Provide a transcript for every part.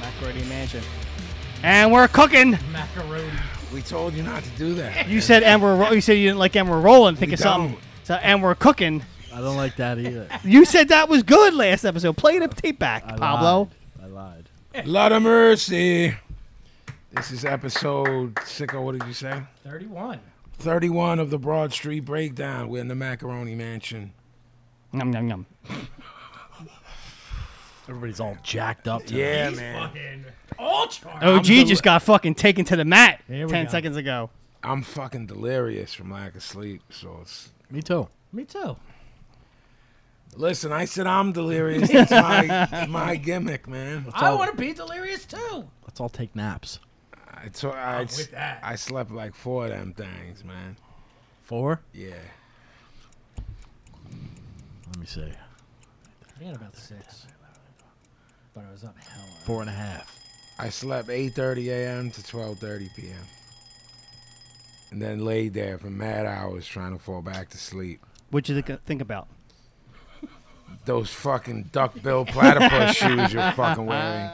Macaroni Mansion. And we're cooking. Macaroni. We told you not to do that. You said and we're ro- you said you didn't like and we're rolling. Think We of something. don't. So and we're cooking. I don't like that either. You said that was good last episode. Play the tape back, I Pablo. Lied. I lied. Lot of mercy. This is episode sicko. What did you say? 31. 31 of the Broad Street Breakdown. We're in the Macaroni Mansion. Yum yum yum. Everybody's all jacked up. Yeah, man. Fucking all charged. OG del- just got fucking taken to the mat Here ten we go. seconds ago. I'm fucking delirious from lack of sleep. So it's. Me too. Me too. Listen, I said I'm delirious. It's my, my gimmick, man. I to be delirious too. Let's all take naps. I, to- I, s- with that. I slept like four of them things, man. Four. Yeah. Let me see. I had about six, but I was up hell. early. Four and a half. I slept 8:30 a.m. to 12:30 p.m. and then laid there for mad hours trying to fall back to sleep. What you think, think about? Those fucking duckbill platypus shoes you're fucking wearing.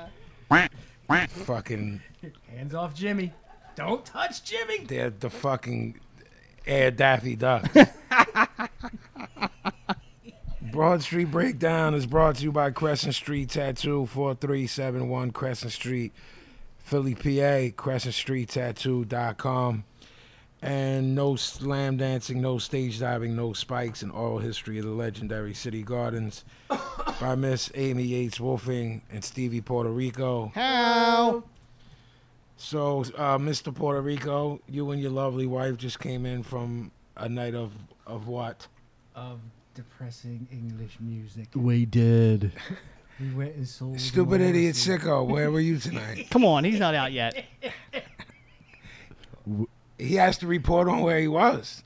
fucking, Hands off Jimmy! Don't touch Jimmy! they're the fucking air Daffy Ducks. Broad Street Breakdown is brought to you by Crescent Street Tattoo, 4371 Crescent Street, Philly, PA, crescentstreettattoo.com. And no slam dancing, no stage diving, no spikes, an oral history of the legendary City Gardens by Miss Amy Yates Wolfing and Stevie Puerto Rico. How? So, uh, Mr. Puerto Rico, you and your lovely wife just came in from a night of, of what? Of depressing English music. We did. We went and saw the Stupid idiot Morrissey. sicko, where were you tonight? Come on, he's not out yet. He has to report on where he was.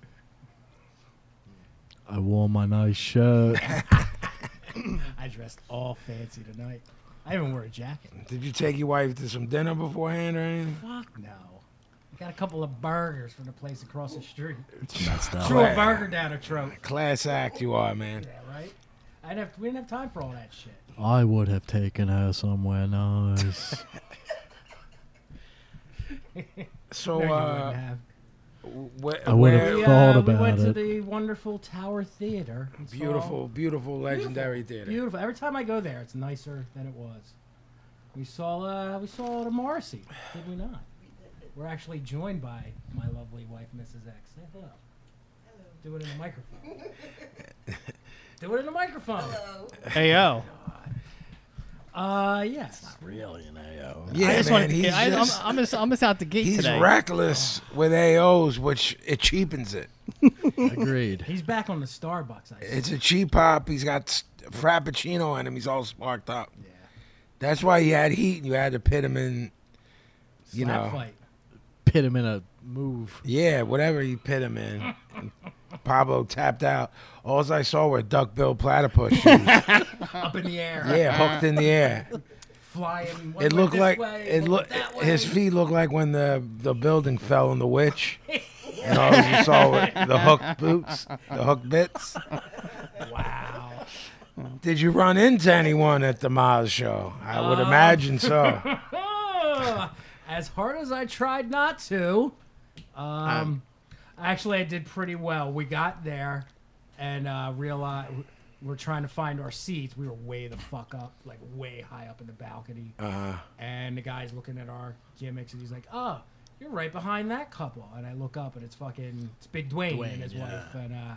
I wore my nice shirt. I dressed all fancy tonight. I even wore a jacket. Did you take your wife to some dinner beforehand or anything? Fuck no. I got a couple of burgers from the place across the street. That's not. Threw a Claire. burger down her throat. Class act you are, man. Yeah, right. I'd have. We didn't have time for all that shit. I would have taken her somewhere nice. So, No, you uh, wouldn't have. wh- I would've where- We, thought uh, we went about to it. the wonderful Tower Theater. and saw- beautiful, beautiful legendary theater. Beautiful. Every time I go there, it's nicer than it was. We saw uh, we saw the Morrissey, did we not? We're actually joined by my lovely wife, Mrs. X. Say hello. Do it in the microphone. Do it in the microphone. Hey yo. Uh, yes. really an AO. Yeah, I just man, want to. he's I, I'm, just, I'm just. I'm just out the gate he's today. reckless with AOs, which it cheapens it. Agreed. He's back on the Starbucks. I see. It's a cheap pop. He's got s- frappuccino in him. He's all sparked up. Yeah. That's why he had heat. and You had to pit him in, you Slap know, fight. Pit him in a move. Yeah, whatever you pit him in. Pablo tapped out. All I saw were duckbill platypus shoes. up in the air. yeah, hooked in the air. Flying. One went It looked this like way, it one looked. went that way. His feet looked like when the the building fell in the witch. And all you saw were the hooked boots, the hook bits. Wow. Did you run into anyone at the Maz show? I Um, would imagine so. Oh, as hard as I tried not to, um, actually I did pretty well. We got there and uh, realized we're trying to find our seats. We were way the fuck up, like way high up in the balcony. Uh, And the guy's looking at our gimmicks and he's like, "Oh, you're right behind that couple." And I look up and it's fucking it's Big Dwayne, Dwayne, and his yeah. wife. And uh,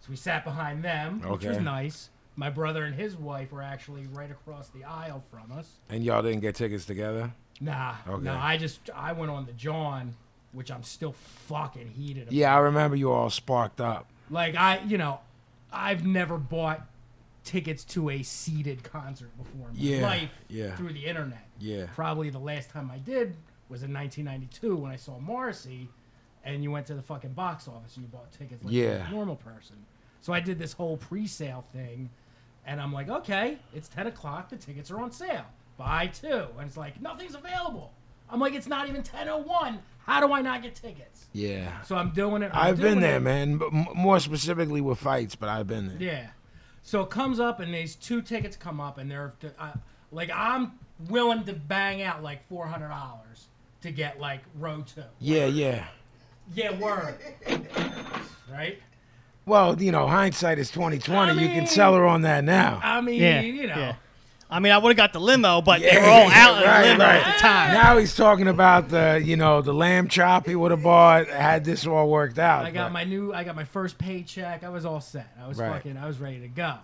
so we sat behind them, which was Okay. nice. My brother and his wife were actually right across the aisle from us. and y'all didn't get tickets together. Nah, Okay. no. I just I went on the John, which I'm still fucking heated. About. Yeah, I remember you all sparked up. Like I, you know, I've never bought tickets to a seated concert before in my Yeah, life yeah. through the internet. Yeah. Probably the last time I did was in 1992 when I saw Morrissey, and you went to the fucking box office and you bought tickets like Yeah. a normal person. So I did this whole pre-sale thing, and I'm like, okay, it's 10 o'clock, the tickets are on sale, buy two, and it's like nothing's available. I'm like, it's not even 10:01. How do I not get tickets? Yeah. So I'm doing it. I'm I've doing been there, it. man. but m- More specifically with fights, but I've been there. Yeah. So it comes up, and these two tickets come up, and they're uh, like, I'm willing to bang out like four hundred dollars to get like row two. Yeah, yeah. Yeah, word. right? Well, you know, hindsight is twenty twenty. You mean- can sell her on that now. I mean, Yeah, you know. yeah. I mean, I would have got the limo, but they were all out of Right, the limo right. at the time. Now he's talking about the, you know, the lamb chop he would have bought had this all worked out. I got but- my new, I got my first paycheck. I was all set. I was Right. fucking, I was ready to go.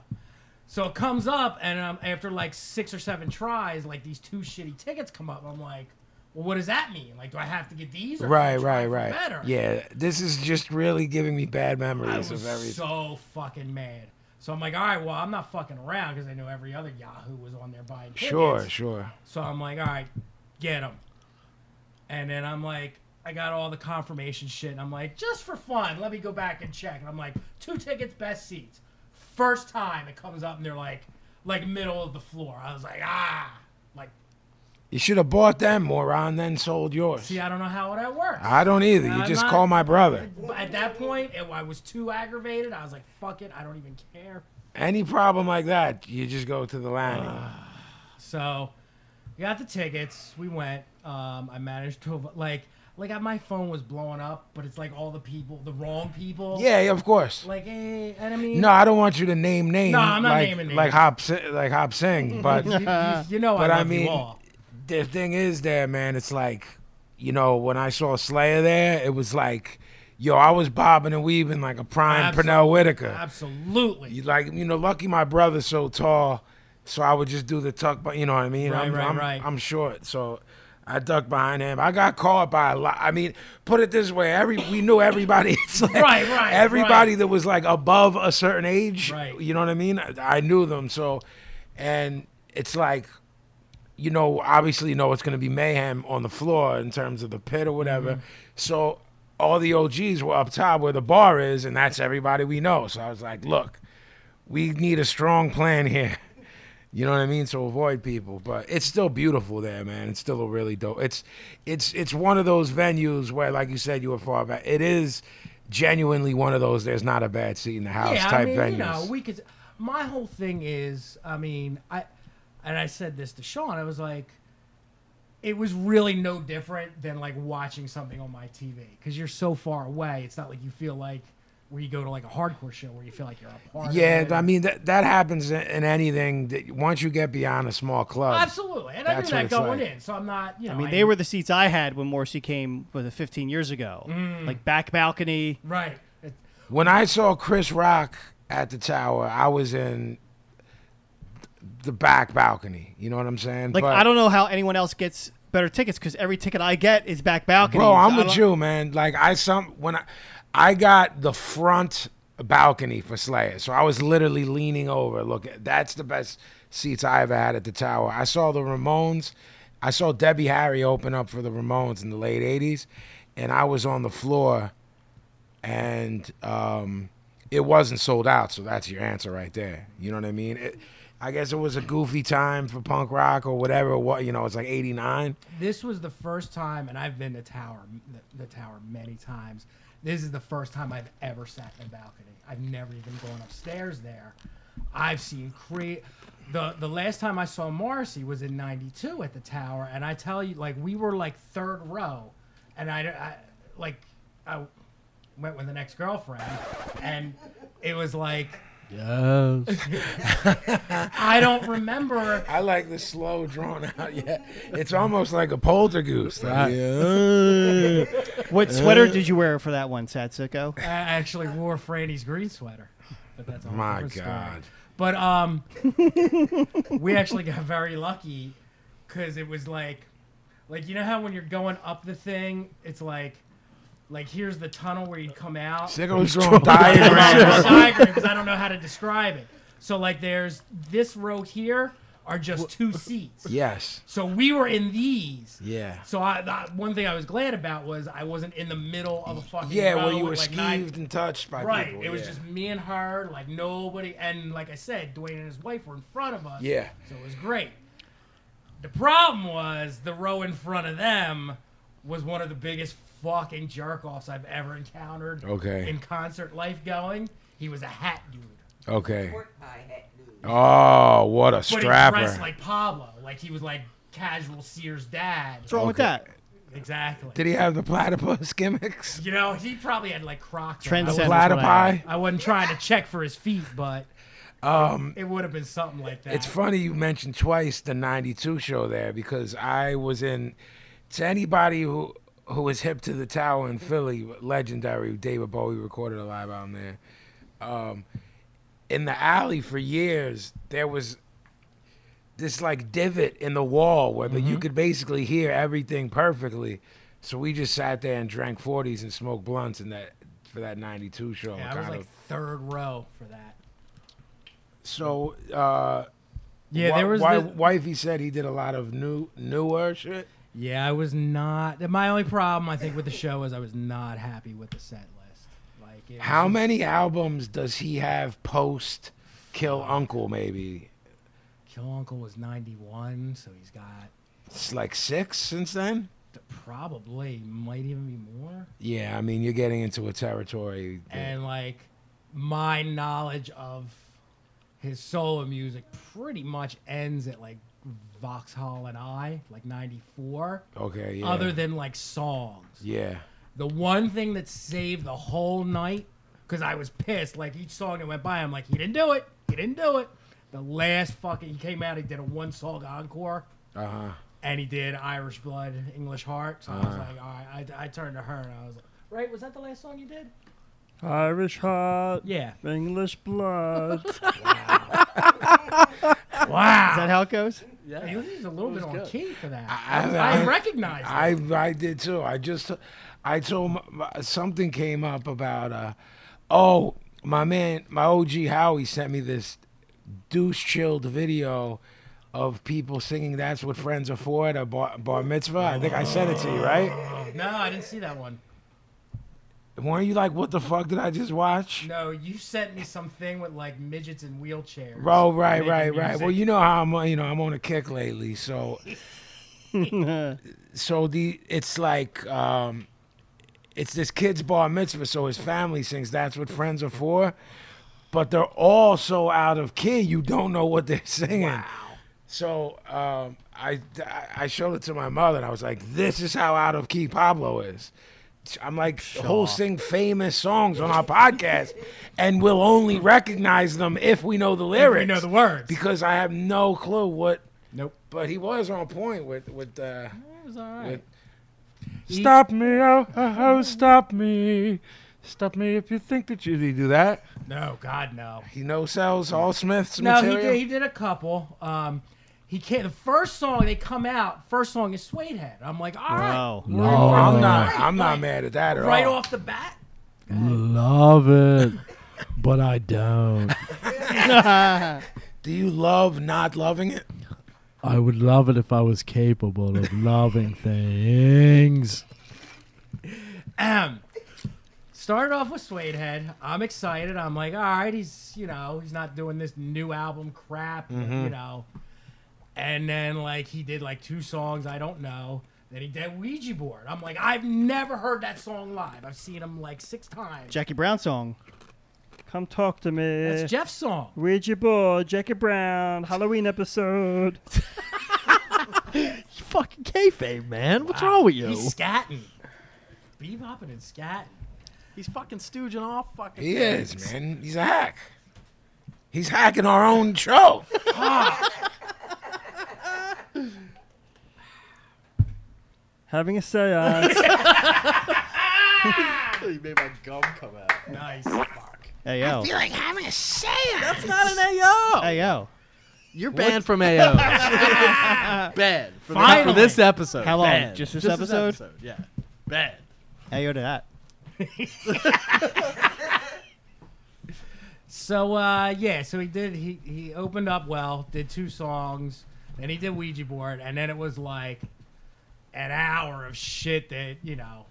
So it comes up, and um, after like six or seven tries, like these two shitty tickets come up. I'm like, well, what does that mean? Like, do I have to get these? Or Right, can I try right, for right. Better. Yeah, this is just really giving me bad I memories was of everything. so fucking mad. So I'm like, all right, well, I'm not fucking around because I know every other Yahoo was on there buying tickets. Sure, sure. So I'm like, all right, get them. And then I'm like, I got all the confirmation shit. And I'm like, just for fun, let me go back and check. And I'm like, two tickets, best seats. First time it comes up and they're like, like middle of the floor. I was like, ah, like, You should have bought them, moron, then sold yours. see, I don't know how that works. I don't either. You I'm just not- call my brother. But At that point, it, I was too aggravated. I was like, fuck it, I don't even care. Any problem like that, you just go to the landing. So, we got the tickets. We went. Um, I managed to av- like, like I- my phone was blowing up, but it's like all the people, the wrong people. yeah, yeah, of course. Like, eh, and I mean, No, I don't want you to name names. No, I'm not like, naming names. Like Hop, Si- like Hop Singh, but you, you- you know, uh, But I I love you mean- all. the thing is there, man, it's like, you know, when I saw Slayer there, it was like, yo, I was bobbing and weaving like a prime Absolutely. Pernell Whitaker. absolutely. You like you know, lucky my brother's so tall, so I would just do the tuck. But you know what I mean? Right, I'm, right, I'm, right. I'm short, so I ducked behind him. I got caught by a lot. I mean, put it this way: every we knew everybody. It's like Right, right, Everybody right. that was like above a certain age. Right. You know what I mean? I, I knew them, so and it's like. You know, obviously, you know it's going to be mayhem on the floor in terms of the pit or whatever. Mm-hmm. So all the OGs were up top where the bar is, and that's everybody we know. So I was like, look, we need a strong plan here. You know what I mean? So avoid people, but it's still beautiful there, man. It's still a really dope. It's it's it's one of those venues where, like you said, you were far back. It is genuinely one of those. There's not a bad seat in the house yeah, type I mean, venues. you know, we could. My whole thing is, I mean, I, and I said this to Sean. I was like, it was really no different than like watching something on my TV because you're so far away. It's not like you feel like where you go to like a hardcore show where you feel like you're a part. yeah, of it. I mean that that happens in, in anything. That once you get beyond a small club, absolutely. And I knew That's what that it's going like. in, so I'm not. You know, I mean, they were the seats I had when Morrissey came with it 15 years ago. Like back balcony. right. It- When I saw Chris Rock at the Tower, I was in the back balcony. You know what I'm saying? Like But- I don't know how anyone else gets better tickets because every ticket I get is back balcony. Bro, I'm I with don't- you, man. Like I some when I I got the front balcony for Slayer, so I was literally leaning over. Look, that's the best seats I ever had at the Tower. I saw the Ramones. I saw Debbie Harry open up for the Ramones in the late '80s, and I was on the floor, and um, it wasn't sold out. So that's your answer right there. You know what I mean? It, I guess it was a goofy time for punk rock or whatever. What you know, it's like '89. this was the first time, and I've been to Tower, the, the Tower many times. This is the first time I've ever sat in a balcony. I've never even gone upstairs there. I've seen Creed. The the last time I saw Morrissey was in '92 at the Tower, and I tell you, like we were like third row, and I, I like I went with an ex girlfriend, and it was like Yes. I don't remember. I like the slow drawn out. Yeah, it's almost like a poltergeist. Like, yes. What Uh, sweater did you wear for that one, Satsuko? I actually wore Franny's green sweater. But that's a whole My different story. God. But um, we actually got very lucky because it was like, like you know how when you're going up the thing, it's like, like here's the tunnel where you come out. Sicko's drawing I'm not diagrams. diagram because I don't know how to describe it. So like, there's this row here are just two seats. yes. So we were in these. Yeah. So I, I, one thing I was glad about was I wasn't in the middle of a fucking Yeah, row where you were with, like nine skeeved and touched by Right. people. it was yeah. just me and her, like nobody. And like I said, Dwayne and his wife were in front of us. Yeah. So it was great. The problem was the row in front of them was one of the biggest fucking jerk offs I've ever encountered. Okay. In concert life going, he was a hat dude. okay. pork pie hat dude. Oh, what a But he strapper! dressed like Pablo. Like he was like casual Sears dad. What's wrong with Okay. that? Exactly. Did he have the platypus gimmicks? you know, he probably had like Crocs. on. I Trend wasn't- set. Platypi? I wasn't trying to check for his feet, but Um, it would have been something like that. It's funny you mentioned twice the '92 show there because I was in. To anybody who who is hip to the tower in Philly, legendary David Bowie recorded a live album there. Um, in the alley for years, there was this like divot in the wall where the, Mm-hmm. you could basically hear everything perfectly. So we just sat there and drank 40s and smoked blunts in that for that '92 show. yeah, I was kind like of. third row for that. So. Uh, Yeah, Wi- there was wi- the- wifey said he did a lot of new newer shit. Yeah, I was not. My only problem, I think, with the show is I was not happy with the set list. Like, it was How just- many albums does he have post Kill Uncle? Maybe Kill Uncle was '91, so he's got it's like six since then. th- probably might even be more. Yeah, I mean you're getting into a territory. that- And like, my knowledge of his solo music pretty much ends at like Vauxhall and I, like '94. okay, yeah, Other than like songs, yeah, the one thing that saved the whole night because I was pissed. Like each song that went by, I'm like, he didn't do it. He didn't do it. The last fucking he came out, he did a one song encore, uh huh. and he did Irish Blood, English Heart. So Uh-huh. I was like, all right. I, I turned to her and I was like, right, was that the last song you did? Irish hot, Yeah. English blood. Is that Wow. how it goes? He was just a little bit on key for that. I- I, I- recognized. it. I I did too. I just I told my, my- something came up about uh oh my man my OG Howie sent me this douche chilled video of people singing "That's What Friends Are For" at a bar, bar mitzvah. I think I sent it to you, right? no, I didn't see that one. Weren't you like, "What the fuck did I just watch?" No, you sent me something with like midgets in wheelchairs. Bro, Oh, right, Making right, right. music. Well, you know how I'm, uh, you know, I'm on a kick lately, so so the it's like um it's this kid's bar mitzvah so his family sings that's what friends are for but they're all so out of key you don't know what they're singing so um I, I i showed it to my mother and i was like this is how out of key pablo is i'm like he'll sing famous songs on our podcast and we'll only recognize them if we know the lyrics we know the words. because i have no clue what nope. but he was on point with with uh It was all right. With- Stop me, oh, oh, oh, stop me. Stop me if you think that you. Did he do that? No, God, no. He no sells all Smith's No, he material. did, he did a couple. Um, he can The first song they come out, first song is Suede Head. I'm like, all right. Wow. we're No. in Oh, for I'm it. not. Right, I'm not like, mad at that at Right all. off the bat, Love it. But I don't. Do you love not loving it? I would love it if I was capable of loving things. um, started off with Suede Head. I'm excited. I'm like, all right, he's you know he's not doing this new album crap, you know. And then like he did like two songs I don't know. Then he did Ouija board. I'm like, I've never heard that song live. I've seen him like six times. Jackie Brown song. Come talk to me. That's Jeff's song. With your boy, Jackie Brown, Halloween episode. You fucking kayfabe, man. Ah, What's wrong with you? He's scatting. Bebopping and scatting. He's fucking stooging off fucking. He is, man. He's a hack. He's hacking our own show. Having a seance. You made my gum come out. Nice. Fuck. hey, yo. like having a seance. It's not an AO. Hey, yo. You're banned from AO. banned. For, the- for Finally. this episode. How long? Banned. Just this episode? Yeah. Banned. Hey, yo to that. So uh, yeah, so he did. He he opened up well, did two songs, then he did Ouija board, and then it was like an hour of shit that you know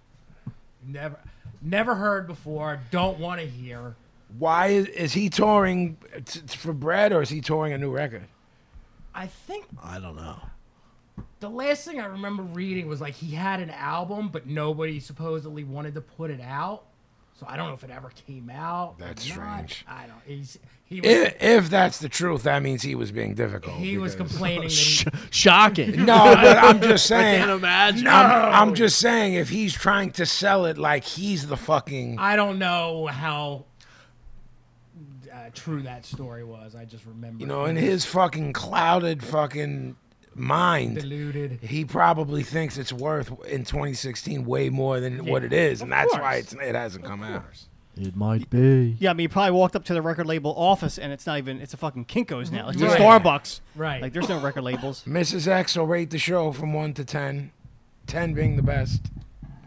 never never heard before. Don't want to hear. Why is, is he touring t- t- for bread or is he touring a new record? I think I don't know. the last thing I remember reading was like he had an album, but nobody supposedly wanted to put it out. So I don't know if it ever came out. or That's not. strange. I don't. He's he was If, if that's the truth, that means he was being difficult. he was because- complaining that Sh- he, shocking. No, but I'm just I saying. can't imagine. I'm, I'm just saying if he's trying to sell it like he's the fucking I don't know how uh, true that story was. I just remember. you know he in was his fucking clouded fucking mind deluded. he probably thinks it's worth in 2016 way more than what it is and that's why it's, it hasn't come out It might be. Yeah, I mean, you probably walked up to the record label office and it's not even, it's a fucking Kinko's now. It's Right. a Starbucks. Right. Like, there's no record labels. mrs x will rate the show from 1 to 10 10 being the best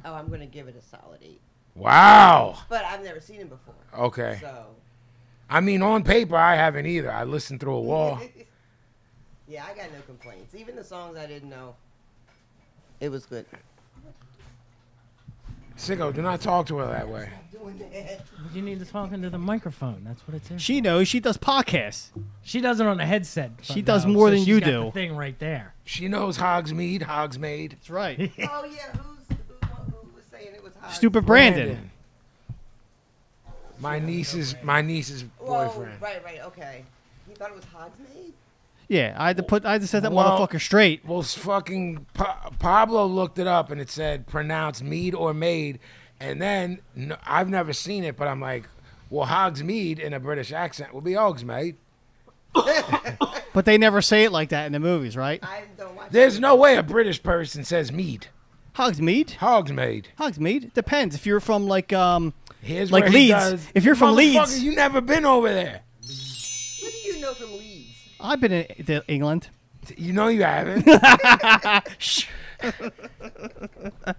Oh, I'm gonna give it a solid eight. wow But I've never seen him before. Oh, okay So i mean on paper i haven't either i listened through a wall yeah, I got no complaints. Even the songs I didn't know. It was good. sicko do not talk to her that way You need to talk into the microphone. That's what it's. She knows. She does podcasts. She does it on a headset. She but does no, more so than she's you got do. The thing right there. she knows hogsmeade hogsmeade That's right. oh yeah, who's who, who was saying it was hot? Stupid Brandon. My niece's my niece's Whoa, boyfriend. right, right, okay. He thought it was Hogsmeade? Yeah, I had to put, I had to set that Well- motherfucker straight. Well, s- fucking pa- Pablo looked it up and it said pronounce mead or made, and then n I've never seen it, but I'm like, well, Hogsmeade in a British accent would be Hogsmeade. But they never say it like that in the movies, right? I don't watch There's no way a British person says mead. Hogsmeade? Hogsmeade. Hogsmeade? Depends. If you're from, like, um, Here's Like where he Leeds. does- If you're from Motherfucker, Leeds- you never been over there. What do you know from Leeds? I've been in the- England. You know you haven't.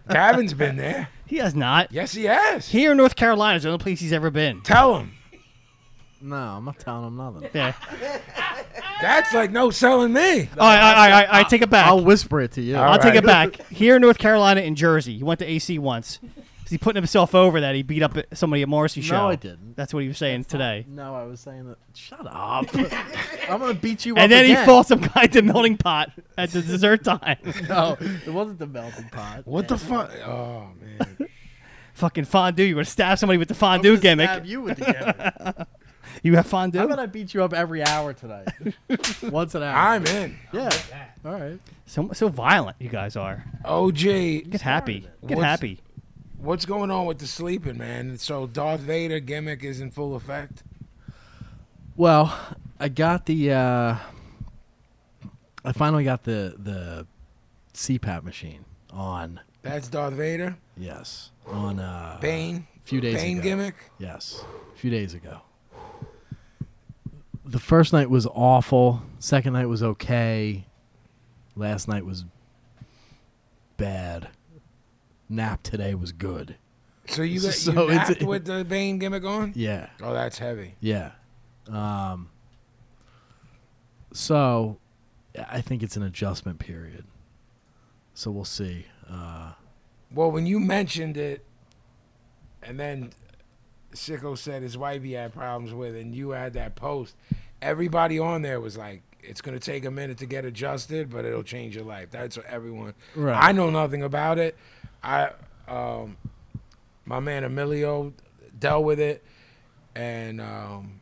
Gavin's been there. He has not. Yes, he has. Here in North Carolina is the only place he's ever been. Tell him. No, I'm not telling him nothing. Yeah. That's like no selling me. All right, all right, all right, all right, take it back. I'll I'll, whisper it to you. All take right. it back. Here in North Carolina in Jersey, he went to AC once. 'Cause He put himself over that he beat up somebody at Morrissey show. I didn't. That's what he was saying today. No, I was saying that. Shut up. I'm gonna beat you up. And then he again. fought some guy at the melting pot at the dessert time. No, it wasn't the melting pot. What the fuck? Oh man. Fucking fondue. You would stab somebody with the I'm fondue gonna gimmick. stab you with the gimmick. You have How fondue? about I beat you up every hour tonight? Once an hour. I'm in. yeah. All right. So, so violent you guys are. OG, Get happy. Get What's- happy. what's going on with the sleeping, man? So Darth Vader gimmick is in full effect. Well, I got the. Uh, I finally got the the CPAP machine on. That's Darth Vader. Yes. On uh, Bane. few days Bane ago. gimmick. Yes, a few days ago. The first night was awful. Second night was okay. Last night was bad. Nap today was good. So you got So you it's- napped with the Bane gimmick on? Yeah, Oh, that's heavy. yeah. Um, so, I think it's an adjustment period. So we'll see. Uh, Well, when you mentioned it, and then Sicko said his wife he had problems with, and you had that post. Everybody on there was like, "It's gonna take a minute to get adjusted, but it'll change your life." That's what everyone. Right. I know nothing about it. I, um, my man Emilio dealt with it, and um,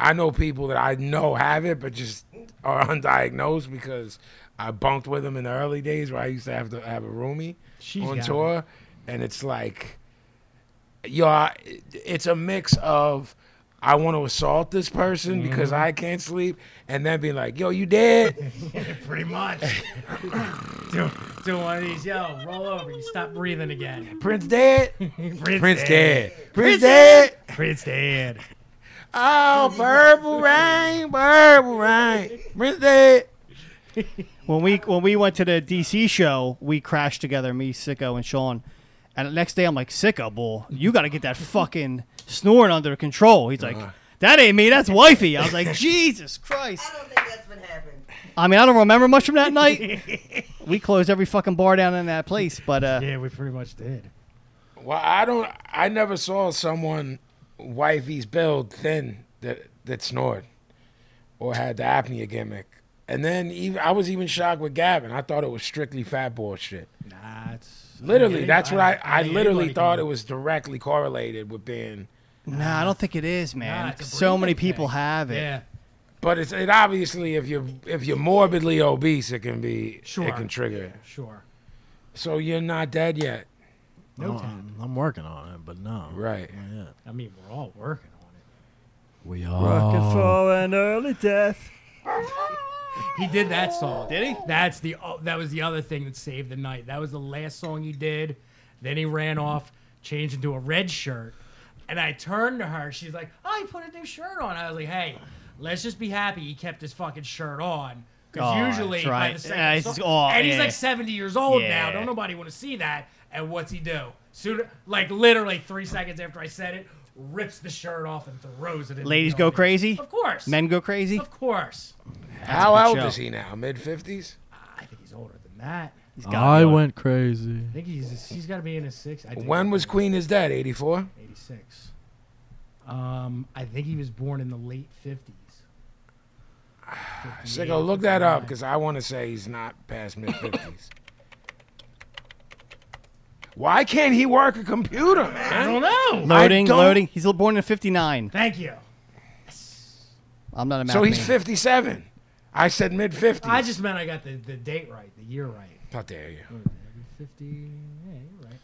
I know people that I know have it, but just are undiagnosed because I bunked with them in the early days where I used to have to have a roomie She's on got it. tour, and it's like, yo, I- it's a mix of I want to assault this person Mm-hmm. because I can't sleep, and then being like, yo, you dead? Pretty much. do, do one of these. Yo, roll over. You stop breathing again. Prince dead? Prince, Prince dead. Prince dead. Prince dead. Oh, purple rain, purple rain. Prince dead. When we when we went to the DC show, we crashed together, me, Sicko, and Sean. And the next day, I'm like, Sicko, bull, you got to get that fucking snoring under control. He's Uh-huh. like, that ain't me, that's wifey. I was like, Jesus Christ. I don't think that's been happening. I mean, I don't remember much from that night. we closed every fucking bar down in that place, but uh, Yeah, we pretty much did. Well, I don't. I never saw someone wifey's build thin that that snored or had the apnea gimmick. And then even, I was even shocked with Gavin. I thought it was strictly fat bullshit. Nah, that's Literally, Yeah, that's what I- I, I I mean, literally anybody thought can- it was directly correlated with being, nah. I don't think it is, man. it's a so many breathing people thing. have it. Yeah. but it's it obviously if you are if you're morbidly obese, it can be Sure. it can trigger. it. Sure. So you're not dead yet, No Oh, time. I'm working on it, but no. right? Yeah. I mean, we're all working on it. We are. for an early death. He did that song. Did he? That's the oh, that was the other thing that saved the night. That was the last song he did. Then he ran off, changed into a red shirt, and I turned to her. She's like, "Oh, he put a new shirt on." I was like, "Hey, let's just be happy he kept his fucking shirt on." Because Oh, usually that's by right. the second Yeah, he's song- just- oh, and he's yeah. like 70 years old now. Yeah. Don't nobody want to see that. And what's he do? Soon, like literally three seconds after I said it, rips the shirt off and throws it. in the Ladies go building. crazy. Of course. Men go crazy. Of course. How a good old show. is he now? Mid fifties? I think he's older than that. He's got I one. went crazy. I think he's he's got to be in his six. I think When was Queen is dead? Eighty four. eighty six? Um, I think he was born in the late fifties. Sicko, look that up because I want to say he's not past mid fifties. Why can't he work a computer, I man? don't know. Loading, I don't- loading. He's born in '59. Thank you. I'm not a math So he's man. fifty seven. I said mid fifties. I just meant I got the, the date right, the year right. how dare you? Fifty. Yeah, you're right.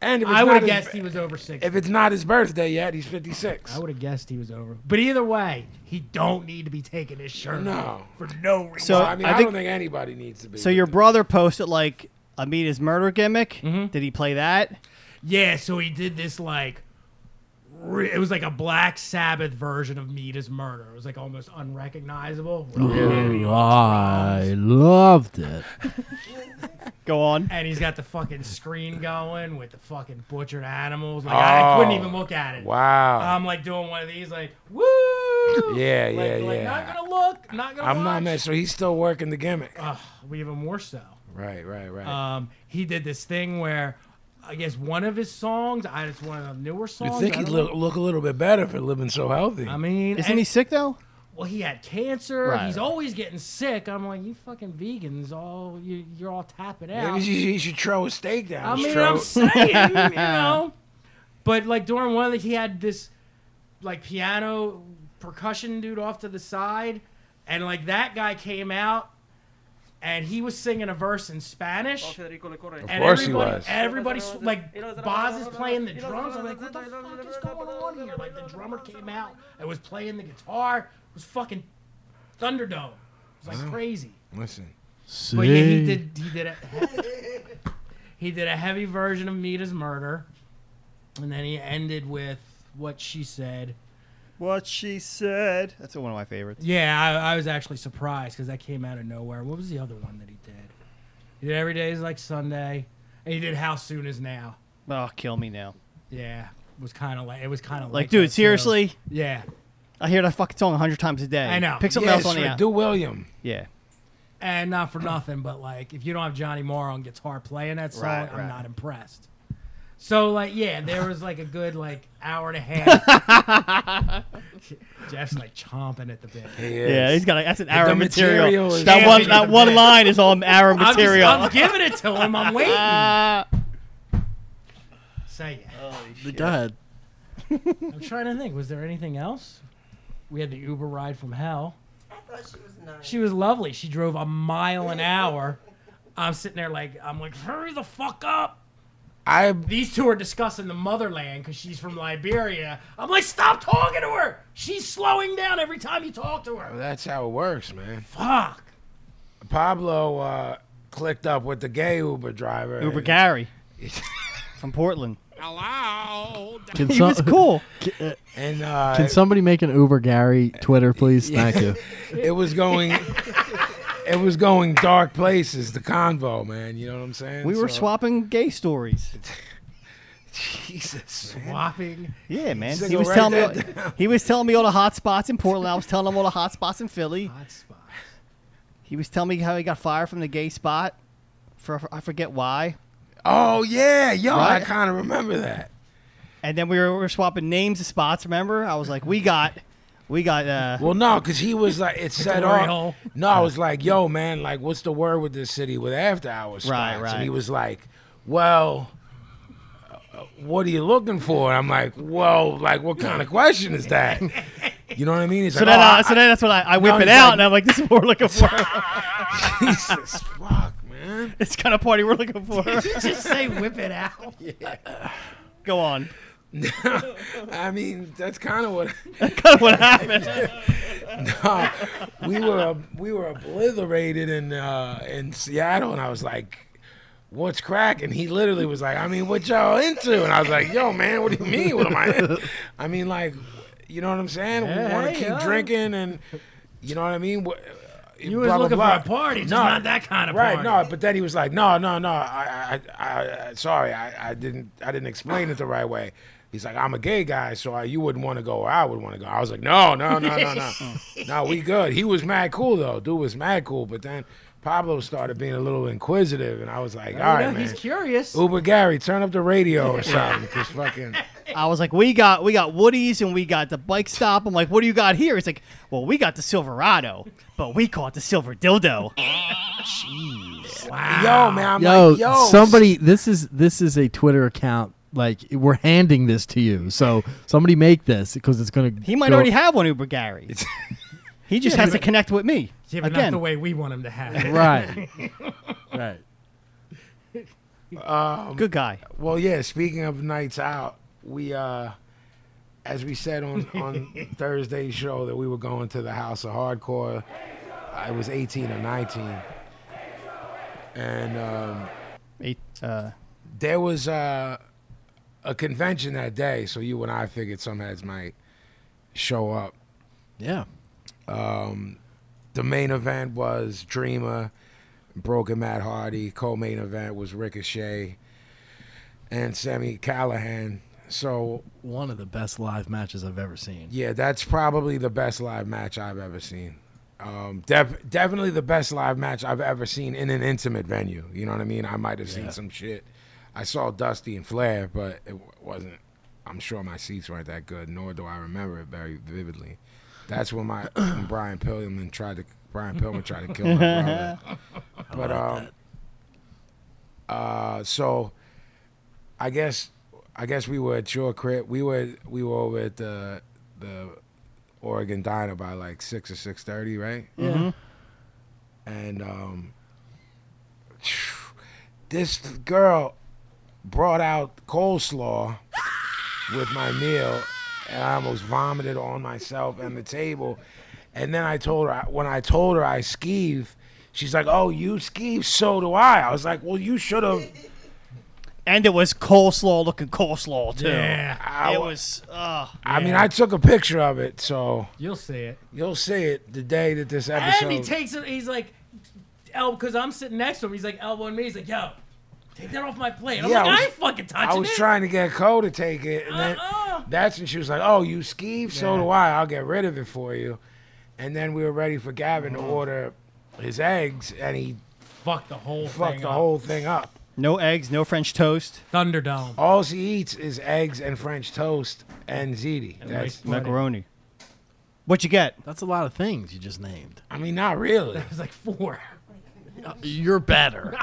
And if it's I would have not his guessed b- he was over sixty. If it's not his birthday yet, he's 56. I would have guessed he was over. But either way, he don't need to be taking his shirt off No. for no reason. So Well, I mean, I I, think don't think anybody needs to be. So your brother posted like Amita's murder gimmick. Did he play that? Yeah, so he did this like re- it was like a Black Sabbath version of Mita's murder. It was like almost unrecognizable. Mm-hmm. Ooh, I loved it. Go on. And he's got the fucking screen going with the fucking butchered animals. Like I couldn't Oh, even look at it. Wow. I'm like doing one of these, like woo. Yeah, yeah, um, like, yeah, like, Not yeah. gonna look. Not gonna. I'm watch. not mad. So he's still working the gimmick. Ugh, we even more so. Right, right, right. um, he did this thing where I guess one of his songs, I it's one of the newer songs. you think I he'd don't look, look a little bit better for living so healthy. know. I mean, Isn't and- he sick though? well, he had cancer. Right. He's always getting sick. I'm like, you fucking vegans, all you, you're all tapping out. Maybe you, you should throw a steak down. I his mean, throat. I'm saying, you know. But like during one of the, he had this like piano percussion dude off to the side, and like that guy came out, and he was singing a verse in Spanish. And course he everybody, was. Everybody's like, Boz is playing the drums. I'm like, what the fuck is going on here? Like, the drummer came out and was playing the guitar. It was fucking Thunderdome. It was like crazy. Listen, See? But yeah, he did. He did a he did a heavy version of Mita's murder, and then he ended with what she said. What she said. That's one of my favorites. Yeah, I, I was actually surprised because that came out of nowhere. What was the other one that he did? He did every day is like Sunday, and he did how soon is now. Oh, kill me now. Yeah, was kind of like it was kind of like, Like, that, dude, too. seriously, Yeah, I hear that fucking song hundred times a day. I know. Pick something yes, else on the for app. Do William. Yeah. and Eh, not for nothing, but like if you don't have Johnny Marr on guitar playing that song, Right, I'm right. not impressed. So like yeah, there was like a good like hour and a half. Jeff's like chomping at the bit. He Yeah, is. he's got a, that's an Arab material. material is- that Yeah, one but- that one line is all Arab I'm, just, material. Ah. I'm giving it to him. I'm waiting. Say it. Go ahead. I'm trying to think. Was there anything else? We had the Uber ride from hell. I thought she was nice. She was lovely. She drove a mile an hour. I'm sitting there like I'm like hurry the fuck up. I These two are discussing the motherland because she's from Liberia. I'm like, stop talking to her. She's slowing down every time you talk to her. That's how it works, man. Fuck. Pablo uh, clicked up with the gay Uber driver. Uber and- Gary from Portland. Hello. Can, He some- was cool. And uh, can somebody make an Uber Gary Twitter, please? Thank you. it was going it was going dark places the convo man you know what i'm saying We were So- swapping gay stories. jesus man. Whopping. Yeah, man. Single He was right telling me there, all, he was telling me all the hot spots in Portland. I was telling him all the hot spots in Philly. Hot spot. He was telling me how he got fired from the gay spot. For I forget why. oh yeah yo i Right? kind of remember that And then we were, we were swapping names of spots. Remember? I was like, we got, we got. uh well no because he was like it said glory off hole. no i was like yo man like what's the word with this city with after hours Right, spots? and he right. was like well, uh, what are you looking for? And I'm like, well, like, what kind of question is that? You know what I mean? He's So like, then, "Oh, uh, so then that's what I, I whip No, it he's out, like- and I'm like, "This is what we're looking for. I- uh, Jesus, fuck, man. it's kind of party we're looking for." Just say whip it out. Go on. I mean, that's kind of what. Kind of what happened. Uh, we were we were obliterated in uh, in Seattle, and I was like, "What's crack?" And he literally was like, "I mean, what y'all into?" And I was like, "Yo, man, what do you mean? What am I? in?" I mean, like, you know what I'm saying? we want to Hey, keep yo. drinking, and you know what I mean." What- You was blah, blah, looking blah. for a party, just No. not that kind of Right, party. no, but then he was like, no, no, no, I, I, I, I sorry, I, I didn't, I didn't explain it the right way. He's like, I'm a gay guy, so I, you wouldn't want to go, or I would want to go. I was like, no, no, no, no, no, no, we good. He was mad cool though, dude was mad cool, but then Pablo started being a little inquisitive, and I was like, all You right, know, he's man. curious. Uber Gary, turn up the radio or something, cause fucking. I was like, "We got we got Woody's and we got the bike stop." I'm like, "What do you got here?" He's like, "Well, we got the Silverado, but we caught the silver dildo." Yo, man, I'm yo, like, yo, somebody, this is this is a Twitter account. Like we're handing this to you, so somebody make this because it's gonna. He might go- already have one Uber Gary. He just has to connect with me Yeah, but not again. the way we want him to have it. Right, right. Good guy. Well, yeah. Speaking of nights out, we uh, as we said on on Thursday's show that we were going to the House of Hardcore. I was 18 or 19, and um, Eight, uh, there was uh, a convention that day. So you and I figured some heads might show up. Yeah. The main event was Dreamer, Broken Matt Hardy. Co-main event was Ricochet and Sammy Callahan. So One of the best live matches I've ever seen. Yeah, that's probably the best live match I've ever seen. Um, def- definitely the best live match I've ever seen in an intimate venue. You know what I mean? I might have seen some shit. I saw Dusty and Flair, but it w- wasn't. I'm sure my seats weren't that good, nor do I remember it very vividly. That's when my when Brian Pillman tried to Brian Pillman tried to kill my brother. But um, uh, so I guess I guess we were at your crib. We were we were over at the the Oregon Diner by like six or six thirty, right? Yeah. And um, this girl brought out coleslaw with my meal, and I almost vomited on myself and the table. And then I told her when I told her I skeeve, she's like, "Oh, you skeeve? So do I." I was like, "Well, you should have." and it was coleslaw looking coleslaw too. Yeah. It was. Uh, I mean, I took a picture of it, so You'll see it. you'll see it the day that this episode. And he takes it. He's like, El, because I'm sitting next to him. He's like elbowing me. He's like, yo, take that off my plate. I'm Yeah, like, I I, was- ain't fucking touching I was it. trying to get Cole to take it, and then Uh-uh. that's when she was like, "Oh, you skeeve? So Yeah. do I. I'll get rid of it for you." And then we were ready for Gavin to order his eggs, and he Fuck the whole fucked thing the up. whole thing up. no eggs, no French toast, Thunderdome. All she eats is eggs and French toast and ziti. That's, rice. Right. macaroni. What you get? That's a lot of things you just named. I mean, not really. It was like four. You're better.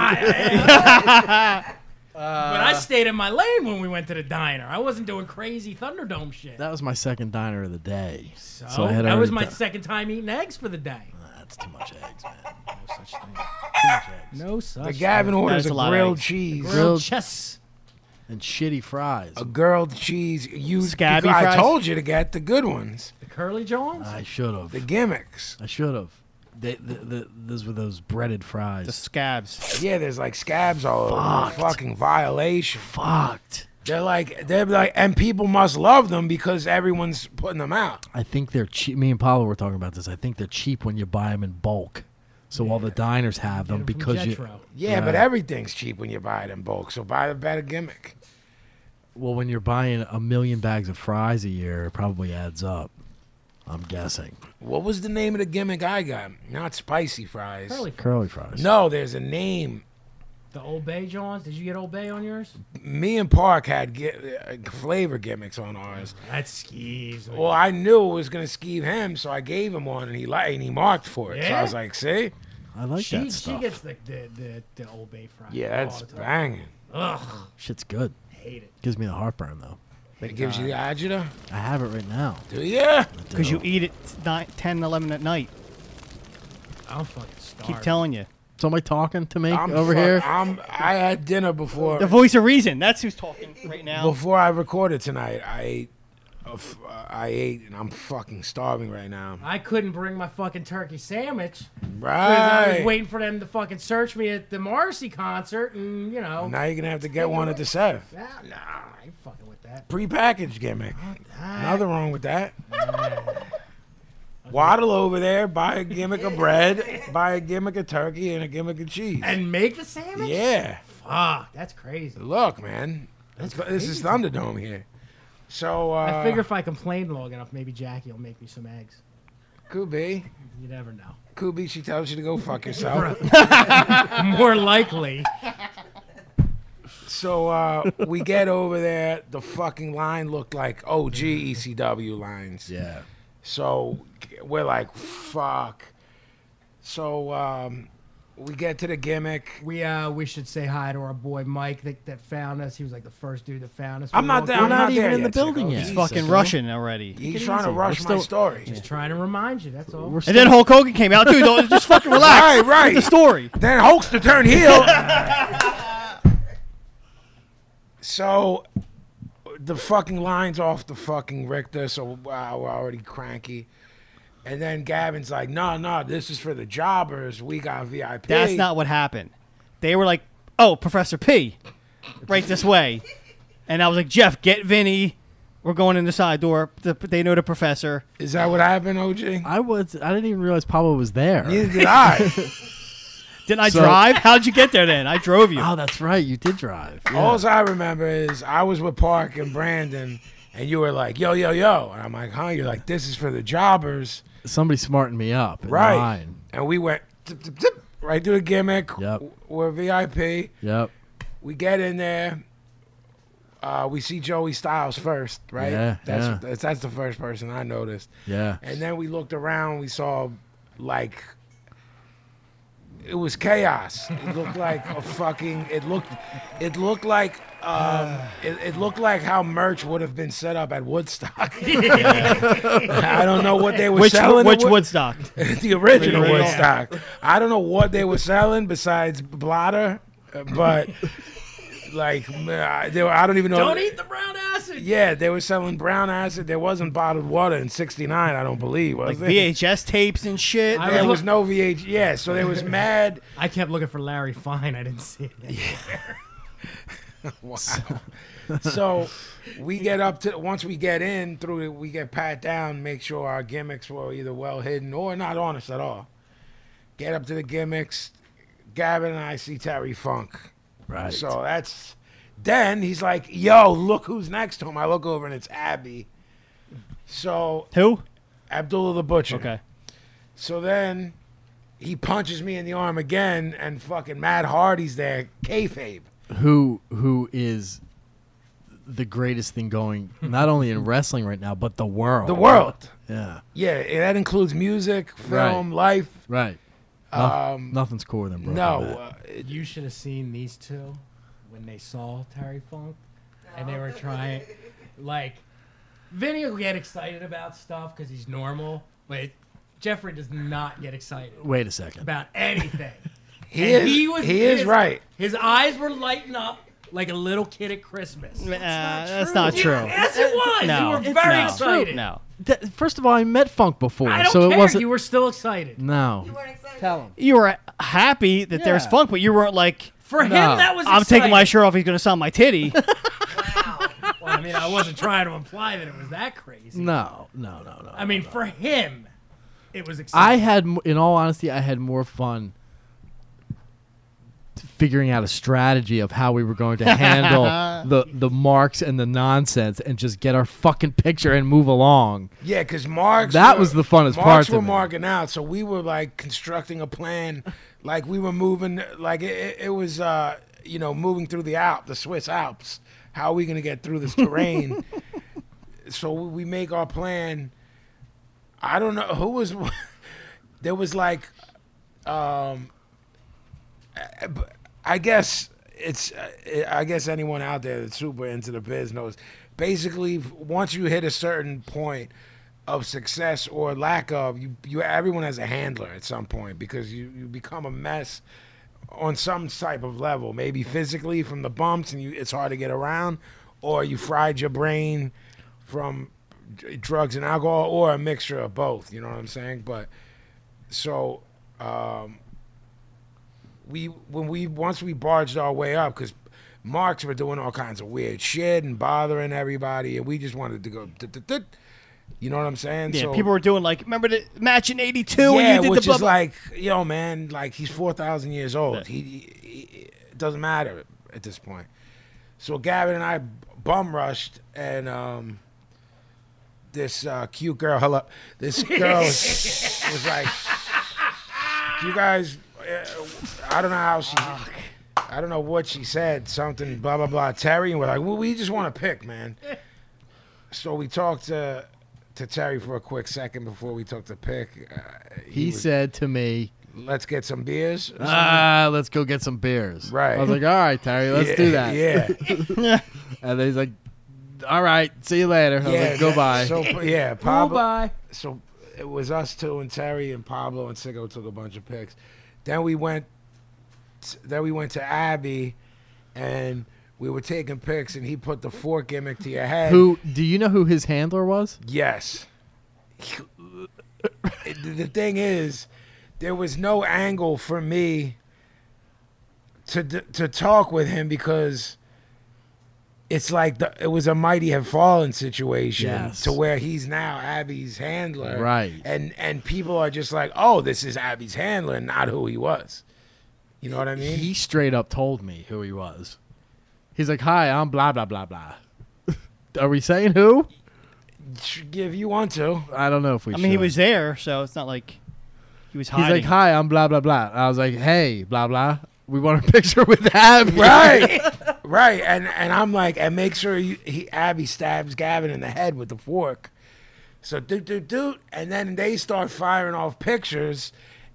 but I stayed in my lane when we went to the diner. I wasn't doing crazy Thunderdome shit. That was my second diner of the day. So, I had that was already my done- second time eating eggs for the day. That's too much eggs, man. No such thing. Too much eggs. No such. But Gavin orders is a a lot of grilled eggs. cheese, Grilled grilled- chess. And shitty fries. a grilled cheese. You, Scabby because I fries? told you to get the good ones, The curly Johns. I should have. the gimmicks. I should have. They, the, the, those were those breaded fries. The scabs. Yeah, there's like scabs all over. Fucked. Fucking violation. fucked. They're like they're like, and people must love them because everyone's putting them out. I think they're cheap. Me and Paolo were talking about this. I think they're cheap when you buy them in bulk. So all the diners have them Get 'em from because you. Jetro. Yeah, Yeah. but everything's cheap when you buy it in bulk. So buy the better gimmick. Well, when you're buying a million bags of fries a year, it probably adds up. I'm guessing. What was the name of the gimmick I got? Not spicy fries. Curly. Curly fries. No, there's a name. The Old Bay Johns. Did you get Old Bay on yours? Me and Park had gi- uh, flavor gimmicks on ours. That's skis. Well, I knew it was gonna skeeve him, so I gave him one, and he li- and he marked for it. So I Yeah? was like, "See, I like she, that she stuff. gets the, the, the, the Old Bay fry. Yeah, all that's the time. banging. Ugh, Shit's good. hate it. Gives me the heartburn though. It gives you the agita. I have it right now. Do ya? Because you Dude. eat it t- nine, 10, 11 at night. I'm fucking starving. Keep telling you. somebody talking to me I'm over fu- here. I'm. I had dinner before The voice of reason. That's who's talking right now. before I recorded tonight. I ate. a f- uh, I ate and I'm fucking starving right now. I couldn't bring my fucking turkey sandwich. 'cause I was Right. waiting for them to fucking search me at the Marcy concert, and you know, Now you're gonna have to get one at the Seth. ah, nah, I ain't fucking with that. Prepackaged gimmick. Nothing wrong with that. Waddle over there, buy a gimmick of bread, buy a gimmick of turkey, and a gimmick of cheese. And make the sandwich? Yeah. Fuck, that's crazy. Look, man. That's This is crazy. Thunderdome here. So uh, I figure if I complain long enough, maybe Jackie will make me some eggs. could be. You never know. Could be she tells you to go fuck yourself. More likely. So uh, we get over there. The fucking line looked like OG ECW lines. Yeah. So we're like, fuck. So um, we get to the gimmick. We uh we should say hi to our boy Mike that, that found us. He was like the first dude that found us. I'm We not walked there. in. I'm not, even there in the yet, Sicko. building yet. He's He's, fucking Jesus. Russian already. he's trying to easy. rush We're my still- story. Just trying to remind you. That's all. We're And then still, Hulk Hogan came out, dude. don't- Just fucking relax. Right, right. With The story. Then Hulkster turned heel. so the fucking line's off the fucking Richter, so wow, we're already cranky. And then Gavin's like, no, no, this is for the jobbers. We got VIP. That's not what happened. They were like, "Oh, Professor P, right this way," and I was like, "Jeff, get Vinny. We're going in the side door. The, they know the professor." Is that what happened, OG? I was. I didn't even realize Pablo was there. Neither did I. Didn't I So- drive? How'd you get there then? I drove you. Oh, that's right. You did drive. Yeah. All I remember is I was with Park and Brandon, and you were like, yo, yo, yo. And I'm like, huh? You're like, this is for the jobbers. Somebody smartened me up. in Right. line. And we went zip, zip, zip, right through the gimmick. Yep. We're VIP. Yep. We get in there. Uh, we see Joey Styles first, right? Yeah, that's, yeah. that's that's the first person I noticed. Yeah. And then we looked around. We saw like it was chaos. It looked like a fucking. It looked. It looked like. Um, it, it looked like how merch would have been set up at Woodstock. I don't know what they were which selling. at which Wood- Woodstock? the The original original. Woodstock. I don't know what they were selling besides blotter, uh, but like man, I- they were, I don't even know. Don't eat the brown acid. Yeah, they were selling brown acid. There wasn't bottled water in '69, I don't believe. Was Like there? VHS tapes and shit. I There look- was no VH. Yeah, so there was mad. I kept looking for Larry Fine. I didn't see it. Wow. so we get up to once we get in through, we get pat down, make sure our gimmicks were either well hidden or not honest at all. Get up to the gimmicks. Gavin and I see Terry Funk. Right. So that's then he's like, "Yo, look who's next to him." I look over and it's Abby. So Who? Abdullah the Butcher. Okay. So then he punches me in the arm again, and fucking Matt Hardy's there, kayfabe. who who is the greatest thing going not only in wrestling right now but the world. The world. Yeah. Yeah, and that includes music, film, life. Right. um, nothing's cooler than Brooklyn. No, Matt. uh, it- You should have seen these two when they saw Terry Funk and they were trying, like, Vinny will get excited about stuff because he's normal, but Jeffrey does not get excited Wait a second. about anything. he And is. He, is his- right. His eyes were lighting up like a little kid at Christmas. Uh, that's not true. Yes, it was. No, you were it's very not. excited. No. Th- first of all, I met Funk before, I don't so care. it wasn't. You were still excited. no. You weren't excited. Tell him. You were happy that there's Yeah. funk, but you weren't like, For him, No. that was. "I'm taking my exciting. shirt off. He's gonna sign my titty." Wow. Well, I mean, I wasn't trying to imply that it was that crazy. No. No. No. No. I mean, for him, it was I exciting. had, m- in all honesty, I had more fun t- figuring out a strategy of how we were going to handle the the marks and the nonsense and just get our fucking picture and move along. Yeah, because Marks. That were- was the Marks funnest part to were me. marking out, so we were like constructing a plan, like we were moving, like it- it, it was, uh, you know, moving through the Alps, the Swiss Alps. How are we gonna get through this terrain? so we make our plan. I don't know who was. there was like um, I- but I guess it's. I guess anyone out there that's super into the biz knows. Basically, once you hit a certain point of success or lack of, you, you everyone has a handler at some point because you, you become a mess on some type of level. Maybe physically from the bumps and you, it's hard to get around, or you fried your brain from d- drugs and alcohol, or a mixture of both. You know what I'm saying? But so um, we when we once we barged our way up because marks were doing all kinds of weird shit and bothering everybody and we just wanted to go dit, dit, dit. you know what i'm saying Yeah, so, people were doing like, remember the match in '82 yeah when you did which the blah, is blah- like yo man like he's 4000 years old he, he, he- it doesn't matter at this point so gavin and i bum rushed and um this uh, cute girl hello this girl was, was like you guys uh, i don't know how she i don't know what she said something blah blah blah terry and we're like well, we just want to pick man so we talked to to terry for a quick second before we took the pick uh, He was- said to me, let's get some beers or something. "Ah, let's go get some beers." Right. I was like, "All right, Terry, let's yeah, do that." yeah And then he's like, "All right, see you later." I was yeah like, "Goodbye." so yeah pablo Bye. so it was us two and Terry and Pablo and Sigo took a bunch of pics. Then we went, then we went to Abby, and we were taking pics, and he put the fork gimmick to your head. who do you know who his handler was? Yes. the thing is, there was no angle for me to d- to talk with him because it's like the it was a mighty have fallen situation Yes. to where he's now Abby's handler, Right. And and people are just like, oh, this is Abby's handler, not who he was. You know what I mean? He straight up told me who he was. He's like, "Hi, I'm blah blah blah blah." Are we saying who? give you want to. I don't know if we. I mean, he should. was there, so it's not like he was He's hiding. like, "Hi, I'm blah blah blah." I was like, "Hey, blah blah." We want a picture with Abby. right, right. And and I'm like, and make sure you, he Abby stabs Gavin in the head with the fork. So doot doot doot, and then they start firing off pictures,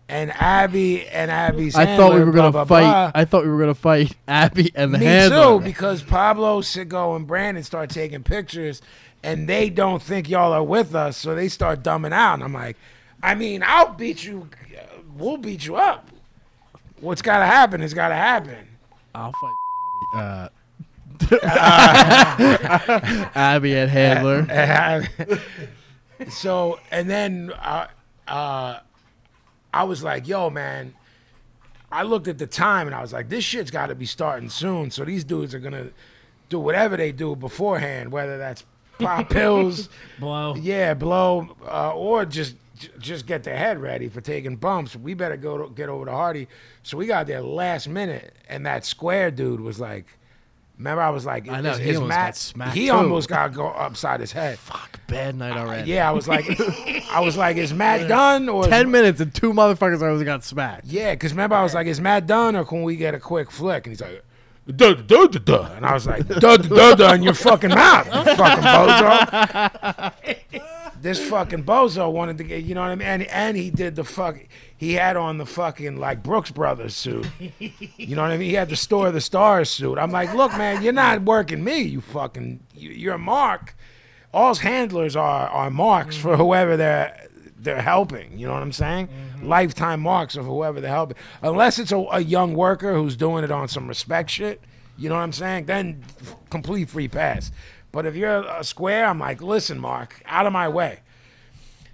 and Abby and Abby's. I thought we handler, were gonna blah, blah, fight. blah. I thought we were gonna fight Abby and the Me handler. too, because Pablo, Sigo, and Brandon start taking pictures, and they don't think y'all are with us, so they start dumbing out. And I'm like, I mean, I'll beat you. We'll beat you up. What's gotta happen has gotta happen. I'll fight Bobby. Uh, Abby and handler. so and then uh, uh, I was like, "Yo, man." I looked at the time and I was like, "This shit's got to be starting soon." So these dudes are gonna do whatever they do beforehand, whether that's pop pills, Oh. Blow. yeah, blow, uh, or just j- just get their head ready for taking bumps. We better go to, get over to Hardy. So we got there last minute, and that square dude was like, "Remember, I was like, I know, is- he is almost Matt- got smacked, He too. almost got go upside his head." Fuck, bad night already. Yeah, I was like, I was like, is Matt done or is- Ten minutes and two motherfuckers already got smacked. Yeah, because remember I was like, is Matt done or can we get a quick flick? And he's like, duh duh duh duh, duh. and I was like, duh duh duh, duh in your fucking mouth, you fucking bozo. this fucking bozo wanted to get, you know what I mean? And, and he did the fuck, he had on the fucking like Brooks Brothers suit. You know what I mean? He had the Store of the Stars suit. I'm like, look, man, you're not working me. You fucking, you, you're a mark. All handlers are are marks for whoever they're they're helping. You know what I'm saying? Lifetime marks of whoever they're helping, unless it's a, a young worker who's doing it on some respect shit. You know what I'm saying? Then f- complete free pass. But if you're a square, I'm like, listen, Mark, out of my way.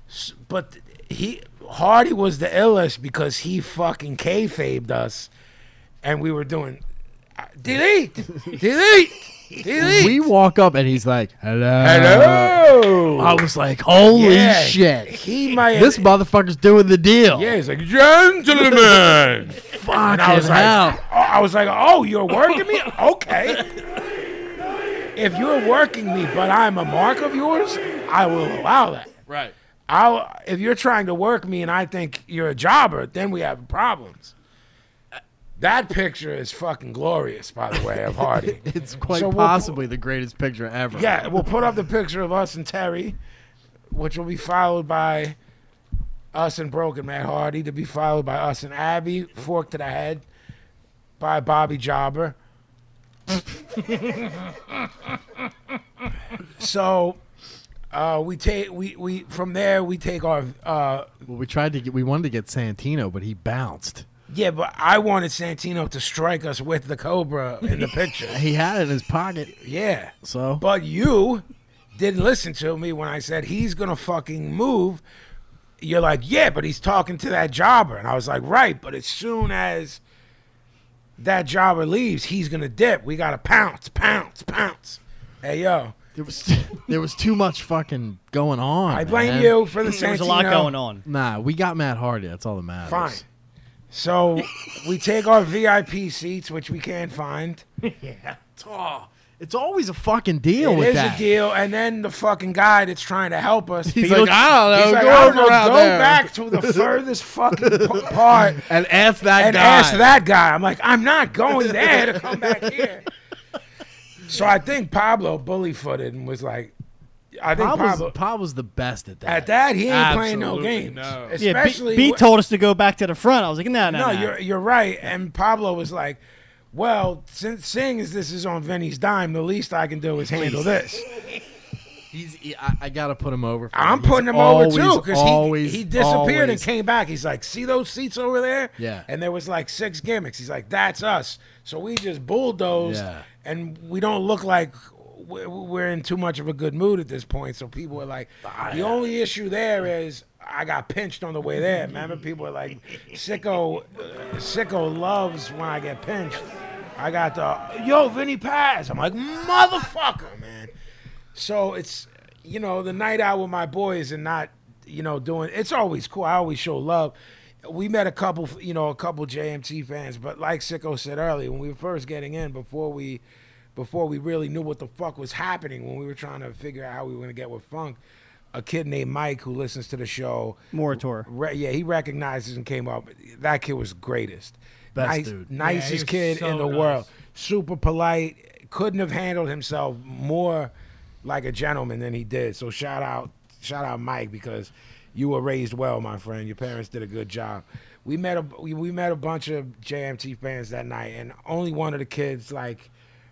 S- But he Hardy was the illest because he fucking kayfabed us and we were doing uh, delete, delete, delete. We walk up and he's like, "Hello." Hello. I was like, "Holy Yeah, shit!" He might. This motherfucker's doing the deal. yeah, he's like gentlemen. Fucking And I was hell. like, oh, I was like, oh, you're working me, okay. If you're working me, but I'm a mark of yours, I will allow that. right. I'll, if you're trying to work me and I think you're a jobber, then we have problems. That picture is fucking glorious, by the way, of Hardy. It's quite So we'll- possibly the greatest picture ever. Yeah, we'll put up the picture of us and Terry, which will be followed by Us and Broken Matt Hardy to be followed by Us and Abby, Fork to the Head by Bobby Jobber. so uh, we take we, we from there we take our uh, Well, we tried to get, we wanted to get Santino, but he bounced. yeah, but I wanted Santino to strike us with the cobra in the picture. He had it in his pocket, Yeah. so But you didn't listen to me when I said he's gonna fucking move. You're like, yeah, but he's talking to that jobber, and I was like, right. But as soon as that jobber leaves, he's gonna dip. We gotta pounce, pounce, pounce. Hey yo, there was there was too much fucking going on. I blame man. you for the Santino. There was a lot going on. Nah, we got Matt Hardy. That's all that matters. Fine. So we take our VIP seats, which we can't find. It's, all- it's always a fucking deal It with is that. a deal, and then the fucking guy that's trying to help us. He's like, I don't know. He's like, go I don't over know, out go there back to the furthest fucking p- part and ask that and guy. ask that guy. I'm like, I'm not going there to come back here. So I think Pablo bully footed and was like, I think Pop was, Pablo. Pop was the best at that. At that, he ain't playing no Absolutely games. Yeah, no. B- Especially B, wh- told us to go back to the front. I was like, no, no, no, you're you're right. And Pablo was like, "Well, since seeing as this is on Vinny's dime, the least I can do is handle this." He's, he, I, I gotta put him over. For I'm He's putting him always, over too because always, he, he disappeared and always- came back. He's like, see those seats over there? Yeah. And there was like six gimmicks. He's like, that's us. So we just bulldozed, Yeah. and we don't look like we- we're in too much of a good mood at this point. So people are like, the Ah. only issue there is I got pinched on the way there. Remember, people are like, sicko, uh, sicko loves when I get pinched. I got the yo Vinny Paz. I'm like motherfucker, man. So it's you know the night out with my boys and not you know doing it's always cool. I always show love. We met a couple you know a couple JMT fans, but like Sicko said earlier, when we were first getting in before we before we really knew what the fuck was happening when we were trying to figure out how we were gonna get with funk. A kid named Mike who listens to the show, Morator. re- yeah, he recognizes and came up. That kid was greatest, Best nice, dude. nicest Yeah, he was kid so in the nice. world super polite. Couldn't have handled himself more like a gentleman than he did. So shout out, shout out, Mike, because you were raised well, my friend. Your parents did a good job. We met a we, we met a bunch of JMT fans that night, and only one of the kids like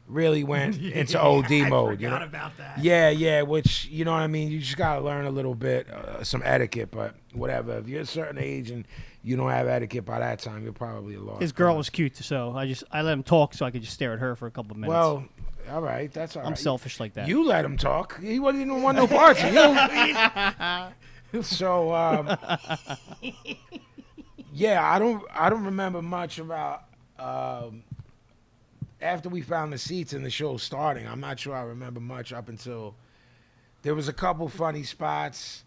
really went into OD mode. You know? about that. Yeah, yeah. Which you know what I mean. You just gotta learn a little bit, uh, some etiquette. But whatever. If you're a certain age and you don't have etiquette by that time, you're probably a lost. His girl was cute, so I just I let him talk so I could just stare at her for a couple minutes. Well, all right. That's all I'm right. selfish like that. You let him talk. He wasn't even want no parts of you. so um, yeah, I don't I don't remember much about um, after we found the seats and the show starting. I'm not sure I remember much up until there was a couple funny spots.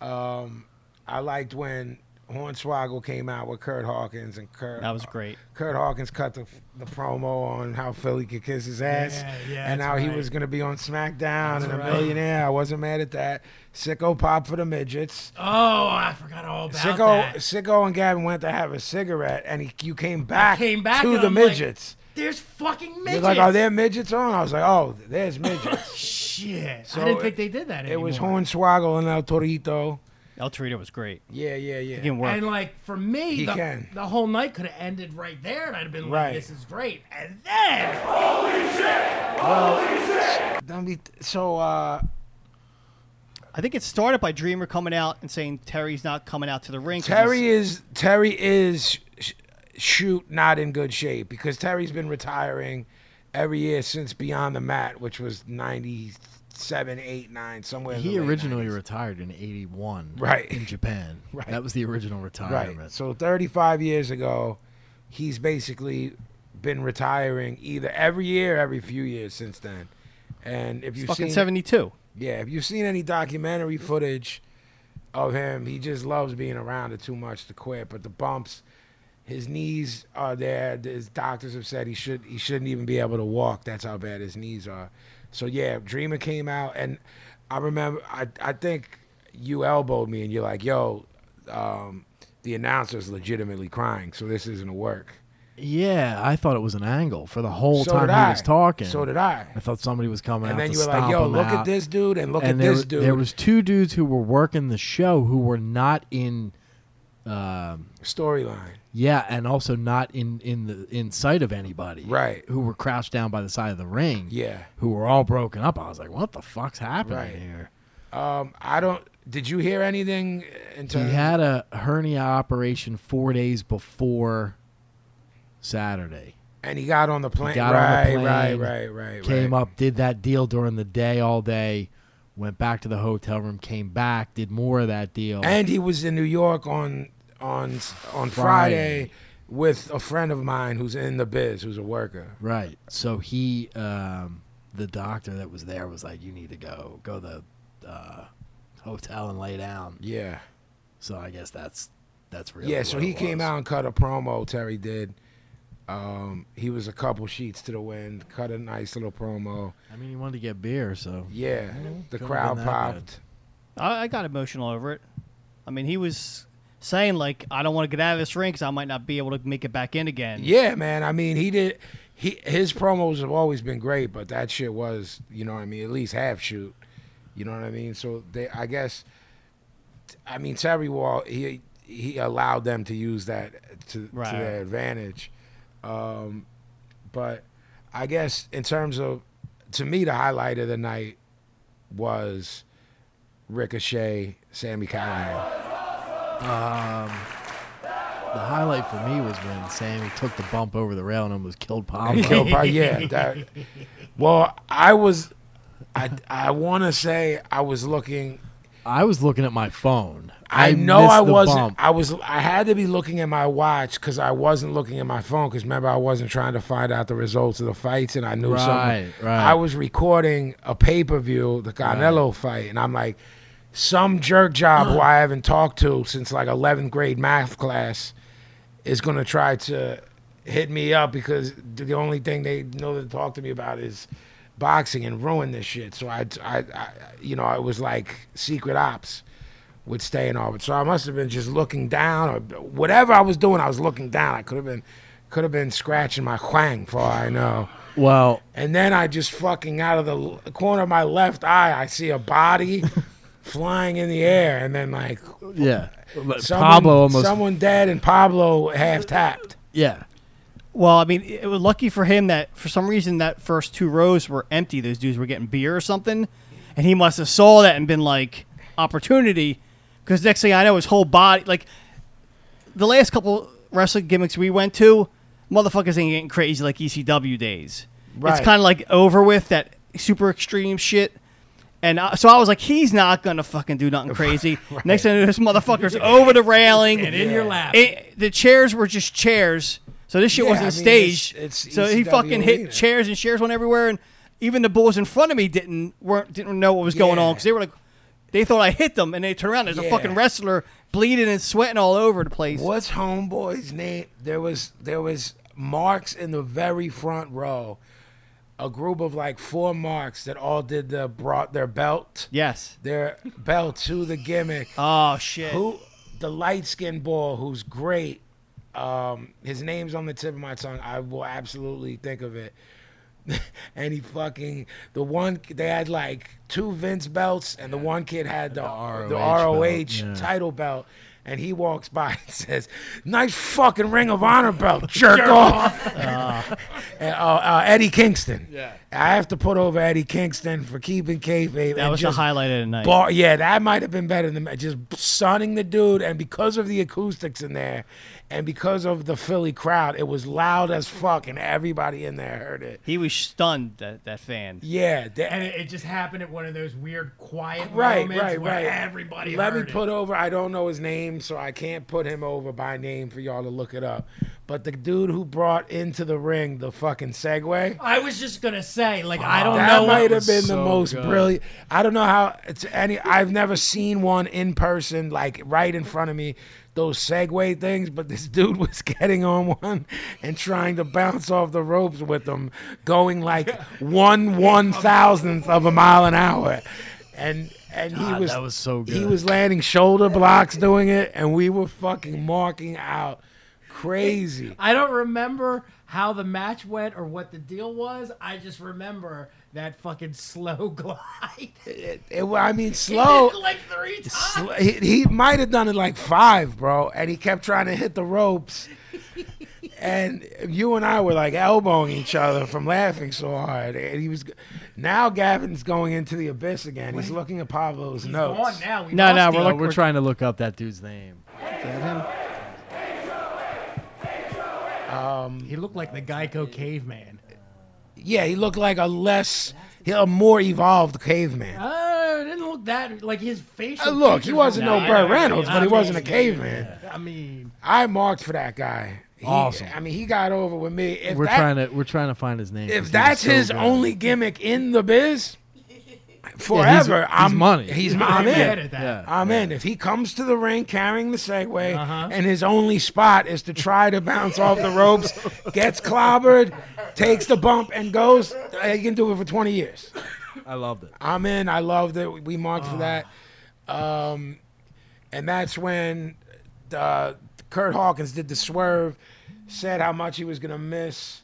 Um, I liked when Hornswoggle came out with Kurt Hawkins and Kurt. that was great. Kurt Hawkins cut the, the promo on how Philly could kiss his ass, Yeah, yeah, and that's how he right. was going to be on SmackDown and a right. millionaire. I wasn't mad at that. Sicko pop for the midgets. Oh, I forgot all about Sicko, that. Sicko and Gavin went to have a cigarette, and he, you came back, came back to and the I'm like, midgets. There's fucking midgets. You're like, are there midgets on? I was like, oh, there's midgets. Shit. So I didn't it- think they did that it was anymore. Hornswoggle and El Torito. El Torito was great. Yeah, yeah, yeah. He can work. And like for me, He the, can. the whole night could have ended right there, and I'd have been Right. like, "This is great." And then Don't be- So, uh, I think it started by Dreamer coming out and saying Terry's not coming out to the ring. 'cause Terry he's- is Terry is sh- shoot not in good shape because Terry's been retiring every year since Beyond the Mat, which was 97, 8, 9, somewhere. in the He late originally 90s. retired in '81, Right. in Japan. Right. That was the original retirement. Right. So 35 years ago, he's basically been retiring either every year, or every few years since then. And if he's you've fucking seen seventy two. Yeah, if you've seen any documentary footage of him, he just loves being around it too much to quit. But the bumps, his knees are there. His doctors have said he should he shouldn't even be able to walk. That's how bad his knees are. So yeah, Dreamer came out, and I remember I I think you elbowed me, and you're like, yo, um, the announcer's legitimately crying, so this isn't a work. Yeah, I thought it was an angle for the whole So time did he I. was talking. So did I. I thought somebody was coming And out then to you were like, stomp "Yo, him look at out." this dude and look and at there, this dude." there was two dudes who were working the show who were not in um, storyline. yeah and also not in in the in sight of anybody Right. who were crouched down by the side of the ring Yeah. who were all broken up i was like what the fuck's happening Right. here Um, I don't. Did you hear anything in he terms? had a hernia operation four days before saturday and he got on the plane. got on the right, plane, right, right, right. came right. up, did that deal during the day all day, went back to the hotel room, came back, did more of that deal. and he was in New York on on on Friday Friday. with a friend of mine who's in the biz, who's a worker. right. So he, um, the doctor that was there was like, you need to go, go to the uh, hotel and lay down. Yeah, So I guess that's that's really yeah. So what he it came was. out and cut a promo. Terry did. Um, he was a couple sheets to the wind, cut a nice little promo. I mean, he wanted to get beer, so Yeah, the Mm-hmm. Could've crowd been that good. popped. I, I got emotional over it. I mean, he was saying like, "I don't want to get out of this ring because I might not be able to make it back in again." Yeah, man. I mean, he did. He his promos have always been great, but that shit was, you know, what I mean, at least half shoot. You know what I mean? So they, I guess, I mean, Terry Wall, he he allowed them to use that to, Right. to their advantage. Um, but I guess in terms of, to me, the highlight of the night was Ricochet, Sammy Callahan. the highlight for me was when Sammy took the bump over the rail and almost killed Pablo. Yo, but yeah, that. Well, I was, I I want to say I was looking. I was looking at my phone. I, know missed I the wasn't. bump. I was. I had to be looking at my watch because I wasn't looking at my phone. Because remember, I wasn't trying to find out the results of the fights, and I knew Right, something. right. I was recording a pay per view, the Canelo fight, and I'm like, some jerk job who I haven't talked to since like 11th grade math class is gonna try to hit me up because the only thing they know to talk to me about is boxing and ruin this shit. So I, I, I you know, it was like secret ops would stay in orbit. So I must have been just looking down or whatever I was doing. I was looking down. I could have been, could have been scratching my huang for all I know. well, And then I just fucking out of the l- corner of my left eye, I see a body flying in the air, and then like yeah. someone, Pablo almost. someone dead and Pablo half tapped. yeah. Well, I mean, it was lucky for him that for some reason that first two rows were empty. Those dudes were getting beer or something, and he must have saw that and been like, "Opportunity," because next thing I know, his whole body like the last couple wrestling gimmicks we went to, motherfuckers ain't getting crazy like ECW days. Right. It's kind of like over with that super extreme shit. And I, so I was like, he's not gonna fucking do nothing crazy. Next thing I know, this motherfucker's over the railing And in your lap. it, the chairs were just chairs. So this shit Yeah, I wasn't mean, staged. it's- it's so he ECW fucking hit arena. chairs and chairs went everywhere, and even the bulls in front of me didn't weren't didn't know what was going Yeah. on because they were like, they thought I hit them, and they turned around. There's Yeah. a fucking wrestler bleeding and sweating all over the place. What's homeboy's name? There was there was marks in the very front row, a group of like four marks that all did the brought their belt, Yes. their belt to the gimmick. Oh shit. Who the light skinned boy who's great. Um, his name's on the tip of my tongue. I will absolutely think of it. and he fucking the one they had like two Vince belts, and the one kid had the the ROH, belt, yeah. title belt. And he walks by and says, "Nice fucking Ring of Honor belt, jerk off." And, uh, uh, Eddie Kingston. Yeah, I have to put over Eddie Kingston for keeping kayfabe. That and was the just highlight of the night. Bar, yeah, that might have been better than just sunning the dude. And because of the acoustics in there, and because of the Philly crowd, it was loud as fuck, and everybody in there heard it. he was stunned that that fan. Yeah, the- And it, it just happened at one of those weird quiet right, moments right, where right. everybody Let me heard it. put over. I don't know his name, so I can't put him over by name for y'all to look it up. But the dude who brought into the ring the fucking Segway. I was just gonna say, like, I don't That know. might What, have been the so most good. brilliant. I don't know how it's any. I've never seen one in person, like right in front of me. Those Segway things, but this dude was getting on one and trying to bounce off the ropes with them, going like one one thousandth of a mile an hour, and and he God, was that was so He good. was landing shoulder blocks doing it, and we were fucking marking out. crazy. I don't remember how the match went or what the deal was. I just remember that fucking slow glide. It, it- I mean, slow. like three times. sl- he, he might have done it like five, bro, and he kept trying to hit the ropes. and you and I were like elbowing each other from laughing so hard. And he was g- now Gavin's going into the abyss again. He's looking at Pablo's He's notes. gone now. We No, no, lost we're him. like- Oh, we're trying to look up that dude's name. He looked like the Geico caveman. Yeah, he looked like a less, he- a more evolved caveman. Oh, it didn't look that like his facial. Uh, look, he features wasn't were- no Burt Reynolds, but he I wasn't a mean, caveman. I mean, I marked for that guy. He, Awesome. I mean, he got over with me. If We're that- trying to we're trying to find his name. if 'cause he was that's so his good. only gimmick in the biz, forever Yeah, he's- he's I'm money. He's I'm I'm mad in. at that. Yeah. I'm in. If he comes to the ring carrying the Segway Uh-huh. and his only spot is to try to bounce off the ropes, gets clobbered, takes the bump, and goes, uh, he can do it for 20 years. I loved it. I'm in. I loved it. We marked for that. Um, and that's when uh, Kurt Hawkins did the swerve, said how much he was going to miss,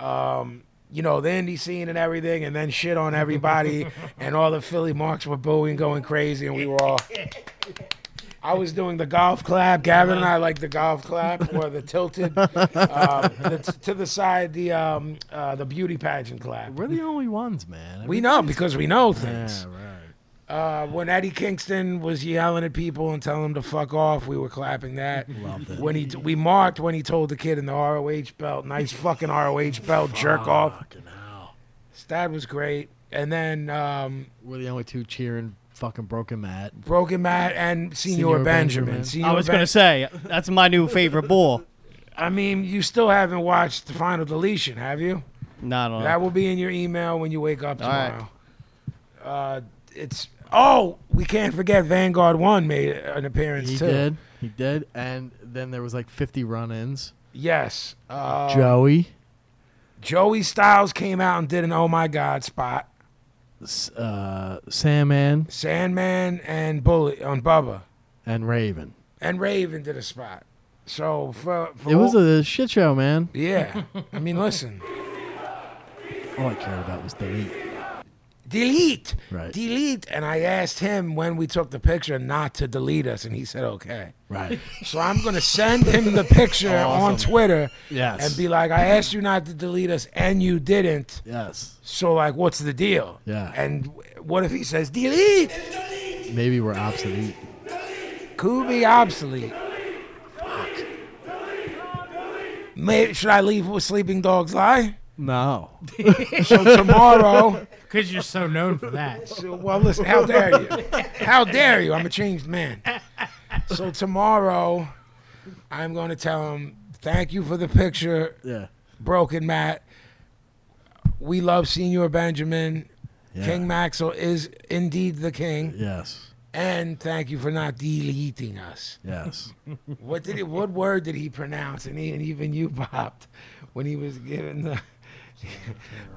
um, you know, the indie scene and everything, and then shit on everybody. and all the Philly marks were booing, going crazy, and we were all. I was doing the golf clap. Gavin and I like the golf clap or the tilted um, the t- to the side, the um, uh, the beauty pageant clap. We're the only ones, man. We know because we know things. Yeah, right. Uh, when Eddie Kingston was yelling at people and telling them to fuck off, we were clapping that. Loved it. When he we marked when he told the kid in the ROH belt, nice fucking ROH belt, jerk off. Fucking hell. That was great. And then um, We're the only two cheering fucking broken Matt. Broken Matt and Senior, Senor Benjamin. Benjamin. Senor I was gonna Ben- say that's my new favorite bull. I mean, you still haven't watched the final deletion, have you? Not on. That will be in your email when you wake up All right. tomorrow. Uh, it's oh, we can't forget Vanguard One made an appearance He too. did. He did. And then there was like 50 run-ins. Yes. Uh, Joey, Joey Styles came out and did an oh my god spot. S- uh, Sandman, Sandman and Bullet on Bubba and Raven. and Raven did a spot. So for, for It was a shit show, man. yeah. I mean, listen, All I cared about was delete. delete, Right. delete. And I asked him when we took the picture not to delete us, and he said okay. Right. So I'm gonna send him the picture on Twitter Yes. and be like, I asked you not to delete us, and you didn't. yes. So like, what's the deal? Yeah. And w- what if he says delete? Maybe we're obsolete. Could be obsolete. May, should I leave with Sleeping Dogs Lie? No. So tomorrow, because you're so known for that. so- well, listen, how dare you? How dare you? I'm a changed man. So tomorrow, I'm going to tell him, thank you for the picture, Yeah. Broken Matt. We love Senior Benjamin. Yeah. King Maxwell is indeed the king. Yes. And thank you for not deleting us. Yes. What did he, what word did he pronounce? And, he, and even you popped when he was giving the.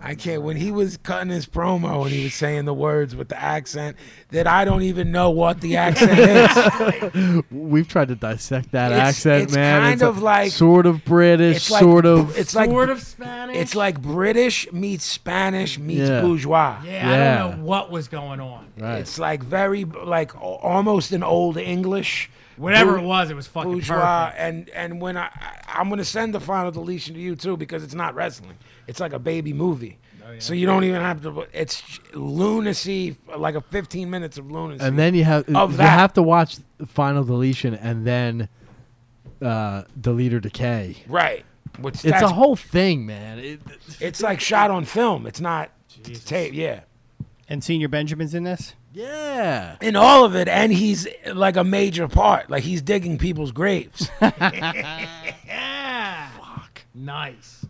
I can't. When he was cutting his promo and he was saying the words with the accent that I don't even know what the accent is. We've tried to dissect that It's- accent, it's man. kind a- of like- sort of British, It's like sort of. It's like Sort of Spanish. it's like British meets Spanish meets Yeah. bourgeois. yeah, I Yeah. don't know what was going on. right. It's like very like al- almost an old English. Whatever Bou- it was, it was fucking bourgeois perfect. and and when I I- I'm gonna send the final deletion to you too because it's not wrestling. It's like a baby movie. Oh, So you don't even have to. It's lunacy, like a 15 minutes of lunacy. and then you have Of you that. have to watch the final deletion and then uh, deleter decay. right, which It's that's, a whole thing, man. It, It's like shot on film. It's not tape. Yeah, And Senior Benjamin's in this. yeah. in all of it, and he's like a major part. Like he's digging people's graves. yeah. Fuck. Nice.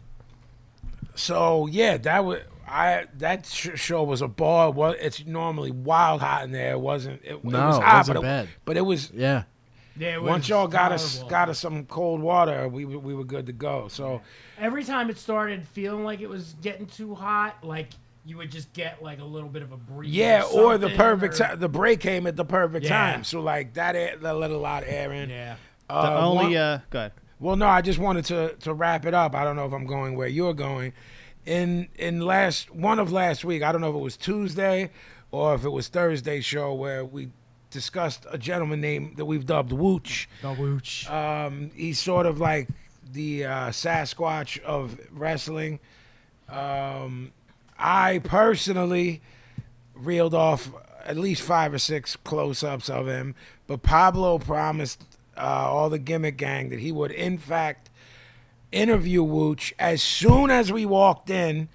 so yeah, that was. I that sh- show was a ball. Well, it's normally wild hot in there. It wasn't. It, it No, was it hot, wasn't but, bad. It, but it was Yeah. Yeah, it Once was y'all got us horrible. got us some cold water, we were- we were good to go. So every time it started feeling like it was getting too hot, like you would just get like a little bit of a breeze. yeah, or the something, perfect or- ti- the break came at the perfect Yeah. time. So like that air, that let a lot of air in. Yeah. The Uh, only one- uh, go ahead. Well, no, I just wanted to to wrap it up. I don't know if I'm going where you're going. In in last one of last week, I don't know if it was Tuesday or if it was Thursday show where we discussed a gentleman named that we've dubbed Wooch. The wooch. Um, he's sort of like the uh, Sasquatch of wrestling. Um, I personally reeled off at least five or six close ups of him, but Pablo promised uh, all the gimmick gang that he would, in fact, interview Wooch. As soon as we walked in,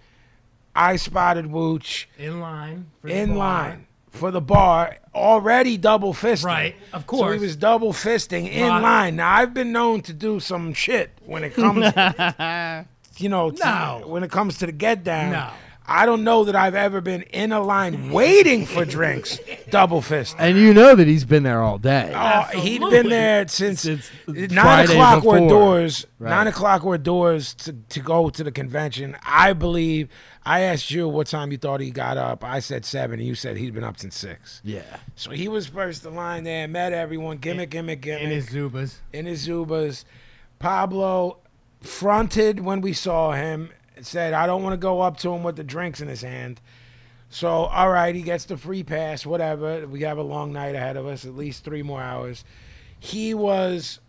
I spotted Wooch in line. For the in bar. line for the bar, already double fisting. Right, of So he course. was double fisting in Right. line. Now I've been known to do some shit when it comes, you know, to- No. when it comes to the get down. No. I don't know that I've ever been in a line waiting for drinks, double fisting. And you know that he's been there all day. Oh, he'd been Absolutely. there since, Since nine Friday o'clock were before. doors. Right. Nine o'clock were doors to, to go to the convention. I believe I asked you what time you thought he got up. I said seven, and you said he'd been up since six. Yeah. So he was first in line there, met everyone, gimmick, gimmick, gimmick, In his Zubas. in his Zubas. Pablo fronted when we saw him, said, I don't want to go up to him with the drinks in his hand. So, all right, he gets the free pass, whatever. We have a long night ahead of us, at least three more hours. He was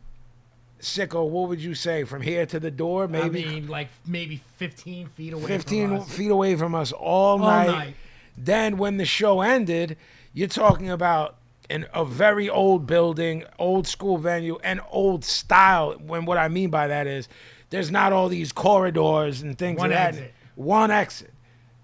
sicko, what would you say, from here to the door? Maybe I mean, like maybe 15 feet away. 15 From us. feet away from us All all, night. night. Then when the show ended, you're talking about an, a very old building, old school venue, and old style. When what I mean by that is, there's not all these corridors and things One of that. exit. One exit.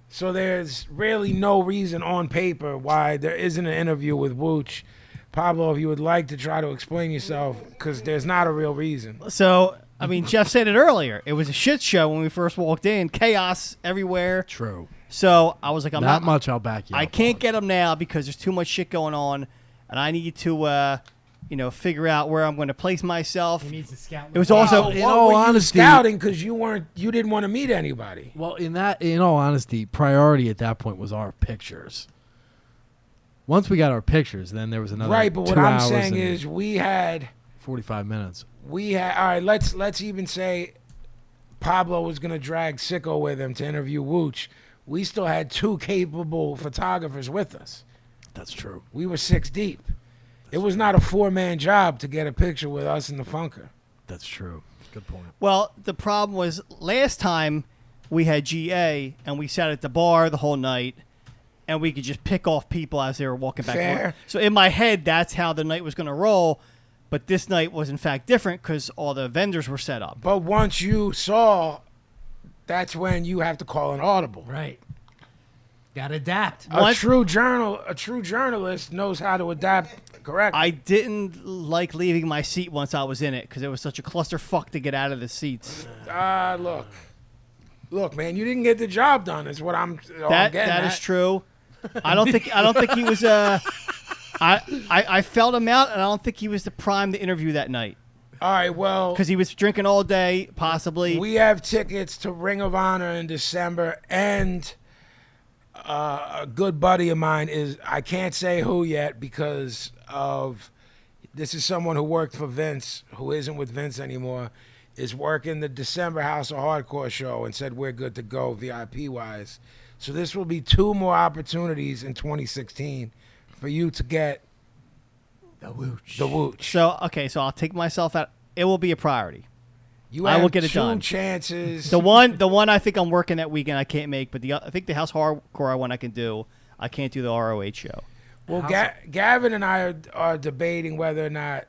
So there's really no reason on paper why there isn't an interview with Wooch. Pablo, if you would like to try to explain yourself, because there's not a real reason. So, I mean, Jeff said it earlier. It was a shit show when we first walked in. Chaos everywhere. True. So I was like, I'm Not not, much. I'll back you. I up can't on. get them now because there's too much shit going on, and I need to, uh, you know, figure out where I'm going to place myself. He needs to scout. It was also- What in all were you honesty- scouting because you weren't, you didn't want to meet anybody. Well, in that, in all honesty, priority at that point was our pictures. Once we got our pictures, then there was another. Right, but what two I'm hours saying and is we had forty-five minutes. we had all right, let's let's even say Pablo was gonna drag Sicko with him to interview Wooch. We still had two capable photographers with us. That's true. We were six deep. It was not a four man job to get a picture with us and the funker. That's true. Good point. Well, the problem was last time we had GA and we sat at the bar the whole night and we could just pick off people as they were walking back. Fair. So in my head, that's how the night was going to roll. But this night was in fact different because all the vendors were set up. But once you saw that's when you have to call an audible. Right. Got to adapt. A Once- true journal a true journalist knows how to adapt correctly. I didn't like leaving my seat once I was in it because it was such a clusterfuck to get out of the seats. Ah, look. Look, man, you didn't get the job done. Is what I'm. all I'm that getting that at. is true. I don't think I don't think he was. Uh, I, I I felt him out, and I don't think he was the prime to interview that night All right, well, because he was drinking all day, possibly. we have tickets to Ring of Honor in December, and uh, a good buddy of mine is. I can't say who yet because of. This is someone who worked for Vince, who isn't with Vince anymore, is working the December House of Hardcore show and said we're good to go VIP wise. So this will be two more opportunities in 2016 for you to get The wooch. the wooch. so okay, so I'll take myself out. It will be a priority. You I have will get it two done. chances. The one the one I think I'm working that weekend I can't make, but the o- I think the house hardcore one I can do. I can't do the ROH show. well, Ga- Gavin and I are, are debating whether or not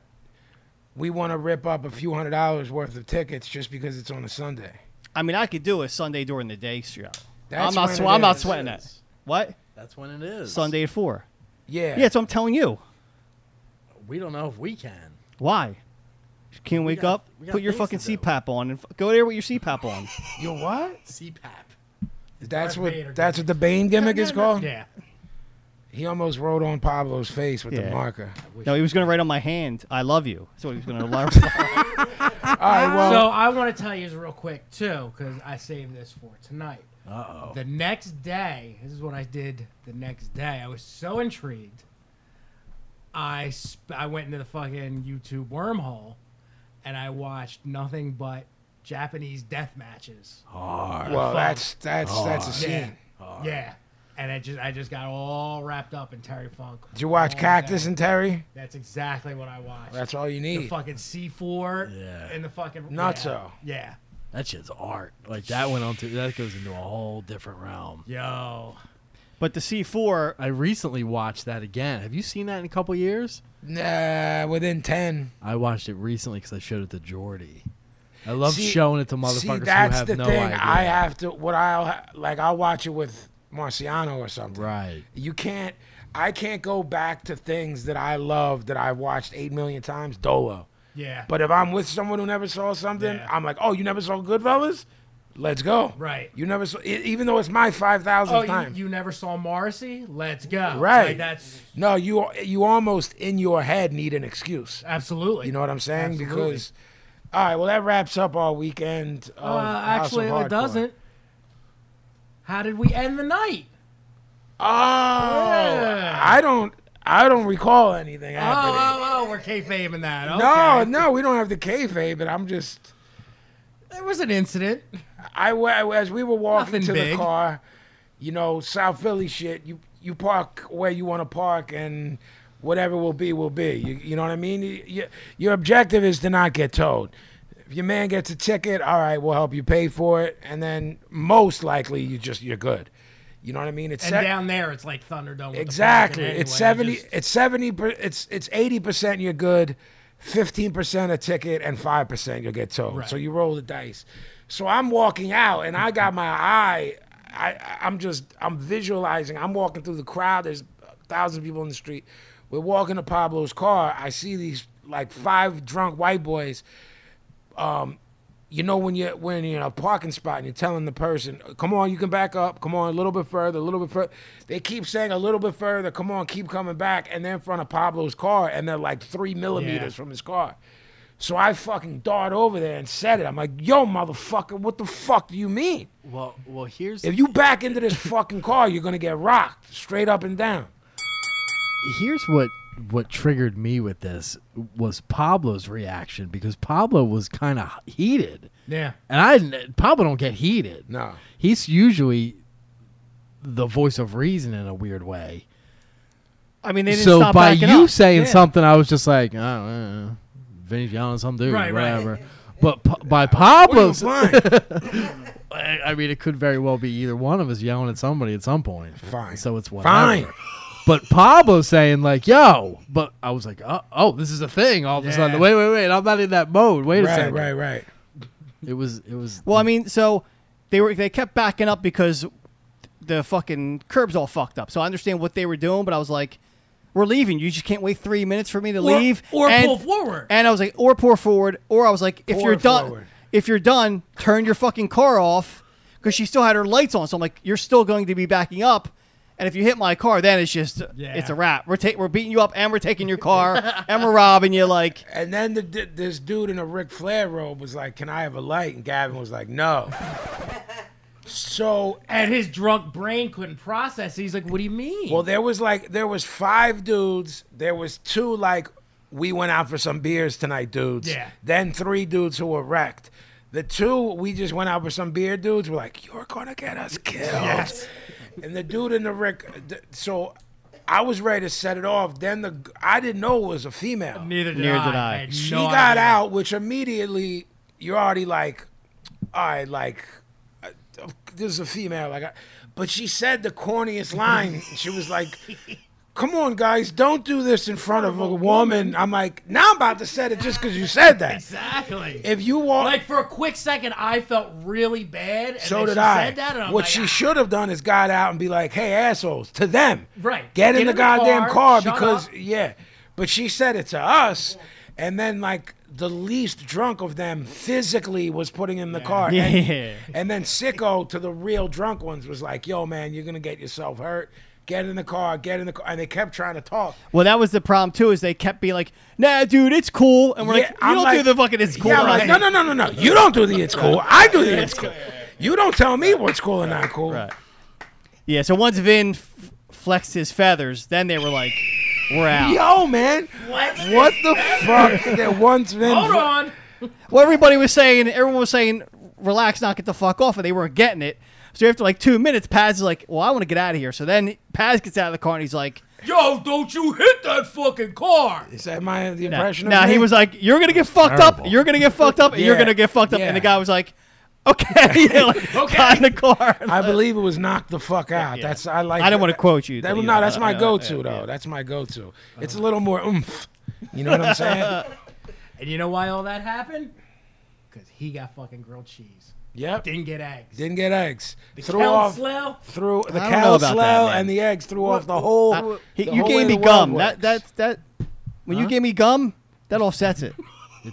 we want to rip up a few hundred dollars worth of tickets just because it's on a Sunday. I mean, I could do a Sunday during the day show. That's I'm not when swe- it I'm not is. sweating that. What That's when it is. Sunday at four? Yeah. Yeah, so I'm telling you. We don't know if we can. Why? Can't wake got- up. we got Put your things fucking to do. CPAP on and f- go there with your CPAP on. You what? CPAP. That's Darth what Vader that's what the Bane gimmick is called. Yeah. He almost wrote on Pablo's face with the Yeah. marker. no, he was gonna write on my hand. I love you. That's what he was gonna learn. All right. Well, So I want to tell you real quick too, because I saved this for tonight. Uh oh. The next day, this is what I did. The next day, I was so intrigued. I sp- I went into the fucking YouTube wormhole, and I watched nothing but Japanese death matches. Well, that's that's that's a scene. Oh, yeah, yeah. And I just I just got all wrapped up in Terry Funk. Did you watch all Cactus day. and Terry? That's exactly what I watched. That's all you the need. fucking C four Yeah. and the fucking Nutso. Yeah. That shit's art. Like that went on to that goes into a whole different realm. yeah. Yo. But the C4, I recently watched that again. Have you seen that in a couple years? Nah, within ten. I watched it recently because I showed it to Jordy. I love See- showing it to motherfuckers See, who that's have the no thing. idea. I have to. What I'll ha- like, I'll watch it with Marciano or something. right. You can't. I can't go back to things that I love that I've watched eight million times. Dolo. Yeah. But if I'm with someone who never saw something, Yeah. I'm like, oh, you never saw Goodfellas? Let's go. Right. You never saw, e- even though it's my five thousandth Oh, time. you, you never saw Morrissey? Let's go. Right. Like, that's no, you you almost in your head need an excuse. absolutely. You know what I'm saying? Absolutely. Because all right, well that wraps up our weekend. Of Uh, House actually, of it Hardcore. doesn't. How did we end the night? Oh, Yeah. I don't. I don't recall anything Oh, happening. oh, oh, we're kayfabing that. Okay. No, no, we don't have the kayfabe, but I'm just. There was an incident. I wa- as we were walking Nothing to big. the car, you know, South Philly shit. You you park where you want to park, and whatever will be will be. You you know what I mean? You- you- your objective is to not get towed. If your man gets a ticket, all right, we'll help you pay for it, and then most likely you just you're good. You know what I mean? It's And se- down there, it's like Thunderdome. with the Exactly. Falcon It's anyway. seventy. You just- It's seventy. per- It's it's eighty percent. You're good. Fifteen percent a ticket, and five percent you'll get towed. Right. So you roll the dice. So I'm walking out, and I got my eye. I I'm just I'm visualizing. I'm walking through the crowd. There's thousands of people in the street. We're walking to Pablo's car. I see these like five drunk white boys you know when you're when you're in a parking spot and you're telling the person, "Come on, you can back up. Come on, a little bit further, a little bit further." They keep saying a little bit further. Come on, keep coming back, and they're in front of Pablo's car, and they're like three millimeters from his car. So I fucking dart over there and said it. I'm like, "Yo, motherfucker, what the fuck do you mean? Well, well, here's If you back into this fucking car, you're gonna get rocked straight up and down." here's what what triggered me with this was Pablo's reaction because Pablo was kind of heated, yeah. and I didn't- Pablo don't get heated. No. he's usually the voice of reason in a weird way. I mean, they didn't so stop by backing you up. saying Yeah. something, I was just like, oh, uh, Vinny's yelling at some dude, Right, right. whatever. But pa- What are by you Pablo's, blind? I I mean, it could very well be either one of us yelling at somebody at some point. Fine. So it's whatever. Fine. But Pablo saying like, "Yo," but I was like, "Oh, oh this is a thing." All of a Yeah. sudden, wait, wait, wait! I'm not in that mode. Wait a Right, second. right, right. It was, it was. Well, I mean, so they were they kept backing up because the fucking curb's all fucked up. So I understand what they were doing, but I was like, "We're leaving. You just can't wait three minutes for me to Or- leave or and, pull forward. And I was like, "Or pour forward." Or I was like, "If Pour you're done, forward. if you're done, turn your fucking car off." Because she still had her lights on, so I'm like, "You're still going to be backing up." And if you hit my car, then it's just Yeah. it's a wrap. We're ta- we're beating you up, and we're taking your car, and we're robbing you. Like, And then the, di- this dude in a Ric Flair robe was like, "Can I have a light?" And Gavin was like, "No." so And his drunk brain couldn't process. it. He's like, "What do you mean?" well, there was like there was five dudes. There was two like we went out for some beers tonight, dudes. Yeah. Then three dudes who were wrecked. The two we just went out for some beer dudes were like, "You're gonna get us killed." Yes. And the dude in the Rick, th- so. I was ready to set it off. Then the g- I didn't know it was a female. Neither did Neither I. did I. had she no got idea. out, which immediately you're already like, all right, like uh, this is a female, like, I, but she said the corniest line. she was like, "Come on, guys, don't do this in front of a woman." I'm like, now I'm about to set it just because you said that. Exactly. If you walk, like for a quick second, I felt really bad. And so then did she I. Said that, and I'm what like, she "Ah." should have done is got out and be like, "Hey, assholes!" To them, Right. Get Get, in, the in the goddamn car, car, shut because up. yeah. But she said it to us, and then like the least drunk of them physically was putting in the car. And, yeah. and then sicko to the real drunk ones was like, "Yo, man, you're gonna get yourself hurt." Get in the car, get in the car. And they kept trying to talk. Well, that was the problem too. Is they kept being like, "Nah, dude, it's cool," and we're Yeah, like, "You I'm don't do like- the fucking it's cool." yeah, I'm right? like, no, no, no, no, no. You don't do the it's cool. I do the it's cool. You don't tell me what's cool and not cool. Right. Yeah, so once Vin f- flexed his feathers, then they were like, "We're out." Yo, man. What? What the fuck? That once Vin. Hold on. Well, everybody was saying, everyone was saying, relax, not get the fuck off, and they weren't getting it. So after like two minutes, Paz is like, well, I want to get out of here. So then Paz gets out of the car and he's like, Yo, don't you hit that fucking car! Is that my the "Nah." impression? Nah, of he me? was like, you're gonna get fucked up, Terrible. you're gonna get fucked up, and you're Yeah, gonna get fucked up. And the yeah. guy was like, okay, yeah, like, Okay. got in the car. I believe it was knock the fuck out. That's I like. I didn't want to quote you. That, though, no, know, that's I- my I- go-to yeah, though. yeah. Uh-huh. That's my go-to. It's a little more oomph. You know what I'm saying? And you know why all that happened? Because he got fucking grilled cheese. yep. Didn't get eggs. Didn't get eggs. threw off. Counselor? Threw the I don't know cow about that, slough man. and the eggs threw off the whole. Uh, he- the you whole way gave me the world gum. That works. that that. When you gave me gum, that offsets it.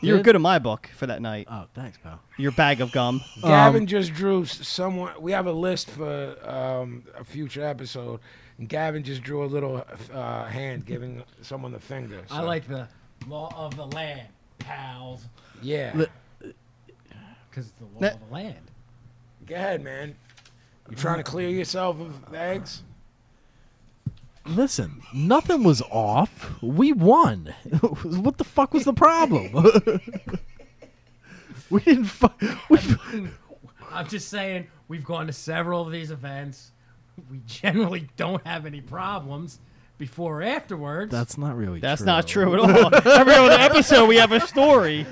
You were did? good in my book for that night. Oh, thanks, pal. Your bag of gum. Gavin just drew s- someone. We have a list for um, a future episode. And Gavin just drew a little uh, hand giving someone the finger. I so, like the law of the land, pals. Yeah. Li- Because it's the law That- of the land. Go ahead, man. You trying to clear yourself of the eggs? Listen, nothing was off. We won. what the fuck was the problem? we didn't. Fu- we, I'm just saying, we've gone to several of these events. We generally don't have any problems before or afterwards. that's not really. That's not true at all. Every other episode, we have a story.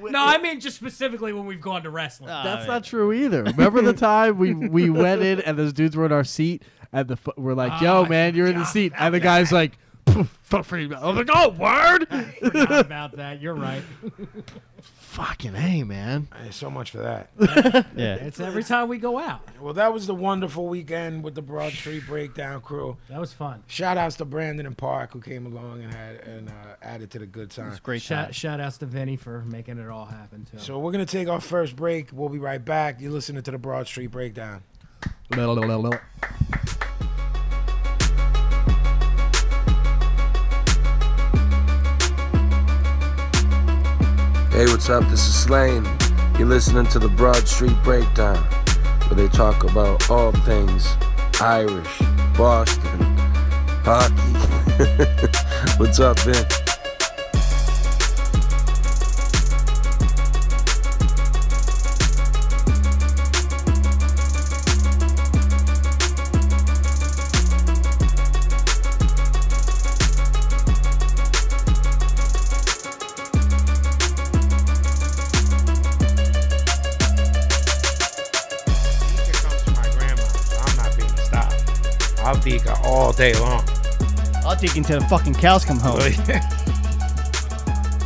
no, I mean just specifically when we've gone to wrestling. Uh, That's not true either. Remember the time we we went in and those dudes were in our seat and the fu- we're like, "Yo, Ah, man, you're in the yeah, seat," and the guy's like, "Poof, "Fuck for you." I'm like, "Oh, word." Forgot about that. You're right. Fucking hey, man. Hey, so much for that. Yeah. It's every time we go out. well, that was the wonderful weekend with the Broad Street Breakdown crew. That was fun. Shout outs to Brandon and Park who came along and had and uh, added to the good time. Great Shout, shot. shout outs to Vinny for making it all happen too. So we're gonna take our first break. We'll be right back. You're listening to the Broad Street Breakdown. Hey, what's up? This is Slane. You're listening to the Broad Street Breakdown, where they talk about all things Irish, Boston, hockey. what's up, Vin? Dika comes from my grandma, so I'm not being stopped. I'll Dika all day long. I'll dig into the fucking cows come home.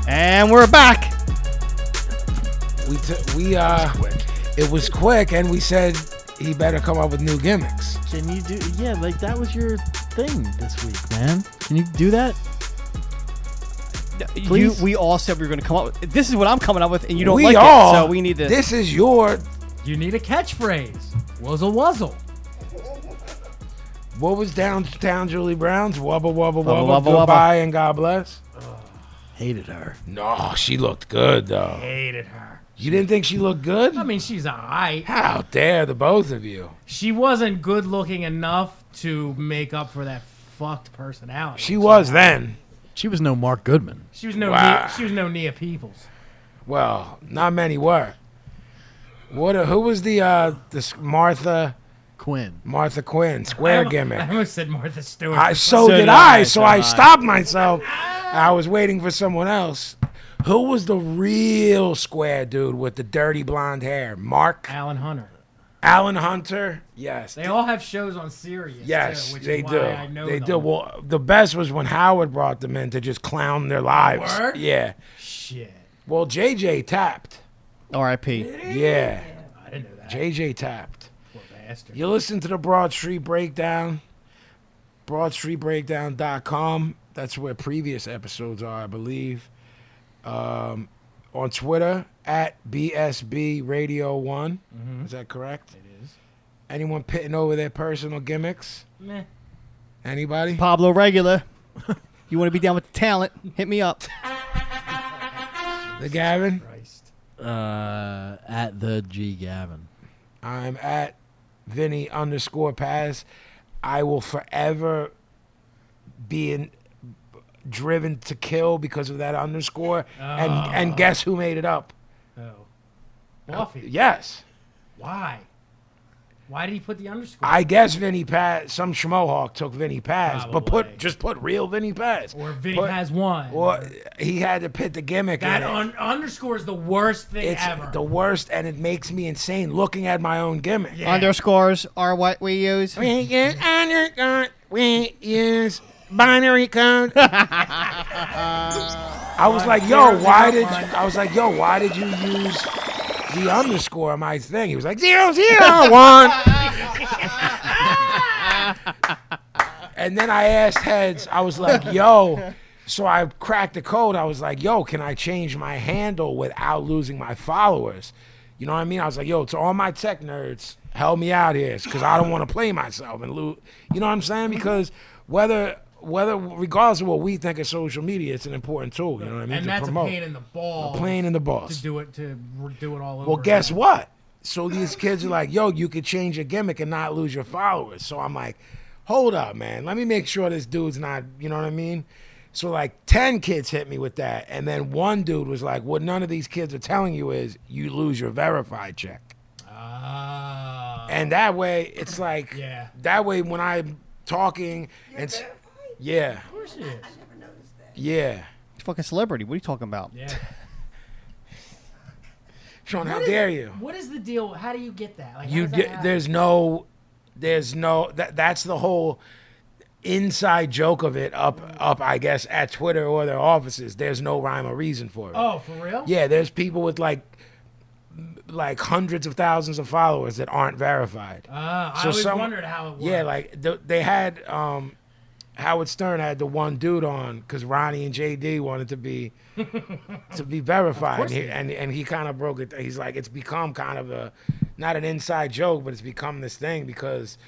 And we're back. we t- we uh, it was quick, and we said he better come up with new gimmicks. Can you do? Yeah, like that was your thing this week, man. Can you do that? You, Please. we all said we were going to come up with this. Is what I'm coming up with, and you don't we like all, it. So we need to. This is your. You need a catchphrase. Wuzzle wuzzle. What was downtown Julie Brown's? Wubba wubba wubba. wubba, wubba. goodbye and God bless. Hated her. No, she looked good though. Hated her. You didn't think she looked good? I mean, she's alright. How dare the both of you? She wasn't good looking enough to make up for that fucked personality. She was then. She was no Mark Goodman. She was no. Wow. Nia, she was no Nia Peoples. Well, not many were. What? A, who was the uh this Martha Quinn. Martha Quinn square I- I gimmick? almost said Martha Stewart. I so, did I. So I stopped myself. I was waiting for someone else. Who was the real square dude with the dirty blonde hair? Mark Alan Hunter. Alan Hunter. Yes. They all have shows on Sirius. Yes, too, which they is why do. I know they them. do. Well, the best was when Howard brought them in to just clown their lives. Word? Yeah. Shit, Well, JJ tapped. R.I.P. Yeah. I didn't know that. JJ tapped. Poor bastard. You listen to the Broad Street Breakdown. BroadStreetBreakdown.com. That's where previous episodes are, I believe. Um, on Twitter at BSB Radio One. Is that correct? Mm-hmm. It is. Anyone pitting over their personal gimmicks? Meh. Anybody? Pablo Regular. You want to be down with the talent? Hit me up. The Gavin. Christ. Uh, at the G Gavin. I'm at Vinny underscore Paz. I will forever be in, Ah. driven to kill because of that underscore. And and guess who made it up? Oh. Buffy. Yes. Why? Why did he put the underscore? I guess Vinny Paz, some schmohawk took Vinny Paz, but Probably. put just put real Vinny Paz. or Vig Put- has one. Or he had to put the gimmick that in it. un- underscore is the worst thing it's ever. the worst, and it makes me insane looking at my own gimmick. Yeah. Underscores are what we use. We use undercard. We use binary code. I was like, yo, why did you, I was like, yo, why did you use the underscore on my thing? He was like, zero zero one. and then I asked heads. I was like, yo. So I cracked the code. I was like, yo, can I change my handle without losing my followers? You know what I mean? I was like, yo, to all my tech nerds, help me out here, because I don't want to play myself and lose. You know what I'm saying? Because whether whether regardless of what we think of social media, it's an important tool. You know what I mean? and to that's promote. a pain in the ball. Playing in the to boss. do it to re- do it all over. Well, guess again. what? So these kids are like, yo, you could change your gimmick and not lose your followers. So I'm like, hold up, man. Let me make sure this dude's not, you know what I mean? So like 10 kids hit me with that. And then one dude was like, what none of these kids are telling you is you lose your verified check. Ah. And that way, it's like, Yeah. that way when I'm talking, and s- yeah, of course it is. yeah. Fucking celebrity. What are you talking about? Yeah. Sean, how What is- dare you? What is the deal? How do you get that? Like, how you does that di- happen? there's no there's no that that's the whole inside joke of it up up i guess at twitter or their offices there's no rhyme or reason for it Oh, for real? yeah there's people with like m- like hundreds of thousands of followers that aren't verified Ah, I So always some- wondered how it worked. yeah like th- they had um howard stern had the one dude on because ronnie and jd wanted to be to be verified and he, and, and he kind of broke it he's like it's become kind of a not an inside joke but it's become this thing because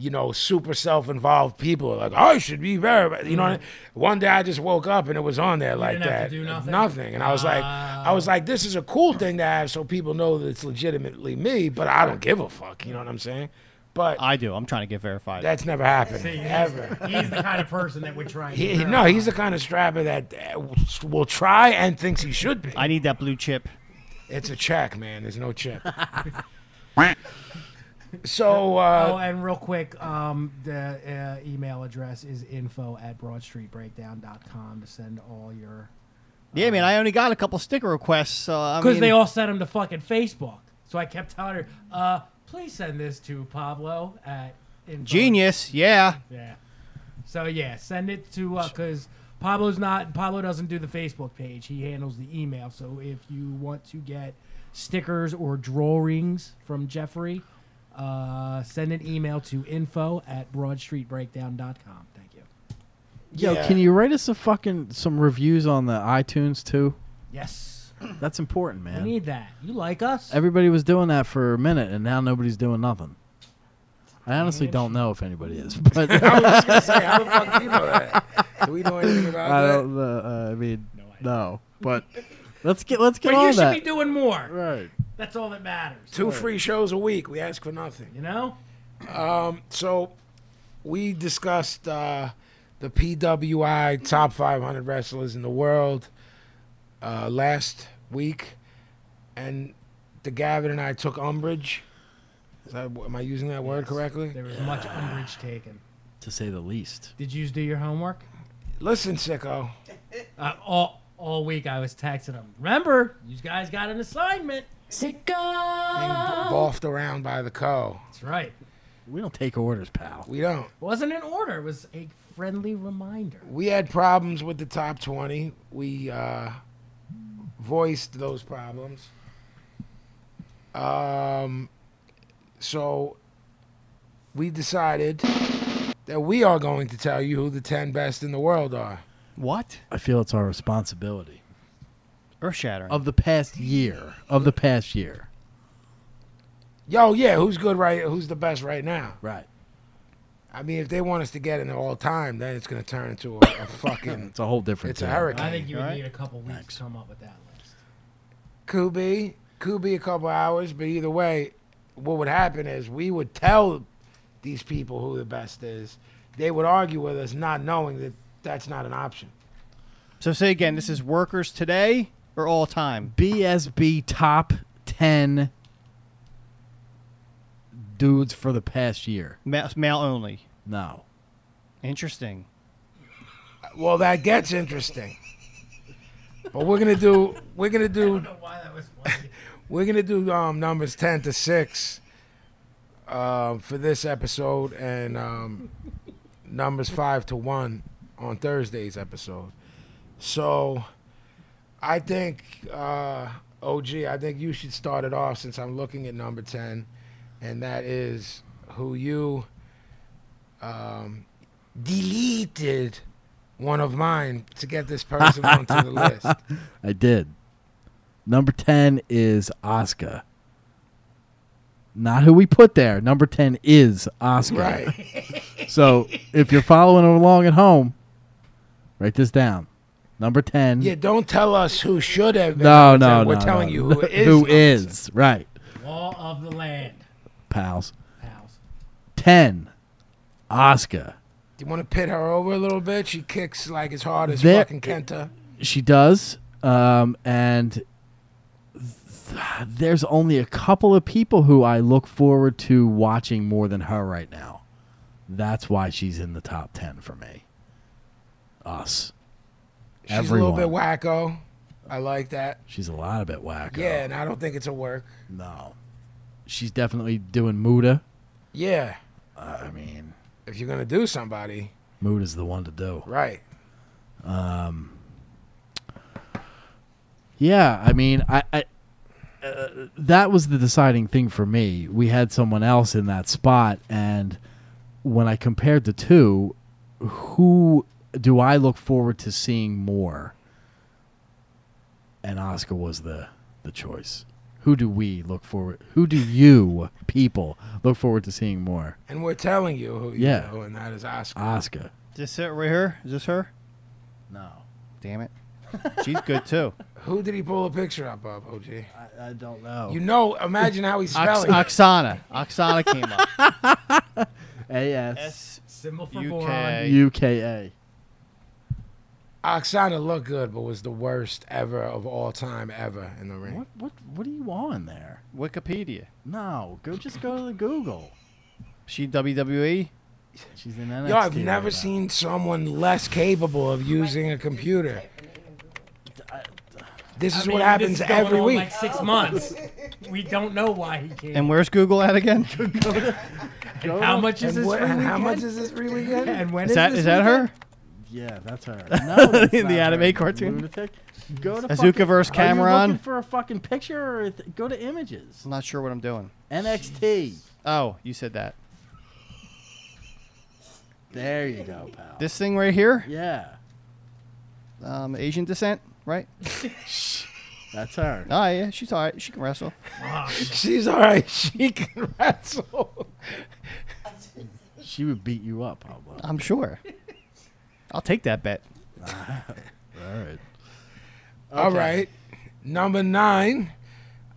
you know super self-involved people are like i should be verified you know what I- one day i just woke up and it was on there like didn't that have to do nothing? Ah. and i was like i was like this is a cool thing to have so people know that it's legitimately me but i don't give a fuck you know what i'm saying but I do. I'm trying to get verified. that's never happened ever. He's the kind of person that would try. and He, get no, her. he's the kind of strapper that uh, will try and thinks he should be. I need that blue chip. It's a check, man. There's no check. so uh, Oh, and real quick, um, the uh, email address is info at broadstreetbreakdown.com to send all your. Yeah, man. I only got a couple sticker requests. So I Because mean, they all sent them to fucking Facebook. So I kept telling her, uh, please send this to Pablo at info. genius. Yeah. Yeah. So yeah, send it to because Pablo's not Pablo doesn't do the Facebook page. He handles the email. So if you want to get stickers or drawings from Jeffrey, uh, send an email to info at broadstreetbreakdown.com. Thank you. Yo, Yeah. can you write us a fucking some reviews on the iTunes too? Yes, That's important, we man. need that. You like us? Everybody was doing that for a minute, and now nobody's doing nothing. I honestly don't know if anybody is, but I I was gonna say, how the fuck do you know that? Do we know anything about that? don't. know, Uh, I mean, no, but let's get let's get but on you should that. be doing more. right. That's all that matters. Two free shows a week. We ask for nothing. You know? So we discussed uh, the PWI top 500 wrestlers in the world uh, last week, and the Gavin and I took umbrage. Is that, am I using that word correctly? There was much umbrage taken. To say the least. Did you do your homework? Listen, sicko. Uh, all all week I was texting him. Remember, you guys got an assignment. Being Boffed around by the co. That's right. We don't take orders, pal. We don't. wasn't an order. It was a friendly reminder. We had problems with the top 20. We uh, voiced those problems. Um, so we decided that we are going to tell you who the 10 best in the world are. What? I feel it's our responsibility Earth shattering. of the past year. Of the past year. Yo, yeah, who's good right? Who's the best right now? Right. I mean, if they want us to get in all time, then it's going to turn into a, a fucking. It's a whole different. It's a thing. hurricane. I think you would Alright. need a couple weeks to come up with that list. could be could be a couple hours but either way what would happen is we would tell these people who the best is they would argue with us not knowing that that's not an option so say again. This is workers today or all time? BSB top 10 dudes for the past year. Ma- male only. No. Interesting. Well, that gets interesting. But we're gonna do we're gonna do Why that was funny. we're gonna do um, numbers ten to six uh, for this episode, and um, numbers five to one on Thursday's episode. So, I think uh, OG, I think you should start it off since I'm looking at number ten, and that is who you um, deleted one of mine to get this person onto the list. I did. Number 10 is Oscar. Not who we put there. Number 10 is Oscar. Right. So if you're following along at home, write this down. Number 10. Yeah, don't tell us who should have been. no, on the no, ten. We're no, telling no. you who is. Who on the ten. is. Right, Law of the land, pals. pals. 10. Oscar. Do you want to pit her over a little bit? She kicks like as hard as There- fucking Kenta. She does. Um, and th- there's only a couple of people who I look forward to watching more than her right now. That's why she's in the top 10 for me. Us. She's a Everyone. little bit wacko. I like that. She's a lot of bit wacko. Yeah, and I don't think it's a work. No. She's definitely doing Muda. Yeah, I mean, if you're gonna do somebody, Muda's the one to do. right? Yeah, I mean, I, I uh, that was the deciding thing for me. We had someone else in that spot, and when I compared the two, who do I look forward to seeing more? And Oscar was the the choice. Who do we look forward? Who do you people look forward to seeing more? And we're telling you who. You Yeah. Uh, know, and that is Oscar. Oscar. Is this it right here? Is this her? No, Damn it. She's good too. who did he pull a picture up of? OG. I, I don't know. You know, imagine how he's Ox- spelling. it. Oksana. Oksana came up. A S S Symbol for U boron. K. U K A. Oksana looked good, but was the worst ever of all time ever in the ring. What what what are you on there? Wikipedia. No, go just go to the Google. She E? WWE. She's in NXT. Yo, I've right never now. seen someone less capable of using a computer. This is I mean, what this happens is going every on week. Like six months. We don't know why he came. And where's Google at again? And how much is And this what- free and weekend? how much is this free weekend? and when Is that this is that her? Yeah, that's her. No, that's In not the anime her, you cartoon? Lunatic. Go to fucking- Azuka-verse Are you Cameron? looking for a fucking picture or th- go to images? I'm not sure what I'm doing. NXT. Oh, you said that. There you go, pal. This thing right here, yeah, um, Asian descent, right? that's her. Oh yeah, she's all right. She can wrestle. She's all right. She can wrestle. She would beat you up, Pablo. I'm sure. I'll take that bet. All right. All right. Number nine.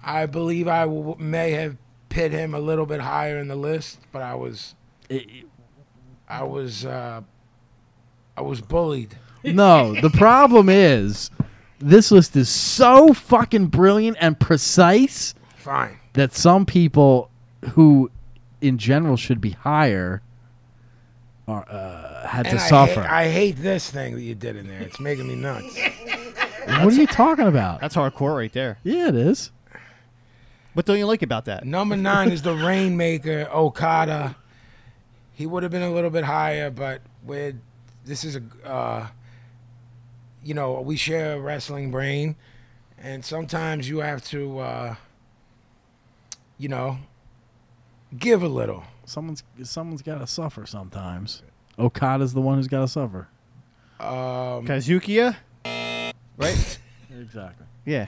I believe I w- may have pit him a little bit higher in the list, but I was, I was, uh, I was bullied. no, the problem is this list is so fucking brilliant and precise. Fine. that some people who in general should be higher are uh, had to And I, suffer. hate, I hate this thing that you did in there. It's making me nuts. what are you talking about? That's hardcore right there. Yeah, it is. What don't you like about that? Number nine is the Rainmaker Okada. He would have been a little bit higher, but we're this is a uh, you know we share a wrestling brain, and sometimes you have to uh, you know give a little. Someone's someone's got to suffer sometimes. Okada's the one who's got to suffer. Um, Kazukiya, right? Exactly. yeah,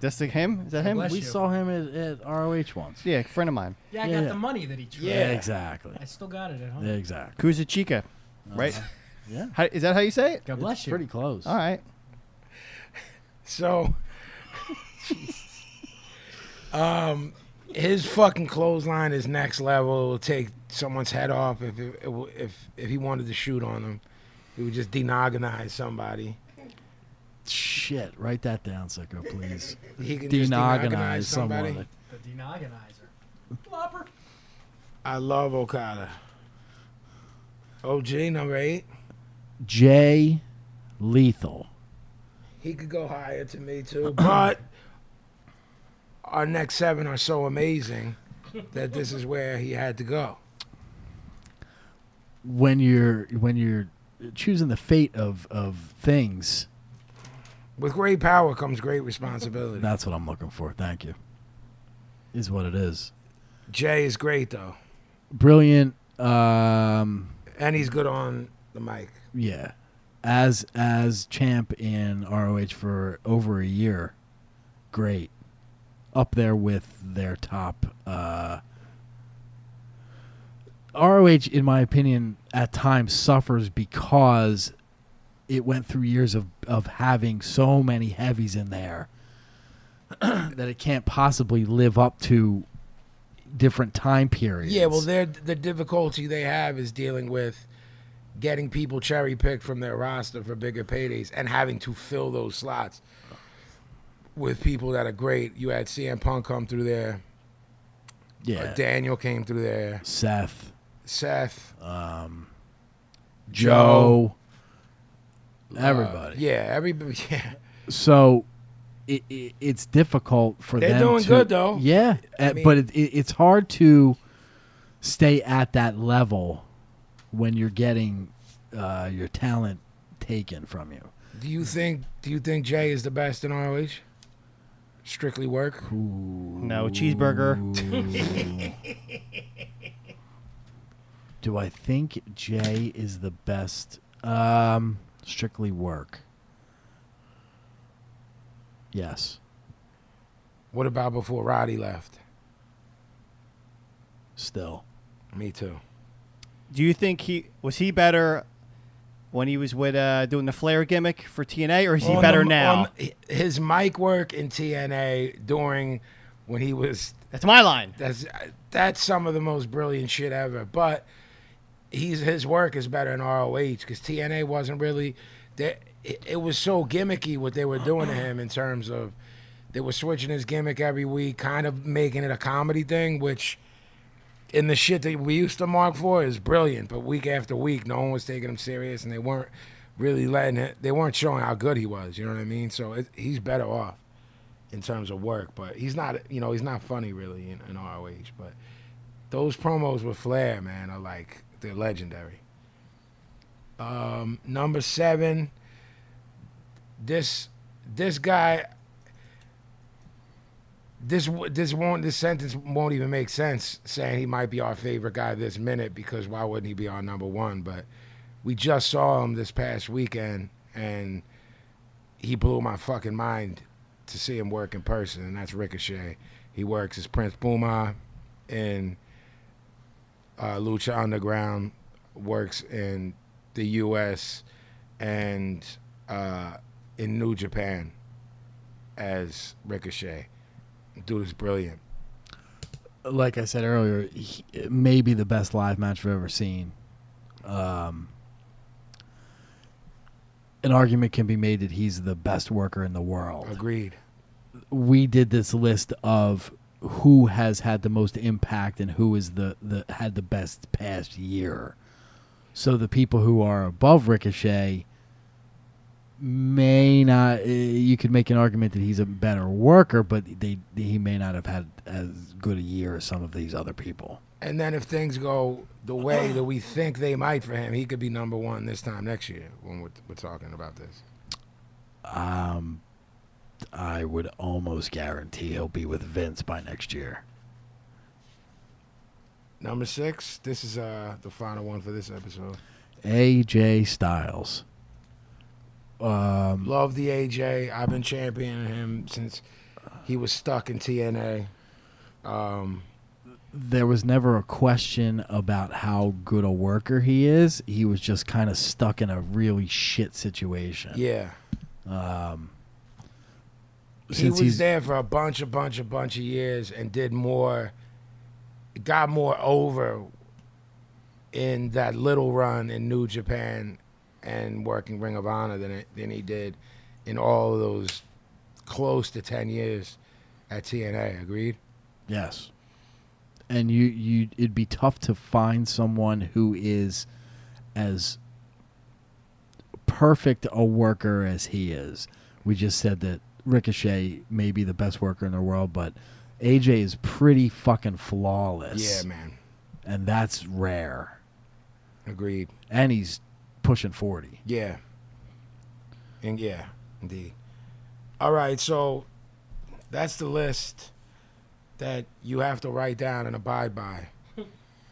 that's the him. Is that him? Bless We you. saw him at, at ROH once. Yeah, a friend of mine. Yeah, I Yeah. got the money that he traded. exactly. I still got it at home. Exactly. Kuzuchika, Uh-huh. right? Yeah. How, is that how you say it? God bless you. Pretty close. All right. So, um, his fucking clothesline is next level. It'll take someone's head off if it, it, will- if if he wanted to shoot on them. He would just denogonize somebody. shit. Write that down, sicko, please. He can just Denogonize denogonize somebody. someone. The denogonizer. Flopper. I love Okada. OG number eight. Jay Lethal. He could go higher to me too, but our next seven are so amazing that this is where he had to go. When you're when you're choosing the fate of of things, With great power comes great responsibility. that's what I'm looking for. Thank you. Is what it is. Jay is great though, Brilliant. Um, and he's good on the mic. yeah, as as champ in ROH for over a year, great. Up there with their top uh, ROH, in my opinion, at times suffers because it went through years of of having so many heavies in there that it can't possibly live up to different time periods. Yeah, well, they're, the difficulty they have is dealing with getting people cherry picked from their roster for bigger paydays and having to fill those slots with people that are great. You had CM Punk come through there. Uh, yeah. Daniel came through there. Seth. Seth. Joe, uh, everybody. yeah, everybody. Yeah. So it, it, it's difficult for They're them. doing to- good, though. Yeah, I uh, mean- but it, it, it's hard to stay at that level when you're getting uh, your talent taken from you. Do you think? Do you think Jay is the best in ROH? Strictly work. No cheeseburger. Do I think Jay is the best? Um, strictly work. Yes. What about before Roddy left? Still. Me too. Do you think he was he better when he was with uh, doing the Flair gimmick for TNA, or is he On better the- now? on his mic work in TNA during when he was That's my line. that's that's some of the most brilliant shit ever. But he's his work is better in ROH because TNA wasn't really that. It, it was so gimmicky what they were doing to him in terms of they were switching his gimmick every week, kind of making it a comedy thing, which. in the shit that we used to mark for is brilliant, but week after week, no one was taking him serious, and they weren't really letting it. They weren't showing how good he was. You know what I mean? So it, he's better off in terms of work, but he's not. You know, he's not funny really in, in ROH. But those promos with Flair, man, are like they're legendary. Um, number seven, this this guy. This w- this won't this sentence won't even make sense saying he might be our favorite guy this minute because why wouldn't he be our number one? But we just saw him this past weekend and he blew my fucking mind to see him work in person, and that's Ricochet. He works as Prince Puma in uh, Lucha Underground, works in the U.S. and uh, in New Japan as Ricochet. Dude is brilliant. like I said earlier, he, it may be the best live match I've ever seen. Um, an argument can be made that he's the best worker in the world. Agreed. We did this list of who has had the most impact and who is the, the had the best past year. So the people who are above Ricochet may not. eh, You could make an argument that he's a better worker, but they he may not have had as good a year as some of these other people. And then if things go the way that we think they might for him, he could be number one this time next year when we're, we're talking about this. I would almost guarantee he'll be with Vince by next year. Number six. This is uh, the final one for this episode. AJ Styles. Um, Love the AJ. I've been championing him since he was stuck in TNA. There was never a question about how good a worker he is. He was just kind of stuck in a really shit situation. Yeah. he Um, Since was he's- there for a bunch, a bunch, a bunch of years and did more, got more over in that little run in New Japan and working Ring of Honor than, it, than he did in all of those close to 10 years at TNA. Agreed? Yes. And you you it'd be tough to find someone who is as perfect a worker as he is. We just said that Ricochet may be the best worker in the world, but AJ is pretty fucking flawless. Yeah, man. And that's rare. Agreed. And he's pushing 40. Yeah. And yeah, indeed. All right, so that's the list that you have to write down and abide by.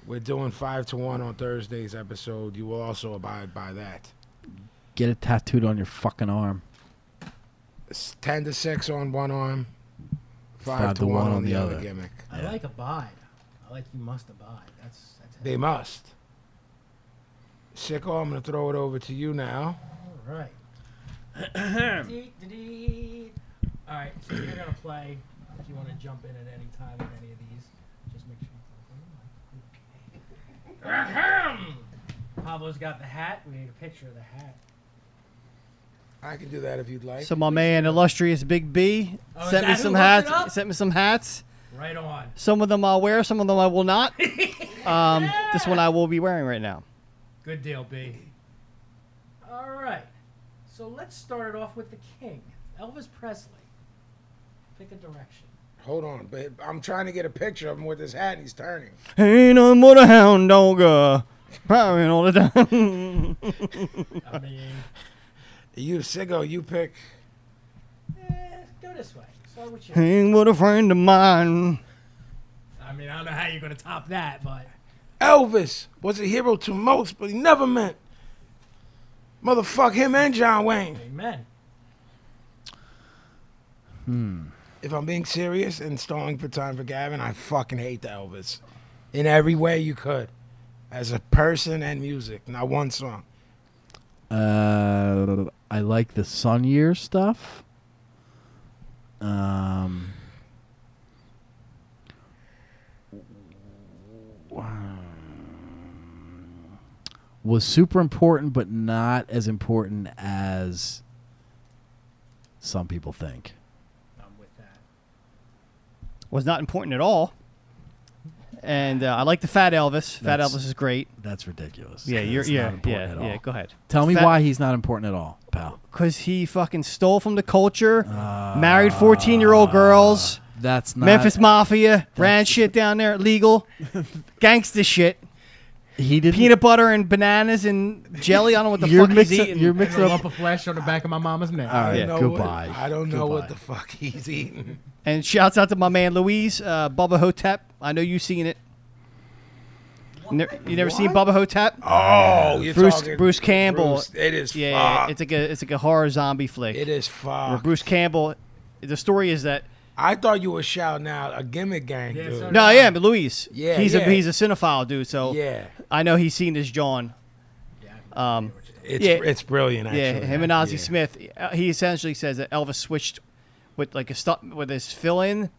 We're doing five to one on Thursday's episode. You will also abide by that. Get it tattooed on your fucking arm. It's ten to six on one arm, five, Five to, one, on the other, gimmick. I like abide. I like you must abide. That's that's They must. Sicko, I'm gonna throw it over to you now. All right. All right, so we're gonna play. If you want to jump in at any time with any of these, just make sure. you plug in the mic. Ahem! Pablo's got the hat. We need a picture of the hat. I can do that if you'd like. So my man, illustrious Big B, Oh, is sent me that who some looked it up? hats. Sent me some hats. Right on. Some of them I'll wear. Some of them I will not. um, This one I will be wearing right now. Good deal, B. All right. So let's start it off with the king, Elvis Presley. Pick a direction. Hold on, but I'm trying to get a picture of him with his hat and he's turning. Ain't no more the hound dog. Uh, prowling all the time. I mean, You Sicko, you pick eh, go this way. Start with you. Ain't what a friend of mine. I mean, I don't know how you're gonna top that, but Elvis was a hero to most, but he never meant. Motherfuck him and John Wayne. amen. If I'm being serious and stalling for time for Gavin, I fucking hate the Elvis. In every way you could. As a person and music. Not one song. Uh, I like the Sun Year stuff. Um, was super important, but not as important as some people think. I'm with that. was not important at all. And uh, I like the Fat Elvis. Fat That's- Elvis is great. That's ridiculous. Yeah, you're That's yeah not important yeah at yeah. all. Go ahead. Tell me Fat- why he's not important at all, pal. Cause he fucking stole from the culture, married fourteen-year-old girls, That's not Memphis Mafia, ran shit down there, legal, gangsta shit, He didn't. peanut butter and bananas and jelly. I don't know what the you're fuck mixing. he's eating. You're mixing a up lump of flesh on the back of my mama's neck. All right, Yeah. Know what- goodbye. I don't know what Goodbye. the fuck he's eating. and shouts out to my man Luis uh, Bubba Hotep. I know you've seen it. Ne- you never seen Bubba Hotep? Oh, you're Bruce- talking Bruce Campbell. Bruce, it is yeah, yeah, it's like a it's like a horror zombie flick. it is where fuck. Bruce Campbell. The story is that I thought you were shouting out a gimmick gang, Yeah, dude. so- no, I am Luis. Yeah, he's yeah. a he's a cinephile dude. So Yeah. I know he's seen this John. Um, It's Yeah. it's brilliant actually. yeah, him and Ozzy Yeah. Smith. uh, He essentially says that Elvis switched with like a stuff with his fill in,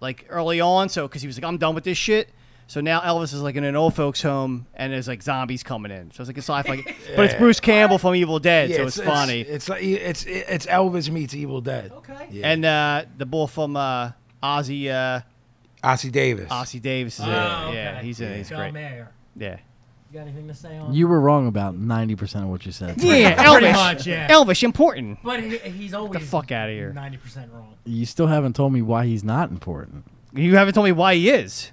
like early on. So because he was like, I'm done with this shit. So now Elvis is like in an old folks home, and there's like zombies coming in. So it's like a sci-fi, but it's Bruce Campbell from Evil Dead, Yeah, so it's, funny. It's, like it's it's Elvis meets Evil Dead. Okay. Yeah. and uh, the bull from uh, Ozzy uh, Ossie Davis. Ozzy Davis is in it. Oh, okay. Yeah, he's in it. He's Del great. Mayor. Yeah. You got anything to say on? You were wrong about ninety percent of what you said. Yeah, Pretty Elvis. much, yeah. Elvis, important. But he, he's always fuck outta here. Ninety percent wrong. You still haven't told me why he's not important. You haven't told me why he is.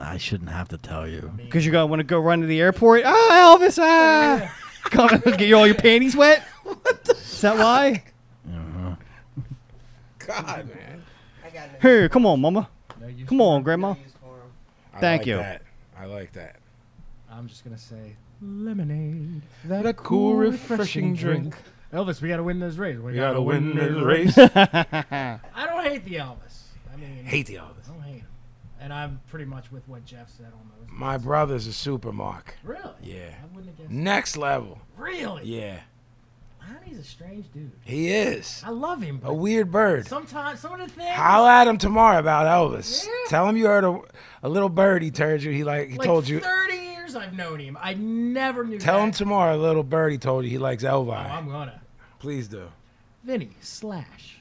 I shouldn't have to tell you. Because you're going to want to go run to the airport. Ah, Elvis, ah. Come get your, all your panties wet. Is that why? God, man. I got no, Here, come on, mama. No, you Come on, grandma. no use for 'em. I Thank like you. That. I like that. I'm just gonna say lemonade. That a cool, refreshing drink. Elvis, we gotta win this race. We, I don't hate the Elvis. I mean, Hate the Elvis. I don't hate him. And I'm pretty much with what Jeff said on those. My brother's a super mark. Really? Yeah. I wouldn't have guessed. Next level. Really? Yeah. Honey's a strange dude. He is. I love him, A but weird bird. sometimes some of the things. Holla at him tomorrow about Elvis. Yeah. Tell him you heard a, a little bird he told you he like he like told you. 30 years I've known him. I never knew. Tell that. him tomorrow a little bird he told you he likes Elvis. Oh, I'm gonna. Please do. Vinny Slash.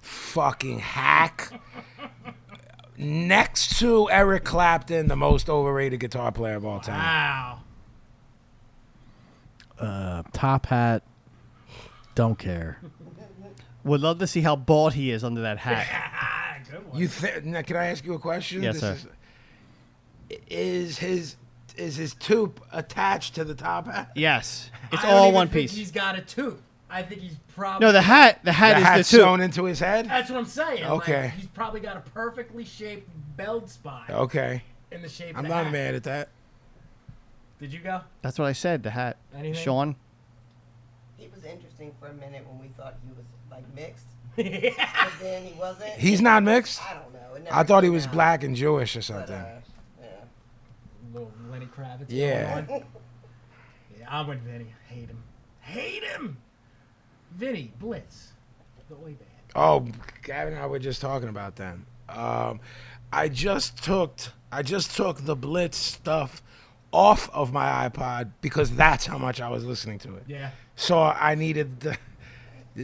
fucking hack. Next to Eric Clapton, the most overrated guitar player of all time. Wow. Top hat. Don't care. Would love to see how bald he is under that hat. You th- now, can I ask you a question? Ah. Yes, sir. Is, is his is his tube attached to the top hat? Yes, it's I don't all even one think piece. He's got a two. I think he's probably No, the hat. The The hat is hat the two. sewn into his head. That's what I'm saying. Okay. Like, he's probably got a perfectly shaped belt spot Okay, in the shape. I'm of the not hat. mad at that. Did you go? That's what I said. The hat. Anything? Sean. He was interesting for a minute when we thought he was like mixed, but then he wasn't. He's not mixed. I don't know. It I never thought he came was out, black and Jewish or but, something. uh, yeah. Little Lenny Kravitz. Yeah. going on. yeah, I'm with Vinny. Hate him. Hate him. Vinny Blitz. The Oi Band. Oh, Gavin and I were just talking about that. Um, I just took I just took the Blitz stuff off of my iPod because that's how much I was listening to it. Yeah. So I needed the.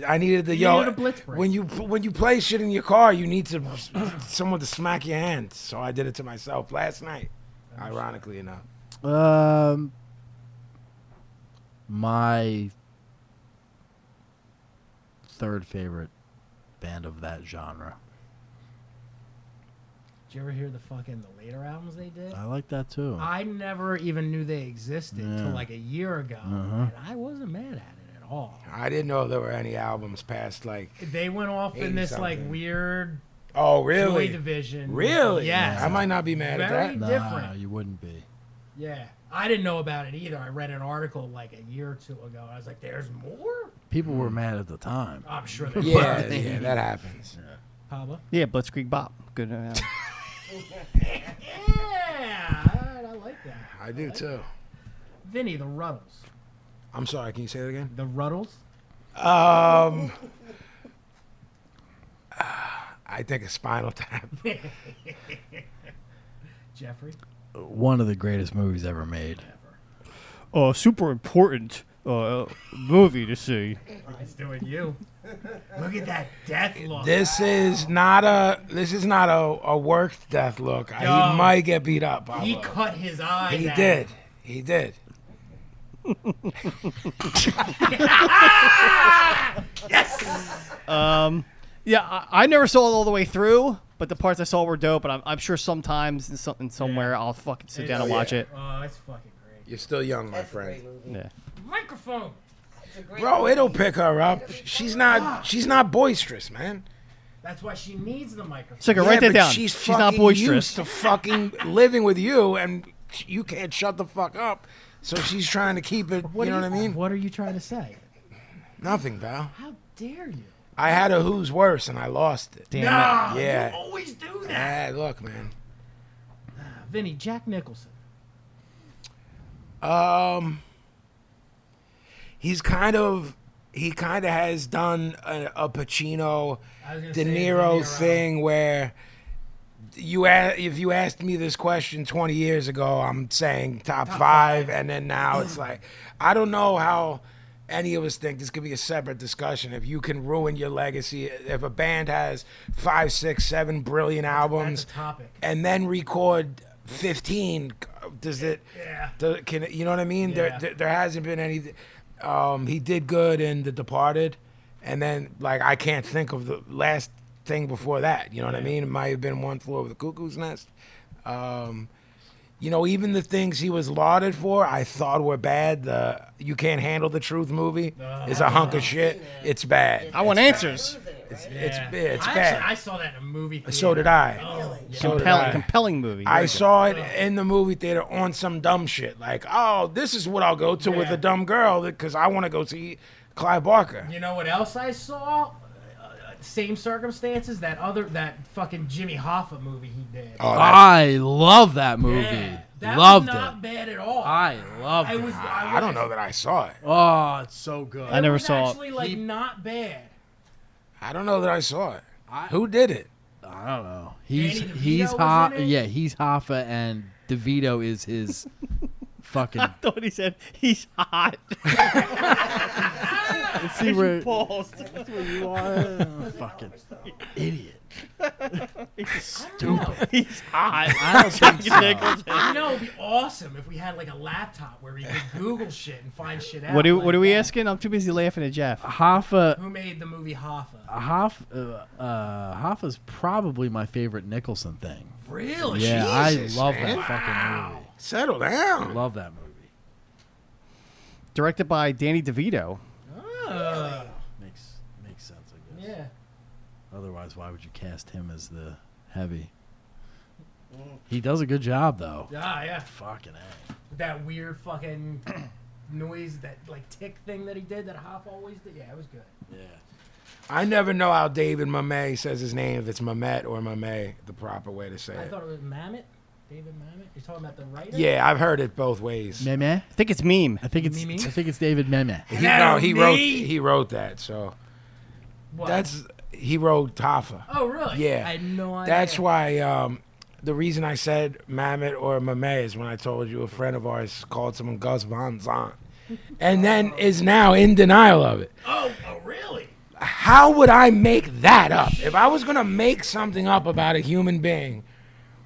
I needed the You yo. needed a Blitz break. when you when you play shit in your car, you need to someone to smack your hand. So I did it to myself last night, Oh, ironically enough. Um, my third favorite band of that genre. Did you ever hear the fucking the later albums they Uh, did? I like that too. I never even knew they existed till Yeah. like a year ago, and I wasn't mad at it at all. I didn't know there were any albums past like. They went off in this like 80-something. weird Oh Joy really? Division. Really? Yes. I might not be mad at Very that. nah, different. you wouldn't be. Yeah. I didn't know about it either. I read an article like a year or two ago. I was like, there's more? People Hmm. were mad at the time. I'm sure there's Yeah, yeah, that happens. Pablo. Yeah, Blitzkrieg Bop. Good. uh, Yeah. All right, I like that. I do too. Vinny, the Ruddles. I'm sorry. Can you say that again? The Ruddles? Um, I think a Spinal Tap. Jeffrey. One of the greatest movies ever made. uh, super important uh, movie to see. It's doing you. Look at that death look. This is not a this is not a, a worked death look. I- Yo. He might get beat up. Pablo. he cut his eye. He did. He did. Yeah, I, I never saw it all the way through, but the parts I saw were dope. And I'm, I'm sure sometimes in something somewhere I'll fucking sit down and yeah. watch it. Oh, that's fucking great. You're still young, my That's a great friend. movie. Yeah. Microphone. It's a great Bro, movie. it'll pick her up. She's not she's not boisterous, man. That's why she needs the microphone. Sicker, Yeah, write that but down. She's, She's, not fucking boisterous. used to fucking living with you, and you can't shut the fuck up. So she's trying to keep it. you know are what I mean? What are you trying to say? Nothing, pal. How dare you? I had a who's worse, and I lost it. Damn it. Nah, Yeah. Oh, you always do that. Ah, look, man. Vinny, Jack Nicholson. Um, he's kind of he kind of has done a, a Pacino, I was gonna say De De Niro Niro. thing where you a- if you asked me this question 20 years ago, I'm saying top, five, and then now it's like I don't know how any of us think this could be a separate discussion if you can ruin your legacy if a band has five six seven brilliant That's albums a topic. and then record 15 does it Yeah. do- can it- you know what i mean there, Yeah. there there hasn't been any um he did good in the departed and then like i can't think of the last thing before that you know what i mean it might have been one floor of the cuckoo's nest um you know even the things he was lauded for i thought were bad the you can't handle the truth movie is a hunk of shit it's bad I want answers. Isn't it, right? it's Yeah. it's I bad Actually, I saw that in a movie. Theater. so did i Oh, yeah. so did Compelling, I. compelling movie. I Very saw it in the movie theater on some dumb shit. Like, oh, this is what I'll go to with Yeah. a dumb girl because I want to go see Clive Barker. You know what else I saw? Uh, same circumstances. That other, that fucking Jimmy Hoffa movie he did. Oh, that- I love that movie. yeah, that Loved was not it. bad at all. I loved I it. was. I, was, I don't know that I saw it. Oh, it's so good. I never was saw it. Actually, like not bad. I don't know that I saw it. Who did it? I don't know. He's DeVito he's was hot. in it? Yeah, he's Hoffa, and DeVito is his fucking. good. I thought he said he's hot. Let's see where, Paused. where you are. Oh, fucking idiot. Stupid. He's hot. I don't think so. Nichols. I know it'd be awesome if we had like a laptop where we could Google shit and find shit out. What do like What are we that. asking? I'm too busy laughing at Jeff. Hoffa, Who made the movie Hoffa? Hoff, uh, uh, Hoffa's probably my favorite Nicholson thing. Really? Yeah, Jesus, I love man. that fucking movie. Settle down. Love that movie. Directed by Danny DeVito. Oh. Makes makes sense, I guess. Yeah. Otherwise, why would you cast him as the heavy? He does a good job though. Ah, yeah. Fucking a. That weird fucking noise, that like tick thing that he did, that Hoffa always did. Yeah, it was good. Yeah. I never know how David Mamet says his name, if it's Mamet or Mamet, the proper way to say I it. thought it was Mamet. David Mamet. You're talking about the writer? Yeah, I've heard it both ways. Meme. I think it's meme. I think it's Meme? I think it's David Meme. He, no, he wrote he wrote that. So What? that's he wrote Tafa. Oh, really? Yeah. I had no idea. That's why um, the reason I said Mamet or Mamet is when I told you a friend of ours called someone Gus Van Zant, and then is now in denial of it. Oh, oh, really? How would I make that up? If I was gonna make something up about a human being,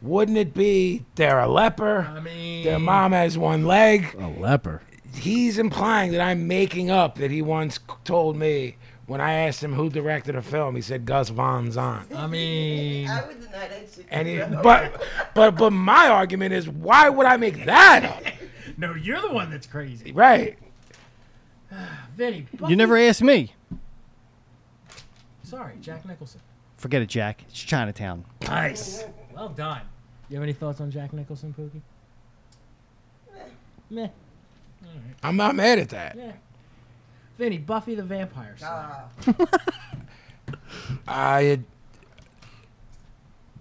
wouldn't it be they're a leper? I mean, Their mom has one leg. A leper. He's implying that I'm making up that he once c- told me when I asked him who directed a film. He said Gus Van Zant. I mean, I would deny that shit. And he, bro. but but but my argument is why would I make that up? no, you're the one that's crazy, Right. Vinny. You never asked me. Sorry, Jack Nicholson. Forget it, Jack. It's Chinatown. Nice. Well done. You have any thoughts on Jack Nicholson, Pookie? Meh. I'm not mad at that. Yeah. Vinny, Buffy the Vampire Slayer. Ah, I had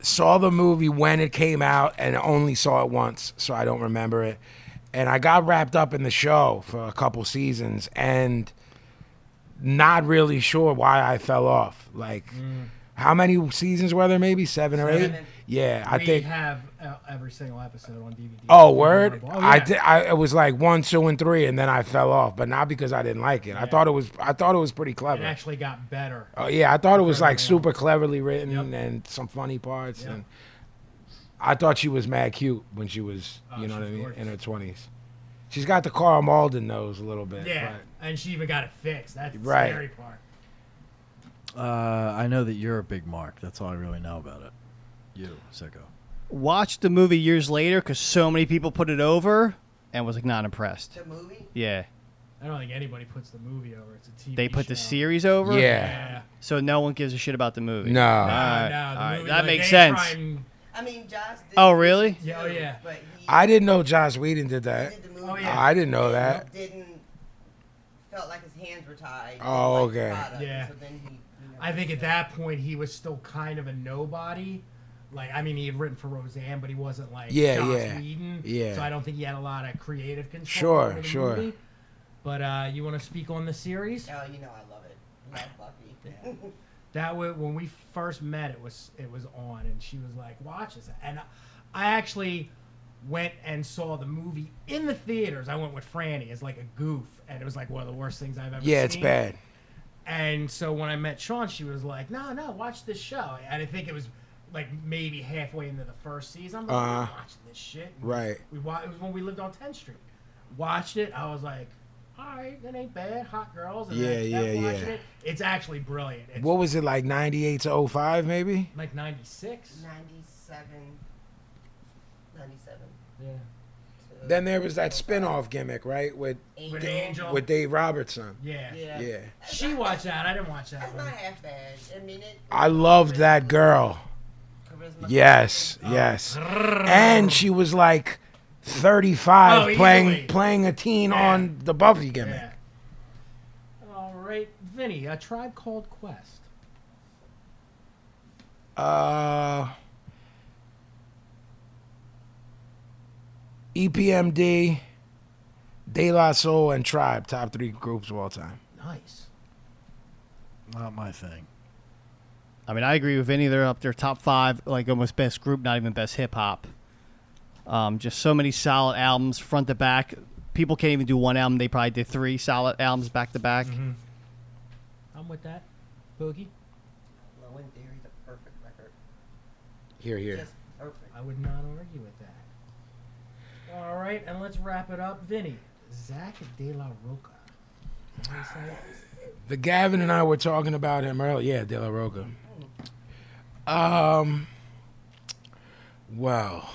saw the movie when it came out and only saw it once, so I don't remember it. And I got wrapped up in the show for a couple seasons and not really sure why I fell off. Like, how many seasons were there? Maybe seven, or eight? Seven. Yeah, I we think. have uh, every single episode on DVD. Oh, word! Oh, I yeah. did. I it was like one, two, and three, and then I fell off. But not because I didn't like it. I thought it was. I thought it was pretty It clever. actually got better. Oh yeah, I thought it was like Cleverly super cleverly written Yep. and some funny parts. Yep. And I thought she was mad cute when she was, Oh, you know what I she's mean, in gorgeous. her twenties. She's got the Carl Malden nose a little bit. Yeah, but- and she even got it fixed. That's the Right. scary part. Uh, I know that you're a big mark. That's all I really know about it. You sicko. Watched the movie years later because so many people put it over and was like not impressed. the movie? Yeah, I don't think anybody puts the movie over. It's a TV. they put the show. series over. yeah. Yeah. So no one gives a shit about the movie. No. All right, no, the all right. movie, uh, That like, makes they sense. try and- I mean, Josh did. Oh, really? Yeah, oh, yeah. But he I didn't know Josh Whedon did that. did the movie. Oh, yeah. I didn't know that. Didn't felt like his hands were tied. Oh, like the okay. product, Yeah. So then he, you know, I think at that point he was still kind of a nobody. Like I mean, he had written for Roseanne, but he wasn't like Yeah, Joss yeah, Whedon. yeah. So I don't think he had a lot of creative control. Sure, over the sure. movie. But uh, you want to speak on the series? Oh, you know I love it. Love Buffy. That was when we first met. It was it was on, and she was like, "Watch this." And I, I actually went and saw the movie in the theaters. I went with Franny as like a goof, and it was like one of the worst things I've ever. Yeah, it's seen. bad. And so when I met Sean, she was like, "No, no, watch this show." And I think it was like maybe halfway into the first season. I'm like, "I'm not Uh, watching this shit." And right. We wa- it was when we lived on 10th Street. Watched it. I was like, "All right, that ain't bad. Hot girls." And then I Yeah, kept yeah, watching yeah. It. It's actually brilliant. It's What was it like, ninety eight to 05 maybe? like 96. 97. 97. Yeah. to Then there was that spin off gimmick, right, with Angel. With Angel. with Dave Robertson. Yeah. Yeah. Yeah, She watched that. I didn't watch that That's not one. half bad. I mean, it. I loved that girl. Charisma. Yes, yes. And she was like 35 Oh, easily. playing playing a teen Yeah. on the Buffy gimmick. Yeah. All right, Vinny, a tribe called Quest. Uh E EPMD, De La Soul, and Tribe, top three groups of all time. Nice. Not my thing. I mean, I agree with any. They're up there top five, like almost best group, not even best hip hop. Um, just so many solid albums front to back. People can't even do one album. They probably did three solid albums back to back. I'm with that. Boogie, Low in Theory's a perfect record. Here, here. Just perfect. I would not argue with that. All right, and let's wrap it up. Vinny, Zach De La Roca. Is that how you say it? The Gavin and I were talking about him earlier. Yeah, De La Roca. Um. Well,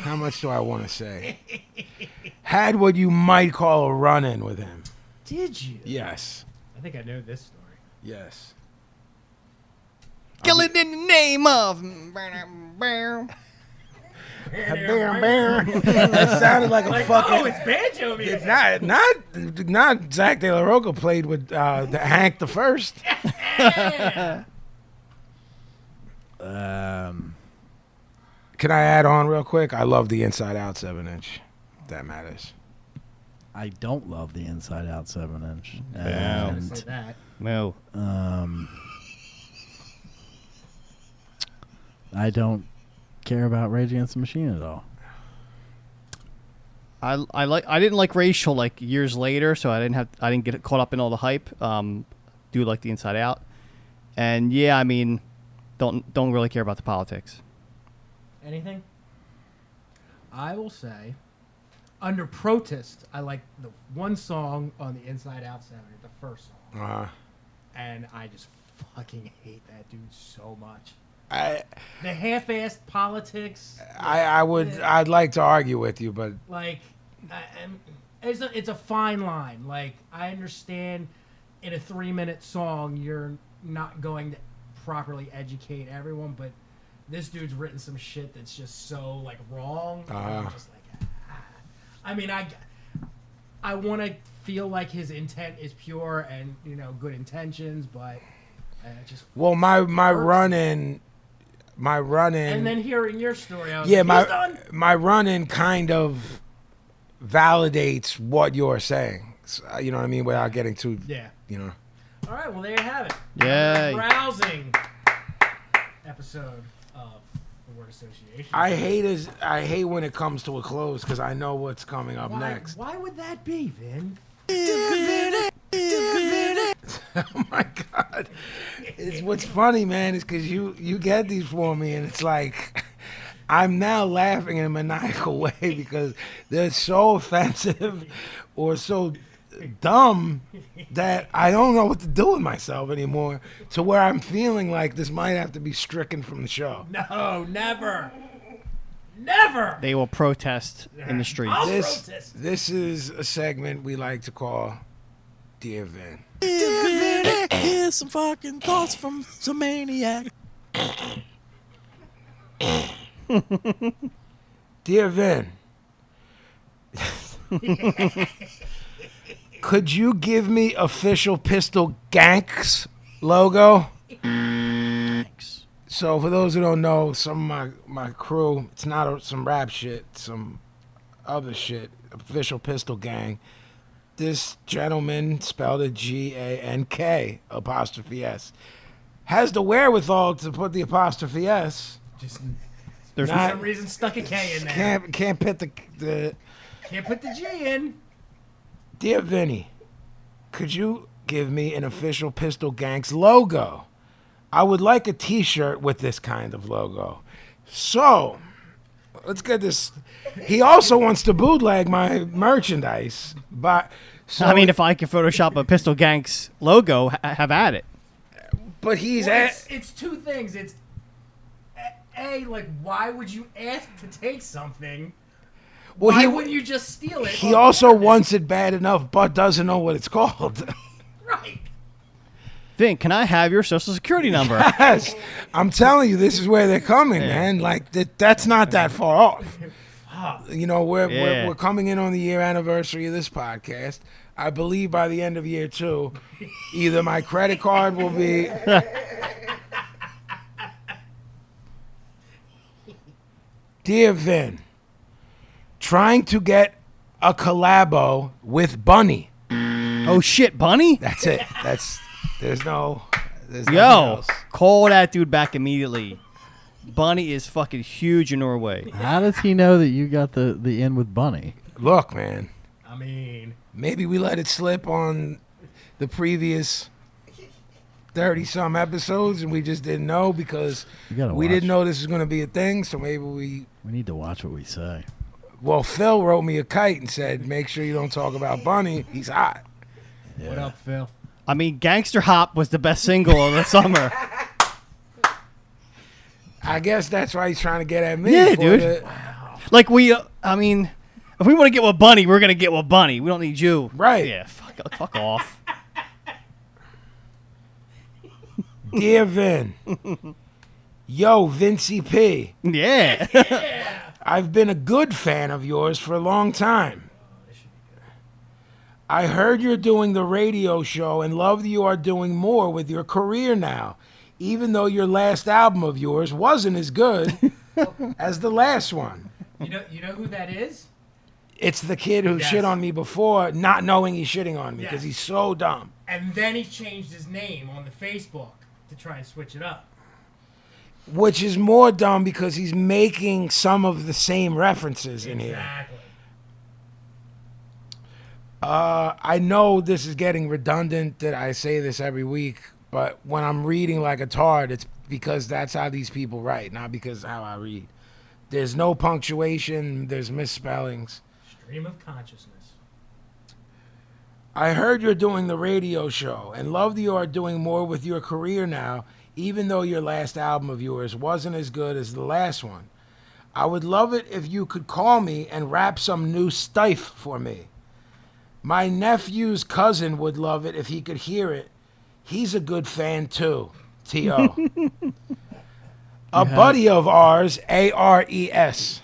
how much do I want to say? Had what you might call a run-in with him. Did you? Yes. I think I know this story. Yes. Kill it in the name of. Bam, bam. that sounded like a fucking. Oh, it's banjo music. It's not not not Zach De La Roca played with uh, the Hank the first. Um, Can I add on real quick? I love the Inside Out seven inch. If that matters. I don't love the inside out seven inch. Yeah. I And said that. No. um, I don't care about Rage Against the Machine at all. I, I like I didn't like racial like years later, so I didn't have I didn't get caught up in all the hype. Um, do like the Inside Out, and yeah, I mean, don't don't really care about the politics. Anything? I will say, under protest, I like the one song on the Inside Out Seven, the first song, Uh, and I just fucking hate that dude so much. I The half-assed politics, I I would I'd like to argue with you, but like, I, I'm- it's a it's a fine line. Like, I understand in a three-minute song, you're not going to properly educate everyone, but this dude's written some shit that's just so like wrong. and I'm Uh-huh. just like, ah. I mean, I I want to feel like his intent is pure and you know good intentions, but uh, just well, my my run in, my run in. and then hearing your story, I was yeah, like, my "He's done." my run in kind of validates what you're saying. So, you know what I mean? Without getting too, yeah. you know. All right, well there you have it. Yay. rousing episode of the word association. I hate is I hate when it comes to a close because I know what's coming up why, next. Why would that be, Vin? oh my god! It's what's funny, man, is because you you get these for me, and it's like I'm now laughing in a maniacal way because they're so offensive or so dumb that I don't know what to do with myself anymore. To where I'm feeling like this might have to be stricken from the show. No, never, never. They will protest in the streets. I'll This protest. this is a segment we like to call Dear Vin. Here's some fucking thoughts from some maniac. Dear Vin, could you give me official Pistol Ganks logo? So, for those who don't know, some of my, my crew, it's not a, some rap shit, some other shit, official Pistol Gang. This gentleman, spelled it G A N K, apostrophe S, has the wherewithal to put the apostrophe S. Just There's for some reason stuck a K in there. Can't, Can't, can't put the, the put the G in. Dear Vinny, could you give me an official Pistol Gangs logo? I would like a t shirt with this kind of logo. So, let's get this. He also wants to bootleg my merchandise, but. So, I mean, if I could Photoshop a Pistol Gangs logo, ha- have at it. but he's Well, at. it's, it's two things. It's a- a like, why would you ask to take something? Well, Why he, wouldn't you just steal it? he on the also internet? wants it bad enough, but doesn't know what it's called. right. Vin, can I have your social security number? yes, I'm telling you, this is where they're coming, man. Like th- that's not that far off. You know, we're, Yeah. we're we're coming in on the year anniversary of this podcast. I believe by the end of year two, either my credit card will be. Dear Vin, trying to get a collabo with Bunny. oh shit, Bunny! That's it. That's there's no there's nothing Yo, else. call that dude back immediately. Bunny is fucking huge in Norway. How does he know that you got the the in with Bunny? Look, man. I mean, Maybe we let it slip on the previous thirty some episodes, and we just didn't know because You gotta we didn't watch. know this was going to be a thing. So maybe we. We need to watch what we say. Well, Phil wrote me a kite and said, "Make sure you don't talk about Bunny. He's hot." What up, Phil? I mean, Gangster Hop was the best single of the summer. I guess that's why he's trying to get at me. Yeah, for dude. the- Like we, uh, I mean, if we want to get with Bunny, we're gonna get with Bunny. We don't need you, Right. Yeah, fuck, uh, fuck off. Dear Vin. Yo, Vincy P. Yeah, I've been a good fan of yours for a long time. I heard you're doing the radio show and love that you are doing more with your career now, even though your last album of yours wasn't as good as the last one. You know, you know who that is? It's the kid who Yes. shit on me before, not knowing he's shitting on me because Yes. he's so dumb. And then he changed his name on the Facebook to try and switch it up. Which is more dumb because he's making some of the same references in here. Exactly. Uh, I know this is getting redundant that I say this every week, but when I'm reading like a tard, it's because that's how these people write, not because how I read. There's no punctuation, there's misspellings. Stream of consciousness. I heard you're doing the radio show and love that you are doing more with your career now, even though your last album of yours wasn't as good as the last one. I would love it if you could call me and rap some new stife for me. My nephew's cousin would love it if he could hear it. He's a good fan too. T.O. a buddy of ours, A R E S.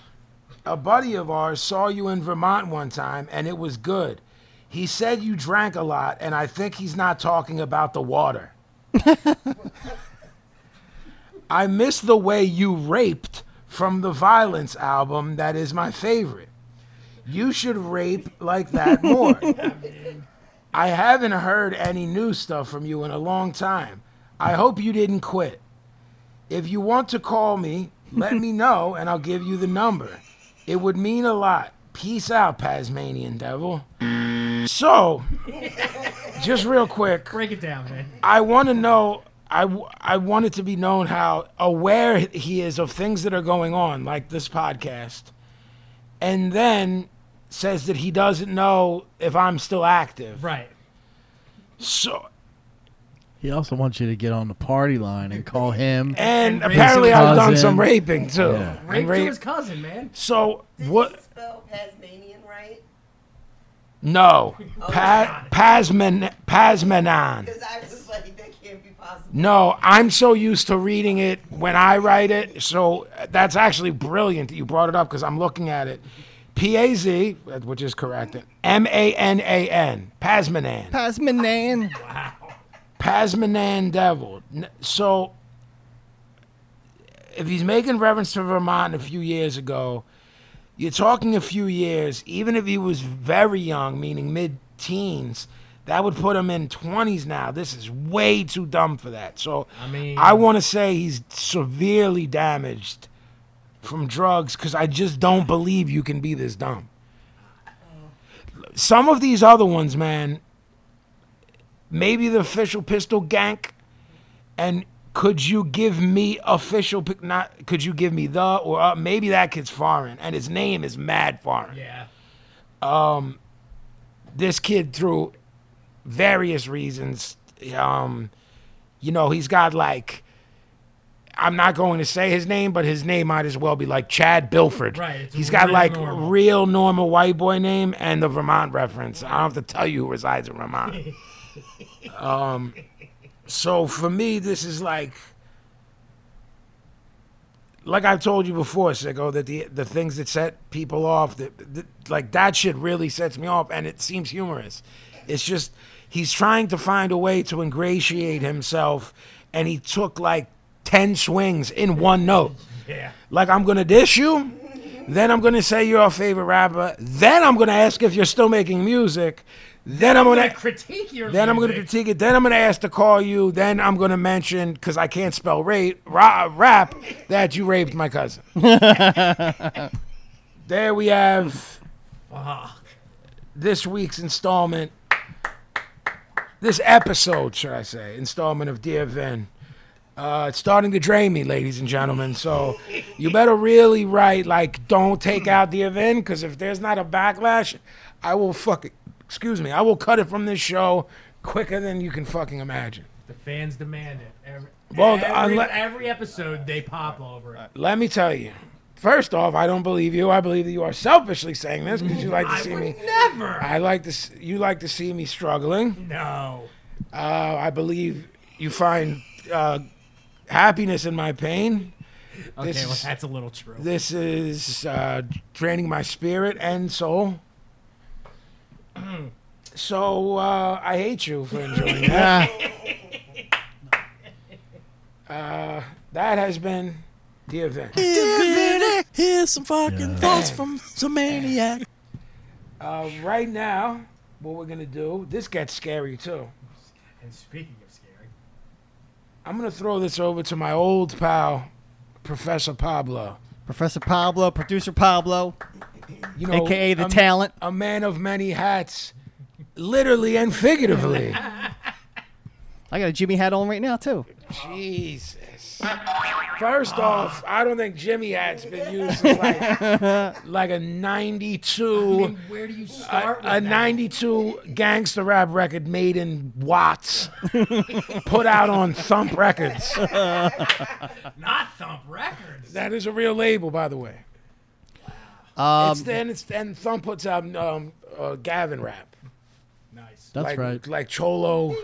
A buddy of ours saw you in Vermont one time and it was good. He said you drank a lot, and I think he's not talking about the water. I miss the way you raped from the Violence album. That is my favorite. You should rape like that more. I haven't heard any new stuff from you in a long time. I hope you didn't quit. If you want to call me, let me know and I'll give you the number. It would mean a lot. Peace out, Tasmanian Devil. So, just real quick, Break it down, man. I want to know. I, w- I want it to be known how aware he is of things that are going on, like this podcast, and then says that he doesn't know if I'm still active. Right. So, He also wants you to get on the party line and call him. And and, rape apparently his I've done cousin. some raping too. Yeah. And Rape, rape- to his cousin, man. so Did what? you spell Tasmanian right? No, pa- Pasman Pasmanan. Because I was like, that can't be possible. No, I'm so used to reading it when I write it. So uh, that's actually brilliant that you brought it up because I'm looking at it. P A Z, uh, which is correct. M A N A N, Pasmanan, Pasmanan. Pasmanan Devil. N- So if he's making reference to Vermont a few years ago, you're talking a few years. Even if he was very young, meaning mid-teens, that would put him in 20s now. This is way too dumb for that. So I mean, I want to say he's severely damaged from drugs because I just don't believe you can be this dumb. Some of these other ones, man, maybe the official pistol gank, and could you give me official? pi- Not could you give me the or uh, maybe that kid's foreign and his name is Mad Foreign. yeah. This kid through various reasons, um, you know, he's got like. I'm not going to say his name, but his name might as well be like Chad Bilford. Right, it's He's got real like normal. real normal white boy name and the Vermont reference. I don't have to tell you who resides in Vermont. um, so for me, this is like, like I've told you before, Sicko, that the the things that set people off, that, that like that shit really sets me off, and it seems humorous. It's just he's trying to find a way to ingratiate himself, and he took like ten swings in one note. Yeah. Like I'm gonna dish you, then I'm gonna say you're a favorite rapper, then I'm gonna ask if you're still making music, then I'm I'm gonna gonna critique your. then I'm gonna music. critique it, then I'm gonna ask to call you, then I'm gonna mention because I can't spell rape ra- rap that you raped my cousin. there we have Fuck. this week's installment. this episode, should I say, installment of Dear Vin. Uh, it's starting to drain me, ladies and gentlemen. So you better really write like, don't take out Dear Vin, because if there's not a backlash, I will fucking excuse me, I will cut it from this show quicker than you can fucking imagine. The fans demand it. Every, Well, the- every, unle- every episode they pop over it. Let me tell you. First off, I don't believe you. I believe that you are selfishly saying this because you like to I see would me. never. I like to. s- You like to see me struggling. No. Uh, I believe you find uh, happiness in my pain. Okay, This well is- that's a little true. This is uh, draining my spirit and soul. So uh, I hate you for enjoying that. Yeah. Uh, That has been the event. Here's some fucking thoughts from some maniac. Uh, right now, what we're gonna do? This gets scary too. and speaking of scary, I'm gonna throw this over to my old pal, Professor Pablo. Professor Pablo, producer Pablo, You know, aka the a- talent. a man of many hats, literally and figuratively. I got a Jimmy hat on right now too. Jesus. First off, I don't think Jimmy hat's been used since like, like a 92 where do you a, start? with a 92 gangster rap record made in Watts put out on Thump Records. that? Not Thump Records. That is a real label, by the way. Um, It's then it's then Thump puts out um, uh, Gavin rap. Nice. That's Like, right. Like Cholo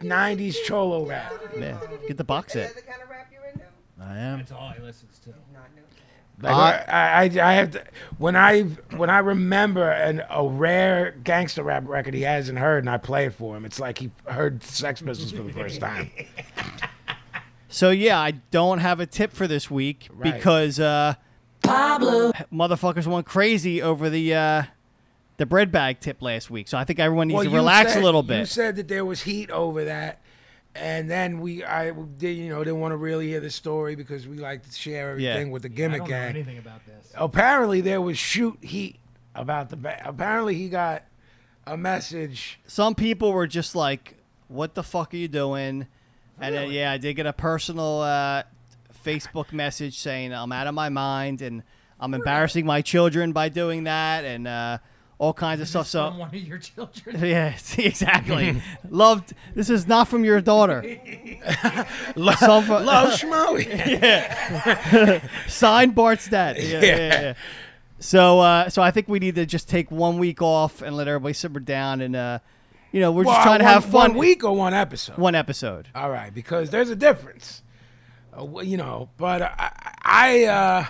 90s Cholo rap. yeah, get the box Is set. that the kind of rap you're into? I am. That's all he listens to. Not new. Like I, I, I have to, when I when I remember an, a rare gangster rap record he hasn't heard, and I play it for him. It's like he heard Sex Pistols for the first time. So yeah, I don't have a tip for this week Right. because uh, Pablo motherfuckers went crazy over the uh, the bread bag tip last week. So I think everyone needs to you relax said- a little You bit. said that there was heat over that, and then we I did you know didn't want to really hear the story because we like to share Yeah. everything with the I gimmick don't know gang. anything about this. Apparently there was shoot heat about the ba- apparently he got a message. Some people were just like, "What the fuck are you doing?" And then, yeah, I did get a personal uh, Facebook message saying I'm out of my mind and I'm embarrassing my children by doing that and uh, all kinds of stuff. So From one of your children. Yeah, see, exactly. Loved. This is not from your daughter. Some- Love Schmoey. Signed Bart's dad. Yeah, yeah, yeah, yeah. So, uh, so I think we need to just take one week off and let everybody simmer down, and uh, you know, we're just trying to One- have fun. One week or one episode. one episode. All right, because there's a difference, uh, wh- you know. But uh, I, I uh,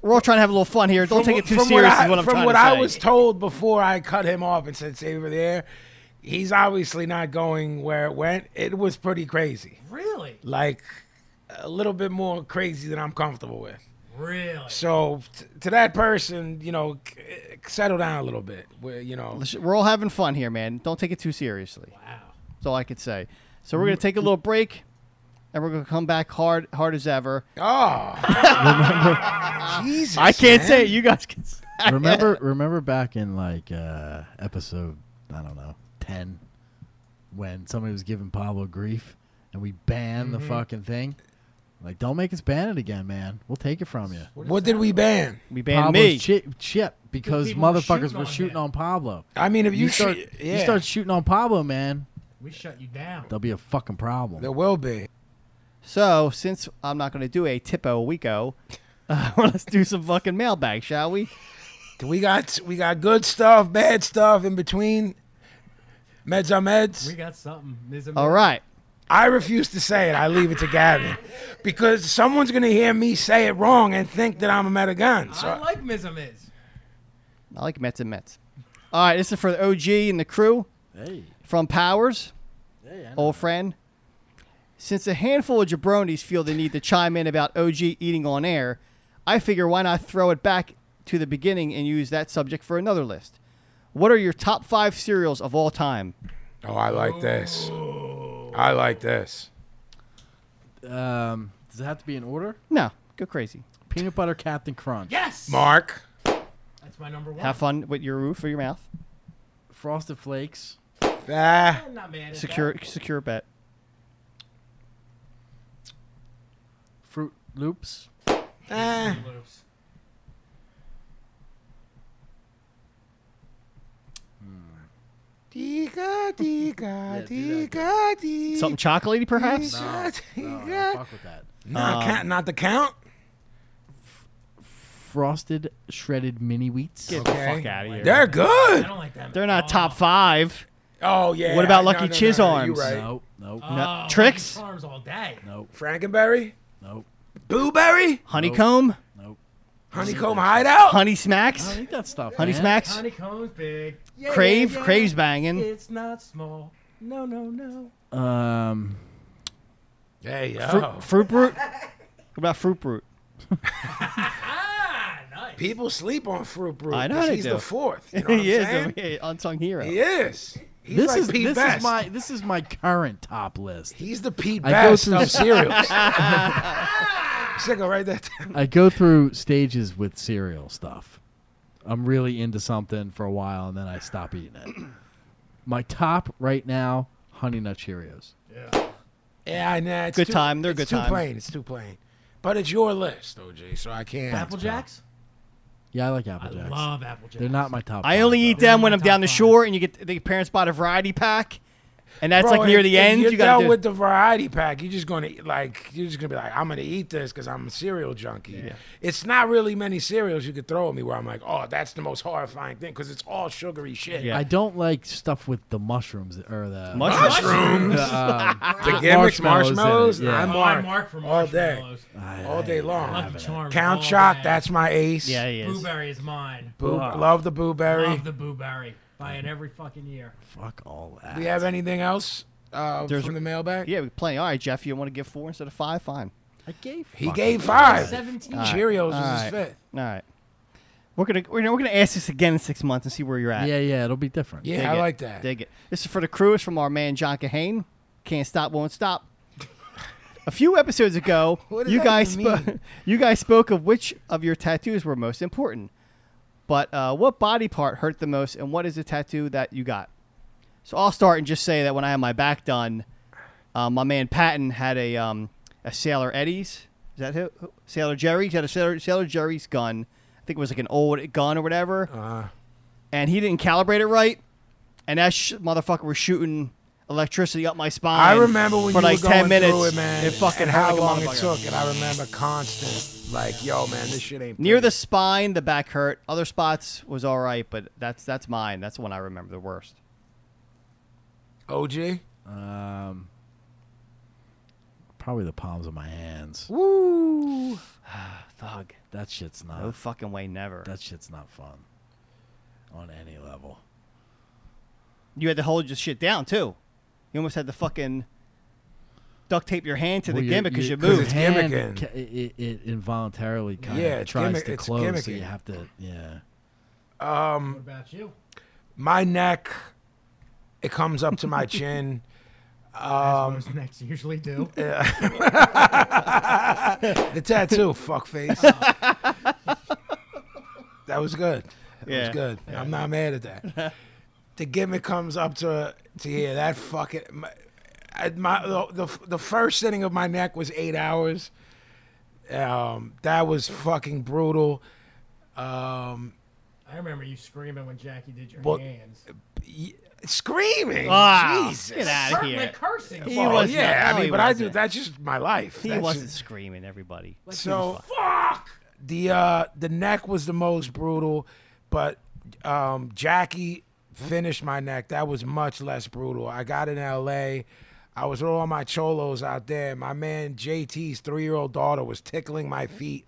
We're all trying to have a little fun here. Don't from take wh- it too from serious. What I, is what I'm from trying what to I say. was told before I cut him off and said save her there, he's obviously not going where it went. It was pretty crazy, Really? like a little bit more crazy than I'm comfortable with. Really? So t- to that person, you know, c- settle down a little bit. Where you know, Let's- We're all having fun here, man. Don't take it too seriously. Wow. That's all I could say. So we're gonna take a little break, and we're gonna come back hard, hard as ever. oh, Ah. Jesus, I can't man. say it. You guys can. Say. remember remember back in like uh episode I don't know, ten when somebody was giving Pablo grief and we banned Mm-hmm. the fucking thing? Like, don't make us ban it again, man. We'll take it from you. What did we ban? We banned Pablo's me. chi- chip because people were motherfuckers shooting were on shooting him. on Pablo. I mean, if you, sh- start yeah, you start shooting on Pablo, man, We shut you down. there'll be a fucking problem. there will be. So, since I'm not going to do a tipo weeko, uh, let's do some fucking mailbag, shall we? We got we got good stuff, bad stuff in between. Meds are We meds. got something. There's a- All right. I refuse to say it. I leave it to Gavin because someone's gonna hear me say it wrong and think that I'm a Metagon. I So like Mizamiz. I like Mets and Mets. All right, this is for the OG and the crew Hey, from Powers, hey, I know. old friend. Since a handful of jabronis feel the need to chime in about OG eating on air, I figure why not throw it back to the beginning and use that subject for another list. What are your top five cereals of all time? oh, I like this. I like this. Um, does it have to be in order? No, go crazy. Peanut butter Captain Crunch. Yes. Mark, That's my number one. Have fun with your roof or your mouth. Frosted Flakes. Ah, I'm not mad at Secure, that. secure bet. Fruit Loops. ah. Loops. Diga, diga, diga, diga. Something chocolatey, perhaps. No, no, don't Oh, fuck with that. Not, count, not the count. Frosted shredded mini wheats. Get the Okay. fuck out of here. They're I good. don't like that. They're not Oh. top five. Oh yeah. What about No, Lucky no, no, Chiz no, Arms? You right. Uh, Nope, nope, Oh, I eat Tricks? Farms all day. nope, Frankenberry, nope, blueberry, Honeycomb, nope. honeycomb hideout. honey smacks, I don't eat that stuff. honey man. smacks, Honeycomb's big. Yeah, yeah, crave, yeah. crave's banging. It's not small. No, no, no. Um, Hey yo. Fruit, fruit brute. What about fruit brute? Ah, nice. People sleep on fruit brew. I know 'cause they He's do. the fourth. You know what he I'm is saying? a- a unsung hero. He is. He's this like is Pete this Best. is my this is my current top list. He's the Pete I go Best through- of cereals. Sicko, write that down. I go through stages with cereal stuff. I'm really into something for a while and then I stop eating it. My top right now, Honey Nut Cheerios. Yeah, I know. It's Good too, time, they're it's good too time. plain. It's too plain. But it's your list, OJ, so I can't. Apple Jacks? Yeah, I like I Apple Jacks. love Apple Jacks. They're not my top. I five, only eat though. them when I'm Top down the five. shore, and you get the parents bought a variety pack, and that's Bro, like near if- the if end. You're You dealt gotta do. with the variety pack. You're just gonna like. You're just gonna be like, I'm gonna eat this because I'm a cereal junkie. It's not really many cereals you could throw at me where I'm like, oh, that's the most horrifying thing because it's all sugary shit. Yeah. I don't like stuff with the mushrooms or the mushrooms. the, um, The gimmicks, Marshmallows in it, marshmallows. yeah. I'm Oh, Oh, I'm Mark, Mark from all day, Ah, Marshmallows. I- all day long. Lucky Charms. Count all Chot, day. that's my ace. Yeah, he is. Blueberry is mine. Boo- love the blueberry. Love the blueberry. Buy it every fucking year. fuck all that. Do you have anything else uh, There's- from the mailbag? Yeah, we play. All right, Jeff, you want to give four instead of five? Fine. I gave. He gave five. Seventeen. Cheerios was All his right. fifth. All right. We're gonna we're, we're gonna ask this again in six months and see where you're at. Yeah, yeah, it'll be different. Yeah, Dig I it. like that. Dig it. This is for the crew. It's from our man John Kahane. Can't stop, won't stop. A few episodes ago, What does you that guys even spoke. you guys spoke of which of your tattoos were most important. But uh, what body part hurt the most, and what is the tattoo that you got? So I'll start and just say that when I had my back done, uh, my man Patton had a um, a Sailor Eddie's. Is that who? who- Sailor Jerry. He had a Sailor, Sailor Jerry's gun. I think it was like an old gun or whatever. Uh-huh. And he didn't calibrate it right, and that sh- motherfucker was shooting electricity up my spine. I remember when for you like were 10 going minutes. through it, man, It fucking and hurt how like a long it motherfucker. took. And I remember constant, like, yo, man, this shit ain't Near pretty. the spine, the back hurt. Other spots was all right, but that's that's mine. That's the one I remember the worst. OG. Um, probably the palms of my hands. Woo! Thug. That shit's not. No fucking way, never. That shit's not fun. On any level. you had to hold your shit down too. You almost had to fucking duct tape your hand to the Well, your- gimmick because you your- Because moved. it's hand gimmicking. ca- It, it involuntarily kind Yeah, of it's tries gimmick- to it's close, so gimmicking. you have to. Yeah. What about you? My neck, it comes up to my chin. Um, As those necks usually do. The tattoo, fuckface. that was good. That was Yeah. good. I'm not mad at that. the gimmick comes up to to here. That fucking my, I- my the, the the first sitting of my neck was eight hours. Um, that was fucking brutal. Um, I remember you screaming when Jackie did your What- hands. y- screaming. Wow. Jesus. Get out of Certainly here. cursing. He Well, was yeah, not- no, I he mean, but I do. wasn't. That's just my life. He That's wasn't just- screaming, everybody. so fuck the uh the neck was the most brutal but um jackie finished my neck that was much less brutal i got in la i was with all my cholos out there my man jt's three-year-old daughter was tickling my feet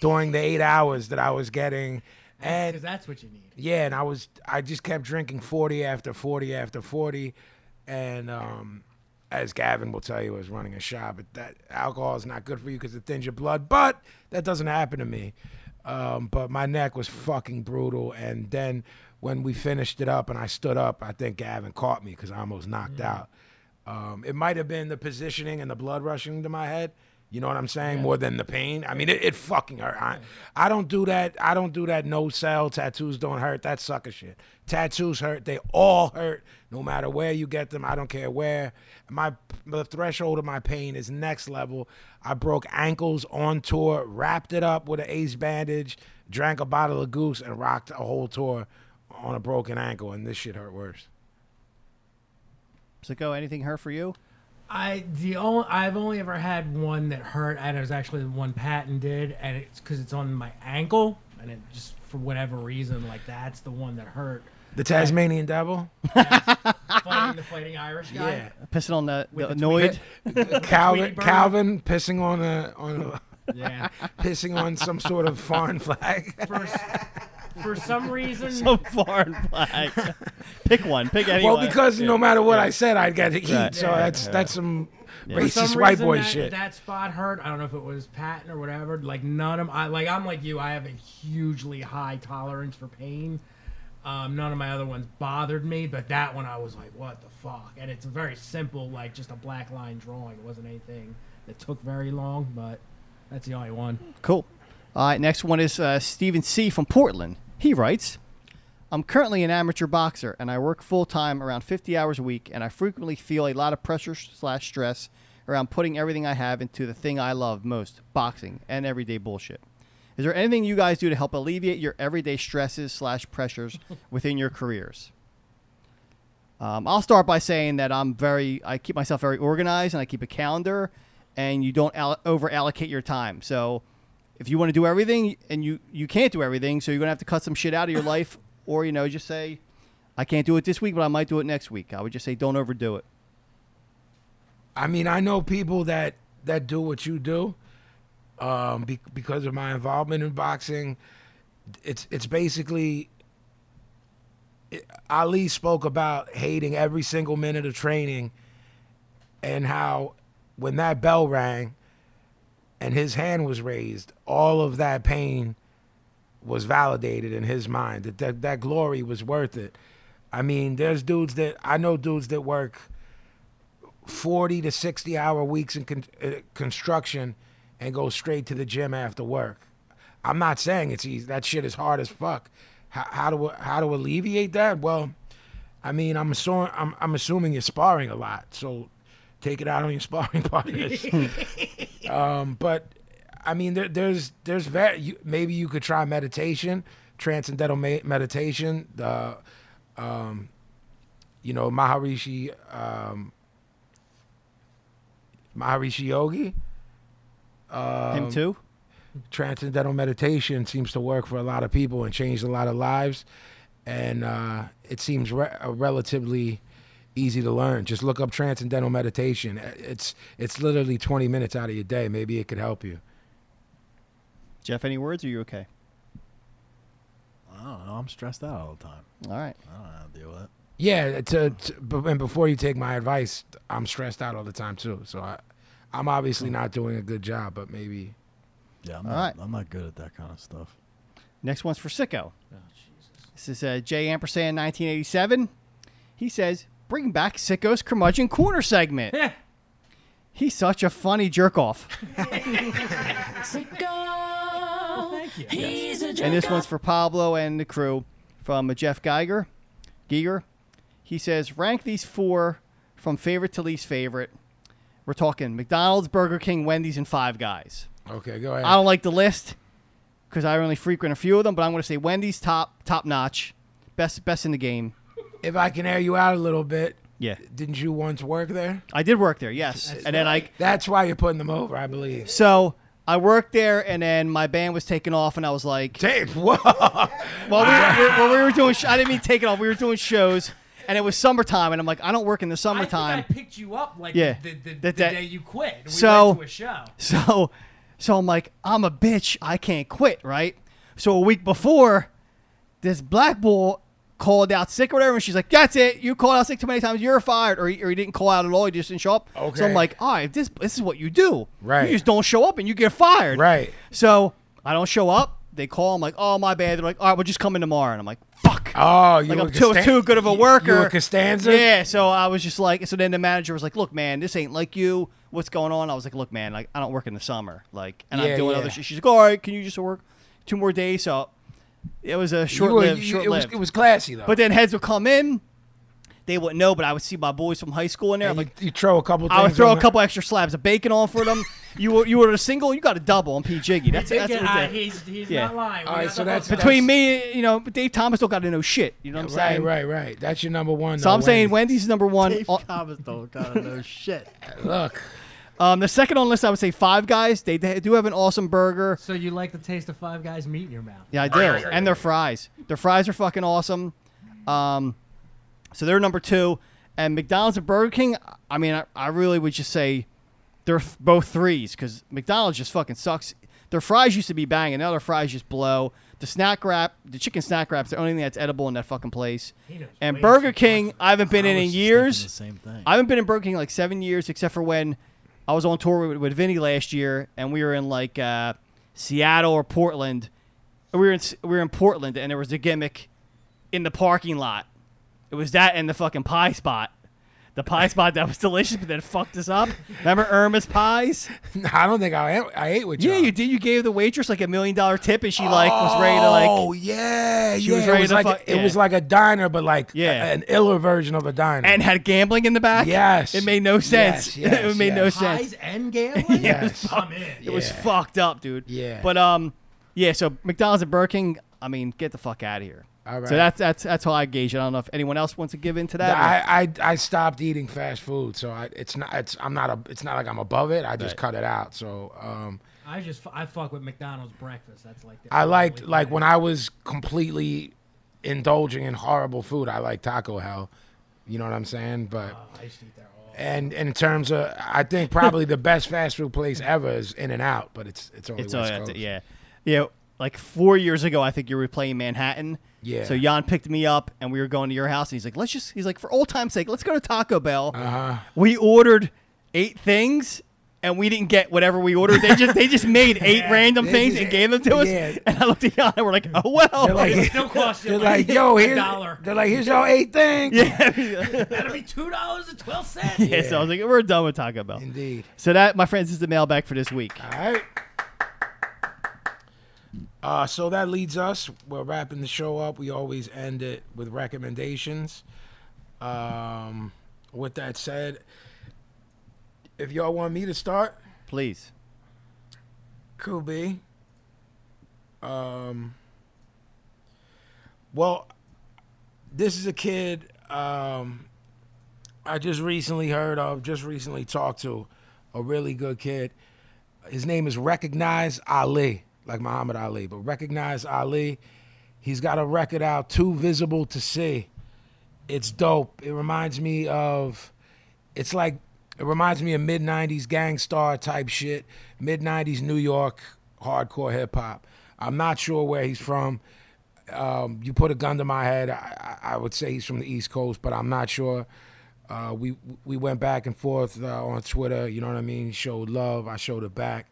during the eight hours that i was getting and Because that's what you need. yeah, and I was I just kept drinking forty after forty after forty, and um, as Gavin will tell you, I was running a shop. But that alcohol is not good for you because it thins your blood. But that doesn't happen to me. Um, but my neck was fucking brutal, and then when we finished it up and I stood up, I think Gavin caught me because I almost knocked out. Um, it might have been the positioning and the blood rushing to my head. You know what I'm saying? More than the pain. I mean, it, it fucking hurt. I, I don't do that. I don't do that. No sell tattoos don't hurt. That sucker shit. Tattoos hurt. They all hurt, no matter where you get them. I don't care where. My the threshold of my pain is next level. I broke ankles on tour, wrapped it up with an ace bandage, drank a bottle of goose, and rocked a whole tour on a broken ankle, and this shit hurt worse. Sicko, oh, anything hurt for you? I the only I've only ever had one that hurt, and it was actually the one Patton did, and it's because it's on my ankle, and it just for whatever reason, like that's the one that hurt. The Tasmanian devil, Fighting the fighting Irish guy. yeah. Pissing on the, the annoyed. Calvin, Tweety bird. Calvin pissing on a on a, Yeah. pissing on some sort of foreign flag. For, s- for some reason, Some foreign flag. pick one. Pick any well, one. because no matter what I said, I'd get heat. Right. So Yeah. that's that's some for racist some white reason boy that, shit. That spot hurt. I don't know if it was Patton or whatever. Like none of I like I'm like you. I have a hugely high tolerance for pain. Um, none of my other ones bothered me, but that one I was like, what the fuck? And it's very simple, like just a black line drawing. It wasn't anything that took very long, but that's the only one. Cool. All right, next one is uh, Stephen C. from Portland. He writes I'm currently an amateur boxer and I work full time around 50 hours a week, and I frequently feel a lot of pressure slash stress around putting everything I have into the thing I love most boxing and everyday bullshit. Is there anything you guys do to help alleviate your everyday stresses slash pressures within your careers? Um, I'll start by saying that I'm very, I keep myself very organized and I keep a calendar, and you don't al- over allocate your time. So, if you want to do everything and you you can't do everything, so you're gonna have to cut some shit out of your life, or you know, just say, I can't do it this week, but I might do it next week. I would just say, don't overdo it. I mean, I know people that that do what you do, um, be, because of my involvement in boxing. It's it's basically. it- Ali spoke about hating every single minute of training, and how when that bell rang, and his hand was raised, all of that pain was validated in his mind. That that, that glory was worth it. I mean, there's dudes that I know dudes that work. 40 to 60 hour weeks in con- uh, construction and go straight to the gym after work. I'm not saying it's easy. That shit is hard as fuck. How, how to how to alleviate that? Well, I mean, I'm assuming I'm, I'm assuming you're sparring a lot, so take it out on your sparring partners. um, but I mean, there, there's there's very, you, maybe you could try meditation, transcendental ma- meditation. The um, you know Maharishi um, Maharishi Yogi, Him too. transcendental meditation seems to work for a lot of people and changed a lot of lives. And uh, it seems re- uh, relatively easy to learn. Just look up transcendental meditation. Uh, It's it's literally 20 minutes out of your day. Maybe it could help you. Jeff, any words? Are you okay? I don't know. I'm stressed out all the time. All right. I don't know how to deal with it. Yeah, to, to, b- and before you take my advice, I'm stressed out all the time too. So I, I'm obviously not doing a good job, but maybe. Yeah, I'm All not, right. I'm not good at that kind of stuff. Next one's for Sicko. Oh, This is uh, J ampersand 1987. He says, "Bring back Sicko's curmudgeon corner segment. Yeah. He's such a funny jerk off." Thank you. And this one's for Pablo and the crew from uh, Jeff Geiger. Geiger. He says, rank these four from favorite to least favorite. We're talking McDonald's, Burger King, Wendy's, and Five Guys. Okay, go ahead. I don't like the list because I only frequent a few of them, but I'm going to say Wendy's top top notch, best best in the game. if I can air you out a little bit, Yeah, didn't you once work there? I did work there, yes, and then I That's why you're putting them over, I believe. so I worked there, and then my band was taken off, and I was like, Tape. Whoa. Well, we, we, well, we were doing. Sh- I didn't mean take it off. We were doing shows, and it was summertime, and I'm like, I don't work in the I think I summertime, picked you up like Yeah. the, the, the, That- that- day you quit. We So- went to a show. so, so I'm like, I'm a bitch. I can't quit, right? So a week before, this black bull called out sick or whatever, and she's like, "That's it. You called out sick too many times. You're fired." Or he, or he didn't call out at all. He just didn't show up. So Okay. I'm like, all right, this this is what you do. Right. You just don't show up, and you get fired. Right. So I don't show up. they call. I'm like, oh my bad. They're like, all right, we're just coming tomorrow. And I'm like, fuck. Oh, you like were I'm too, Castan- too good of you- a worker. You were Costanza. Yeah, so I was just like, so then the manager was like, "Look, man, this ain't like you. What's going on?" I was like, "Look, man, like I don't work in the summer, like, and Yeah, I'm doing yeah. other shit." She's like, "All right, can you just work two more days?" So it was a You were- short lived, you- short it, was, lived. it was classy though. But then heads would come in, they wouldn't know, but I would see my boys from high school in there. And I'm you, like, you throw a couple. Things I would throw on a couple extra slabs of bacon on for them. you were you were a single, you got a double on P Jiggy. That's He did that's get- what uh, it did. he's he's Yeah. not lying. We All right, got so the that's- hook on Between me, you know, Dave Thomas don't got to know shit. You know what I'm Right, saying? right, right. That's your number one. So though, I'm saying Wayne. Wendy's is number one. Dave on- Thomas don't gotta know shit. look, Um, the second on the list, I would say Five Guys. They, they do have an awesome burger. it. So you like the taste of Five Guys meat in your mouth? Yeah, I do. And their fries. Their fries are fucking awesome. Um, so they're number two. And McDonald's and Burger King, I mean, I, I really would just say they're th- both threes because McDonald's just fucking sucks. Their fries used to be banging. Now their fries just blow. The snack wrap, the chicken snack wrap's the only thing that's edible in that fucking place. He knows And way Burger too King, much. I haven't been I in was in just thinking years. The same thing. I haven't been in Burger King in like seven years, except for when I was on tour with, with Vinny last year, and we were in like uh, Seattle or Portland. We were in S- we were in Portland, and there was a gimmick in the parking lot. It was that and the fucking pie spot. The pie spot that was delicious, but then fucked us up. Remember Irma's pies? I don't think I I ate with Yeah, y'all. you did. You gave the waitress like a million dollar tip, and she like was ready to like. Oh yeah, She yeah. was it ready was to like fuck- a, it yeah. was like a diner, but like Yeah. a- an iller version of a diner. And had gambling in the back. Yes. it made no sense. Yes, yes, it made no yes. sense. Pies and gambling. Yes. I'm in. It was Yeah. fucked up, dude. Yeah. But um, yeah. So McDonald's and Burger King. I mean, get the fuck out of here. All right. So that's that's that's how I gauge it. I don't know if anyone else wants to give in to that. or- I, I I stopped eating fast food, so I, it's not it's I'm not a it's not like I'm above it. I just cut it out. So um, I just fu- I fuck with McDonald's breakfast. That's like the I liked only like thing. when I was completely indulging in horrible food. I like Taco Hell. You know what I'm saying? But Oh, I used to eat there all. and in terms of, I think probably the best fast food place ever is In and Out, but it's it's only it's all West that's Coast. it, yeah, yeah. Like four years ago, I think you were playing Manhattan. Yeah. So Jan picked me up, and we were going to your house, and he's like, "Let's just," he's like, "For old time's sake, let's go to Taco Bell." Uh-huh. We ordered eight things. And we didn't get whatever we ordered. They just they just made eight random They things just- and gave them to us. yeah. And I looked at Jan and we're like, oh well. They're like, It still costs you they're like, like, yo, a here's, dollar. they're like, here's your eight things. Yeah. That'll be two dollars and twelve cents. Yeah, so I was like, we're done with Taco Bell. Indeed. So that, my friends, is the mailbag for this week. All right. Uh, so that leads us. We're wrapping the show up. We always end it with recommendations. Um, with that said, if y'all want me to start, Please. could be. Um, well, this is a kid um, I just recently heard of, just recently talked to, a really good kid. His name is Recognize Ali, like Muhammad Ali, but Recognize Ali. He's got a record out, Too Visible to See. It's dope. It reminds me of, it's like, it reminds me of mid 90s gang star type shit, mid 90s New York hardcore hip hop. I'm not sure where he's from. Um, you put a gun to my head, I, I I would say he's from the East Coast, but I'm not sure. Uh, we we went back and forth uh, on Twitter. You know what I mean? Showed love. I showed it back.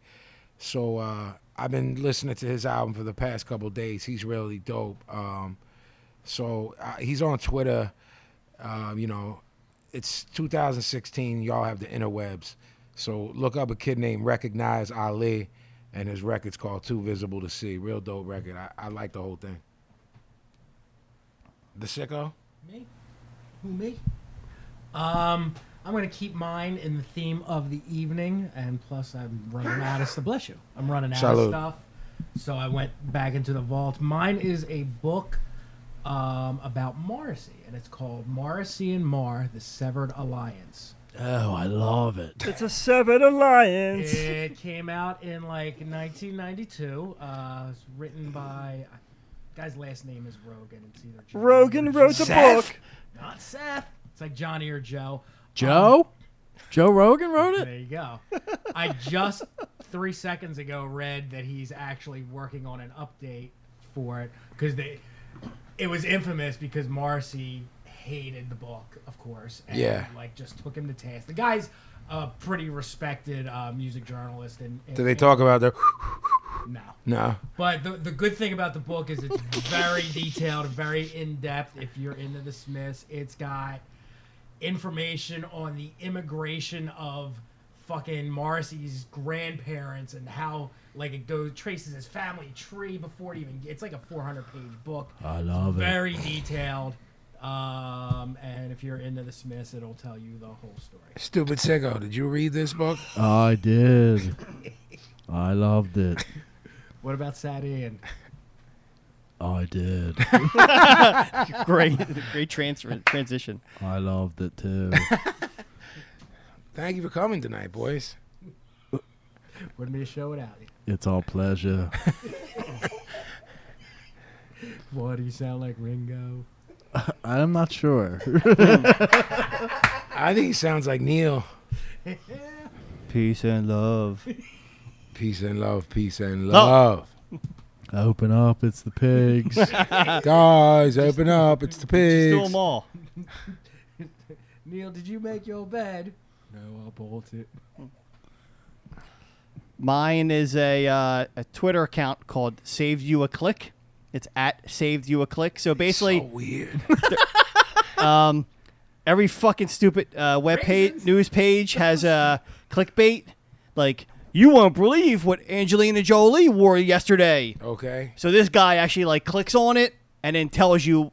So uh, I've been listening to his album for the past couple days. He's really dope. Um, so uh, he's on Twitter. Uh, you know, it's 2016. Y'all have the interwebs. So look up a kid named Recognize Ali, and his record's called Too Visible to See. Real dope record. I, I like the whole thing. The sicko. Me? Who me? Um, I'm gonna keep mine in the theme of the evening, and plus I'm running out of stuff. Bless you. I'm running out Salud. of stuff, so I went back into the vault. Mine is a book um, about Morrissey, and it's called Morrissey and Marr: The Severed Alliance. oh, I love it. It's a seven alliance. It came out in like 1992. Uh, it's written by guy's last name is Rogan. It's either Johnny or Joe. book. not Seth. It's like Johnny or Joe. Joe, Joe Rogan wrote it. There you go. I just three seconds ago read that he's actually working on an update for it because they, it was infamous because Marcy hated the book, of course. And Yeah. Like just took him to task. The guy's a pretty respected uh, music journalist. And Did they talk about the No. No. But the, the good thing about the book is it's very detailed, very in depth. If you're into the Smiths, it's got information on the immigration of fucking Morrissey's grandparents and how like it goes traces his family tree before it even it's like a 400 page book. I love it. Very detailed. Um, and if you're into the Smiths, it'll tell you the whole story. Stupid sicko. Did you read this book? I did. I loved it. What about Sad Ian? I did. Great, great transfer, transition. I loved it too. Thank you for coming tonight, boys. Wouldn't be a show without you. It's our pleasure. What do you sound like, Ringo? I'm not sure. I think he sounds like Neil. Peace and love. Peace and love, peace and love. Open up, it's the pigs. Guys, open up. It's the Just do pigs. them all. Neil, did you make your bed? No, I bought it. Mine is a, uh, a Twitter account called Saved You a Click. It's at Saved You a Click. So basically, So weird. every fucking stupid uh, web page, news page has a clickbait. Like, you won't believe what Angelina Jolie wore yesterday. Okay. So this guy actually like clicks on it and then tells you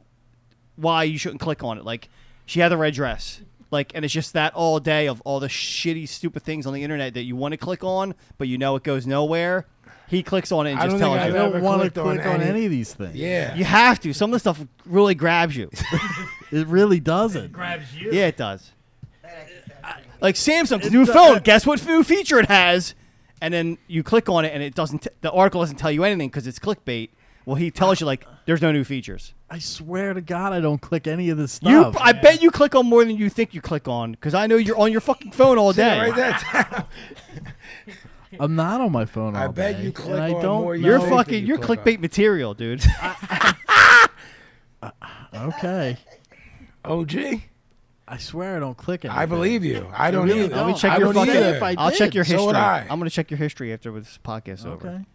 why you shouldn't click on it. Like, she had the red dress. Like, and it's just that all day of all the shitty, stupid things on the internet that you want to click on, but you know it goes nowhere. He clicks on it and I just don't tells you. think I I've don't ever want to clicked on click on any- any, of these things. Yeah. You have to. Some of the stuff really grabs you. It really doesn't. Grabs you. Yeah, it does. Like Samsung's new phone. Guess what new feature it has? And then you click on it, and it doesn't. T- the article doesn't tell you anything because it's clickbait. Well, he tells you like there's no new features. I swear to God, I don't click any of this You, stuff. I bet you click on more than you think you click on because I know you're on your fucking phone all day. Right there. I'm not on my phone. I all bet day, you and click I on don't more you You're No. know- fucking. You You're click on. clickbait material, dude. Okay. OG? I swear I don't click anything. I believe you. I don't really either. don't. Let me check I your don't fucking. either. If I I'll check did, your so would history. I. am gonna check your history after this podcast over. Okay.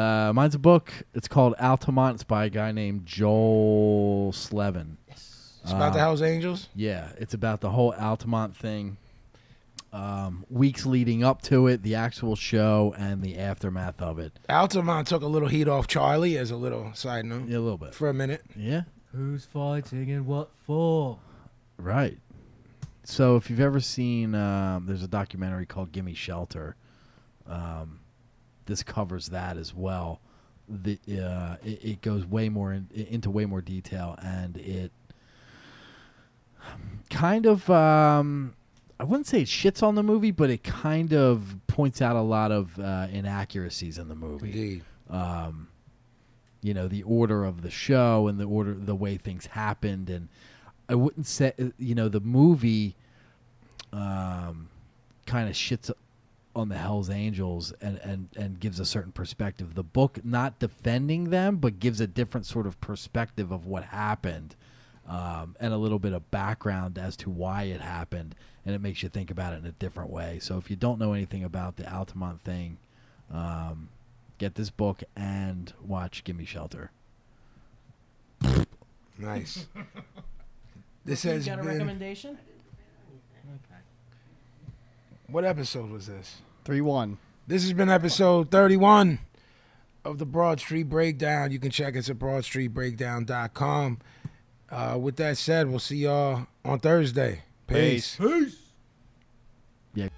Uh, mine's a book. It's called Altamont. It's by a guy named Joel Slevin. It's about the Ah. Hells Angels. Yeah, it's about the whole Altamont thing. Um, weeks leading up to it, the actual show, and the aftermath of it. Altamont took a little heat off Charlie as a little side note Yeah, a little bit. for a minute. Yeah, Who's fighting and what for? right. So if you've ever seen, um, there's a documentary called "Gimme Shelter." Um, this covers that as well. The uh, it, it goes way more in, into way more detail, and it kind of um, I wouldn't say it shits on the movie, but it kind of points out a lot of uh, inaccuracies in the movie. Indeed. you know the order of the show and the order the way things happened and i wouldn't say you know the movie um kind of shits on the hells angels and and and gives a certain perspective the book not defending them but gives a different sort of perspective of what happened um, and a little bit of background as to why it happened and it makes you think about it in a different way so if you don't know anything about the altamont thing um, get this book and watch Gimme Shelter. Nice. This has Got a been. recommendation? What episode was this? Three one. This has been episode 31 of the Broad Street Breakdown. You can check us at broadstreetbreakdown.com. Uh, with that said, we'll see y'all on Thursday. Peace. Peace. Yeah.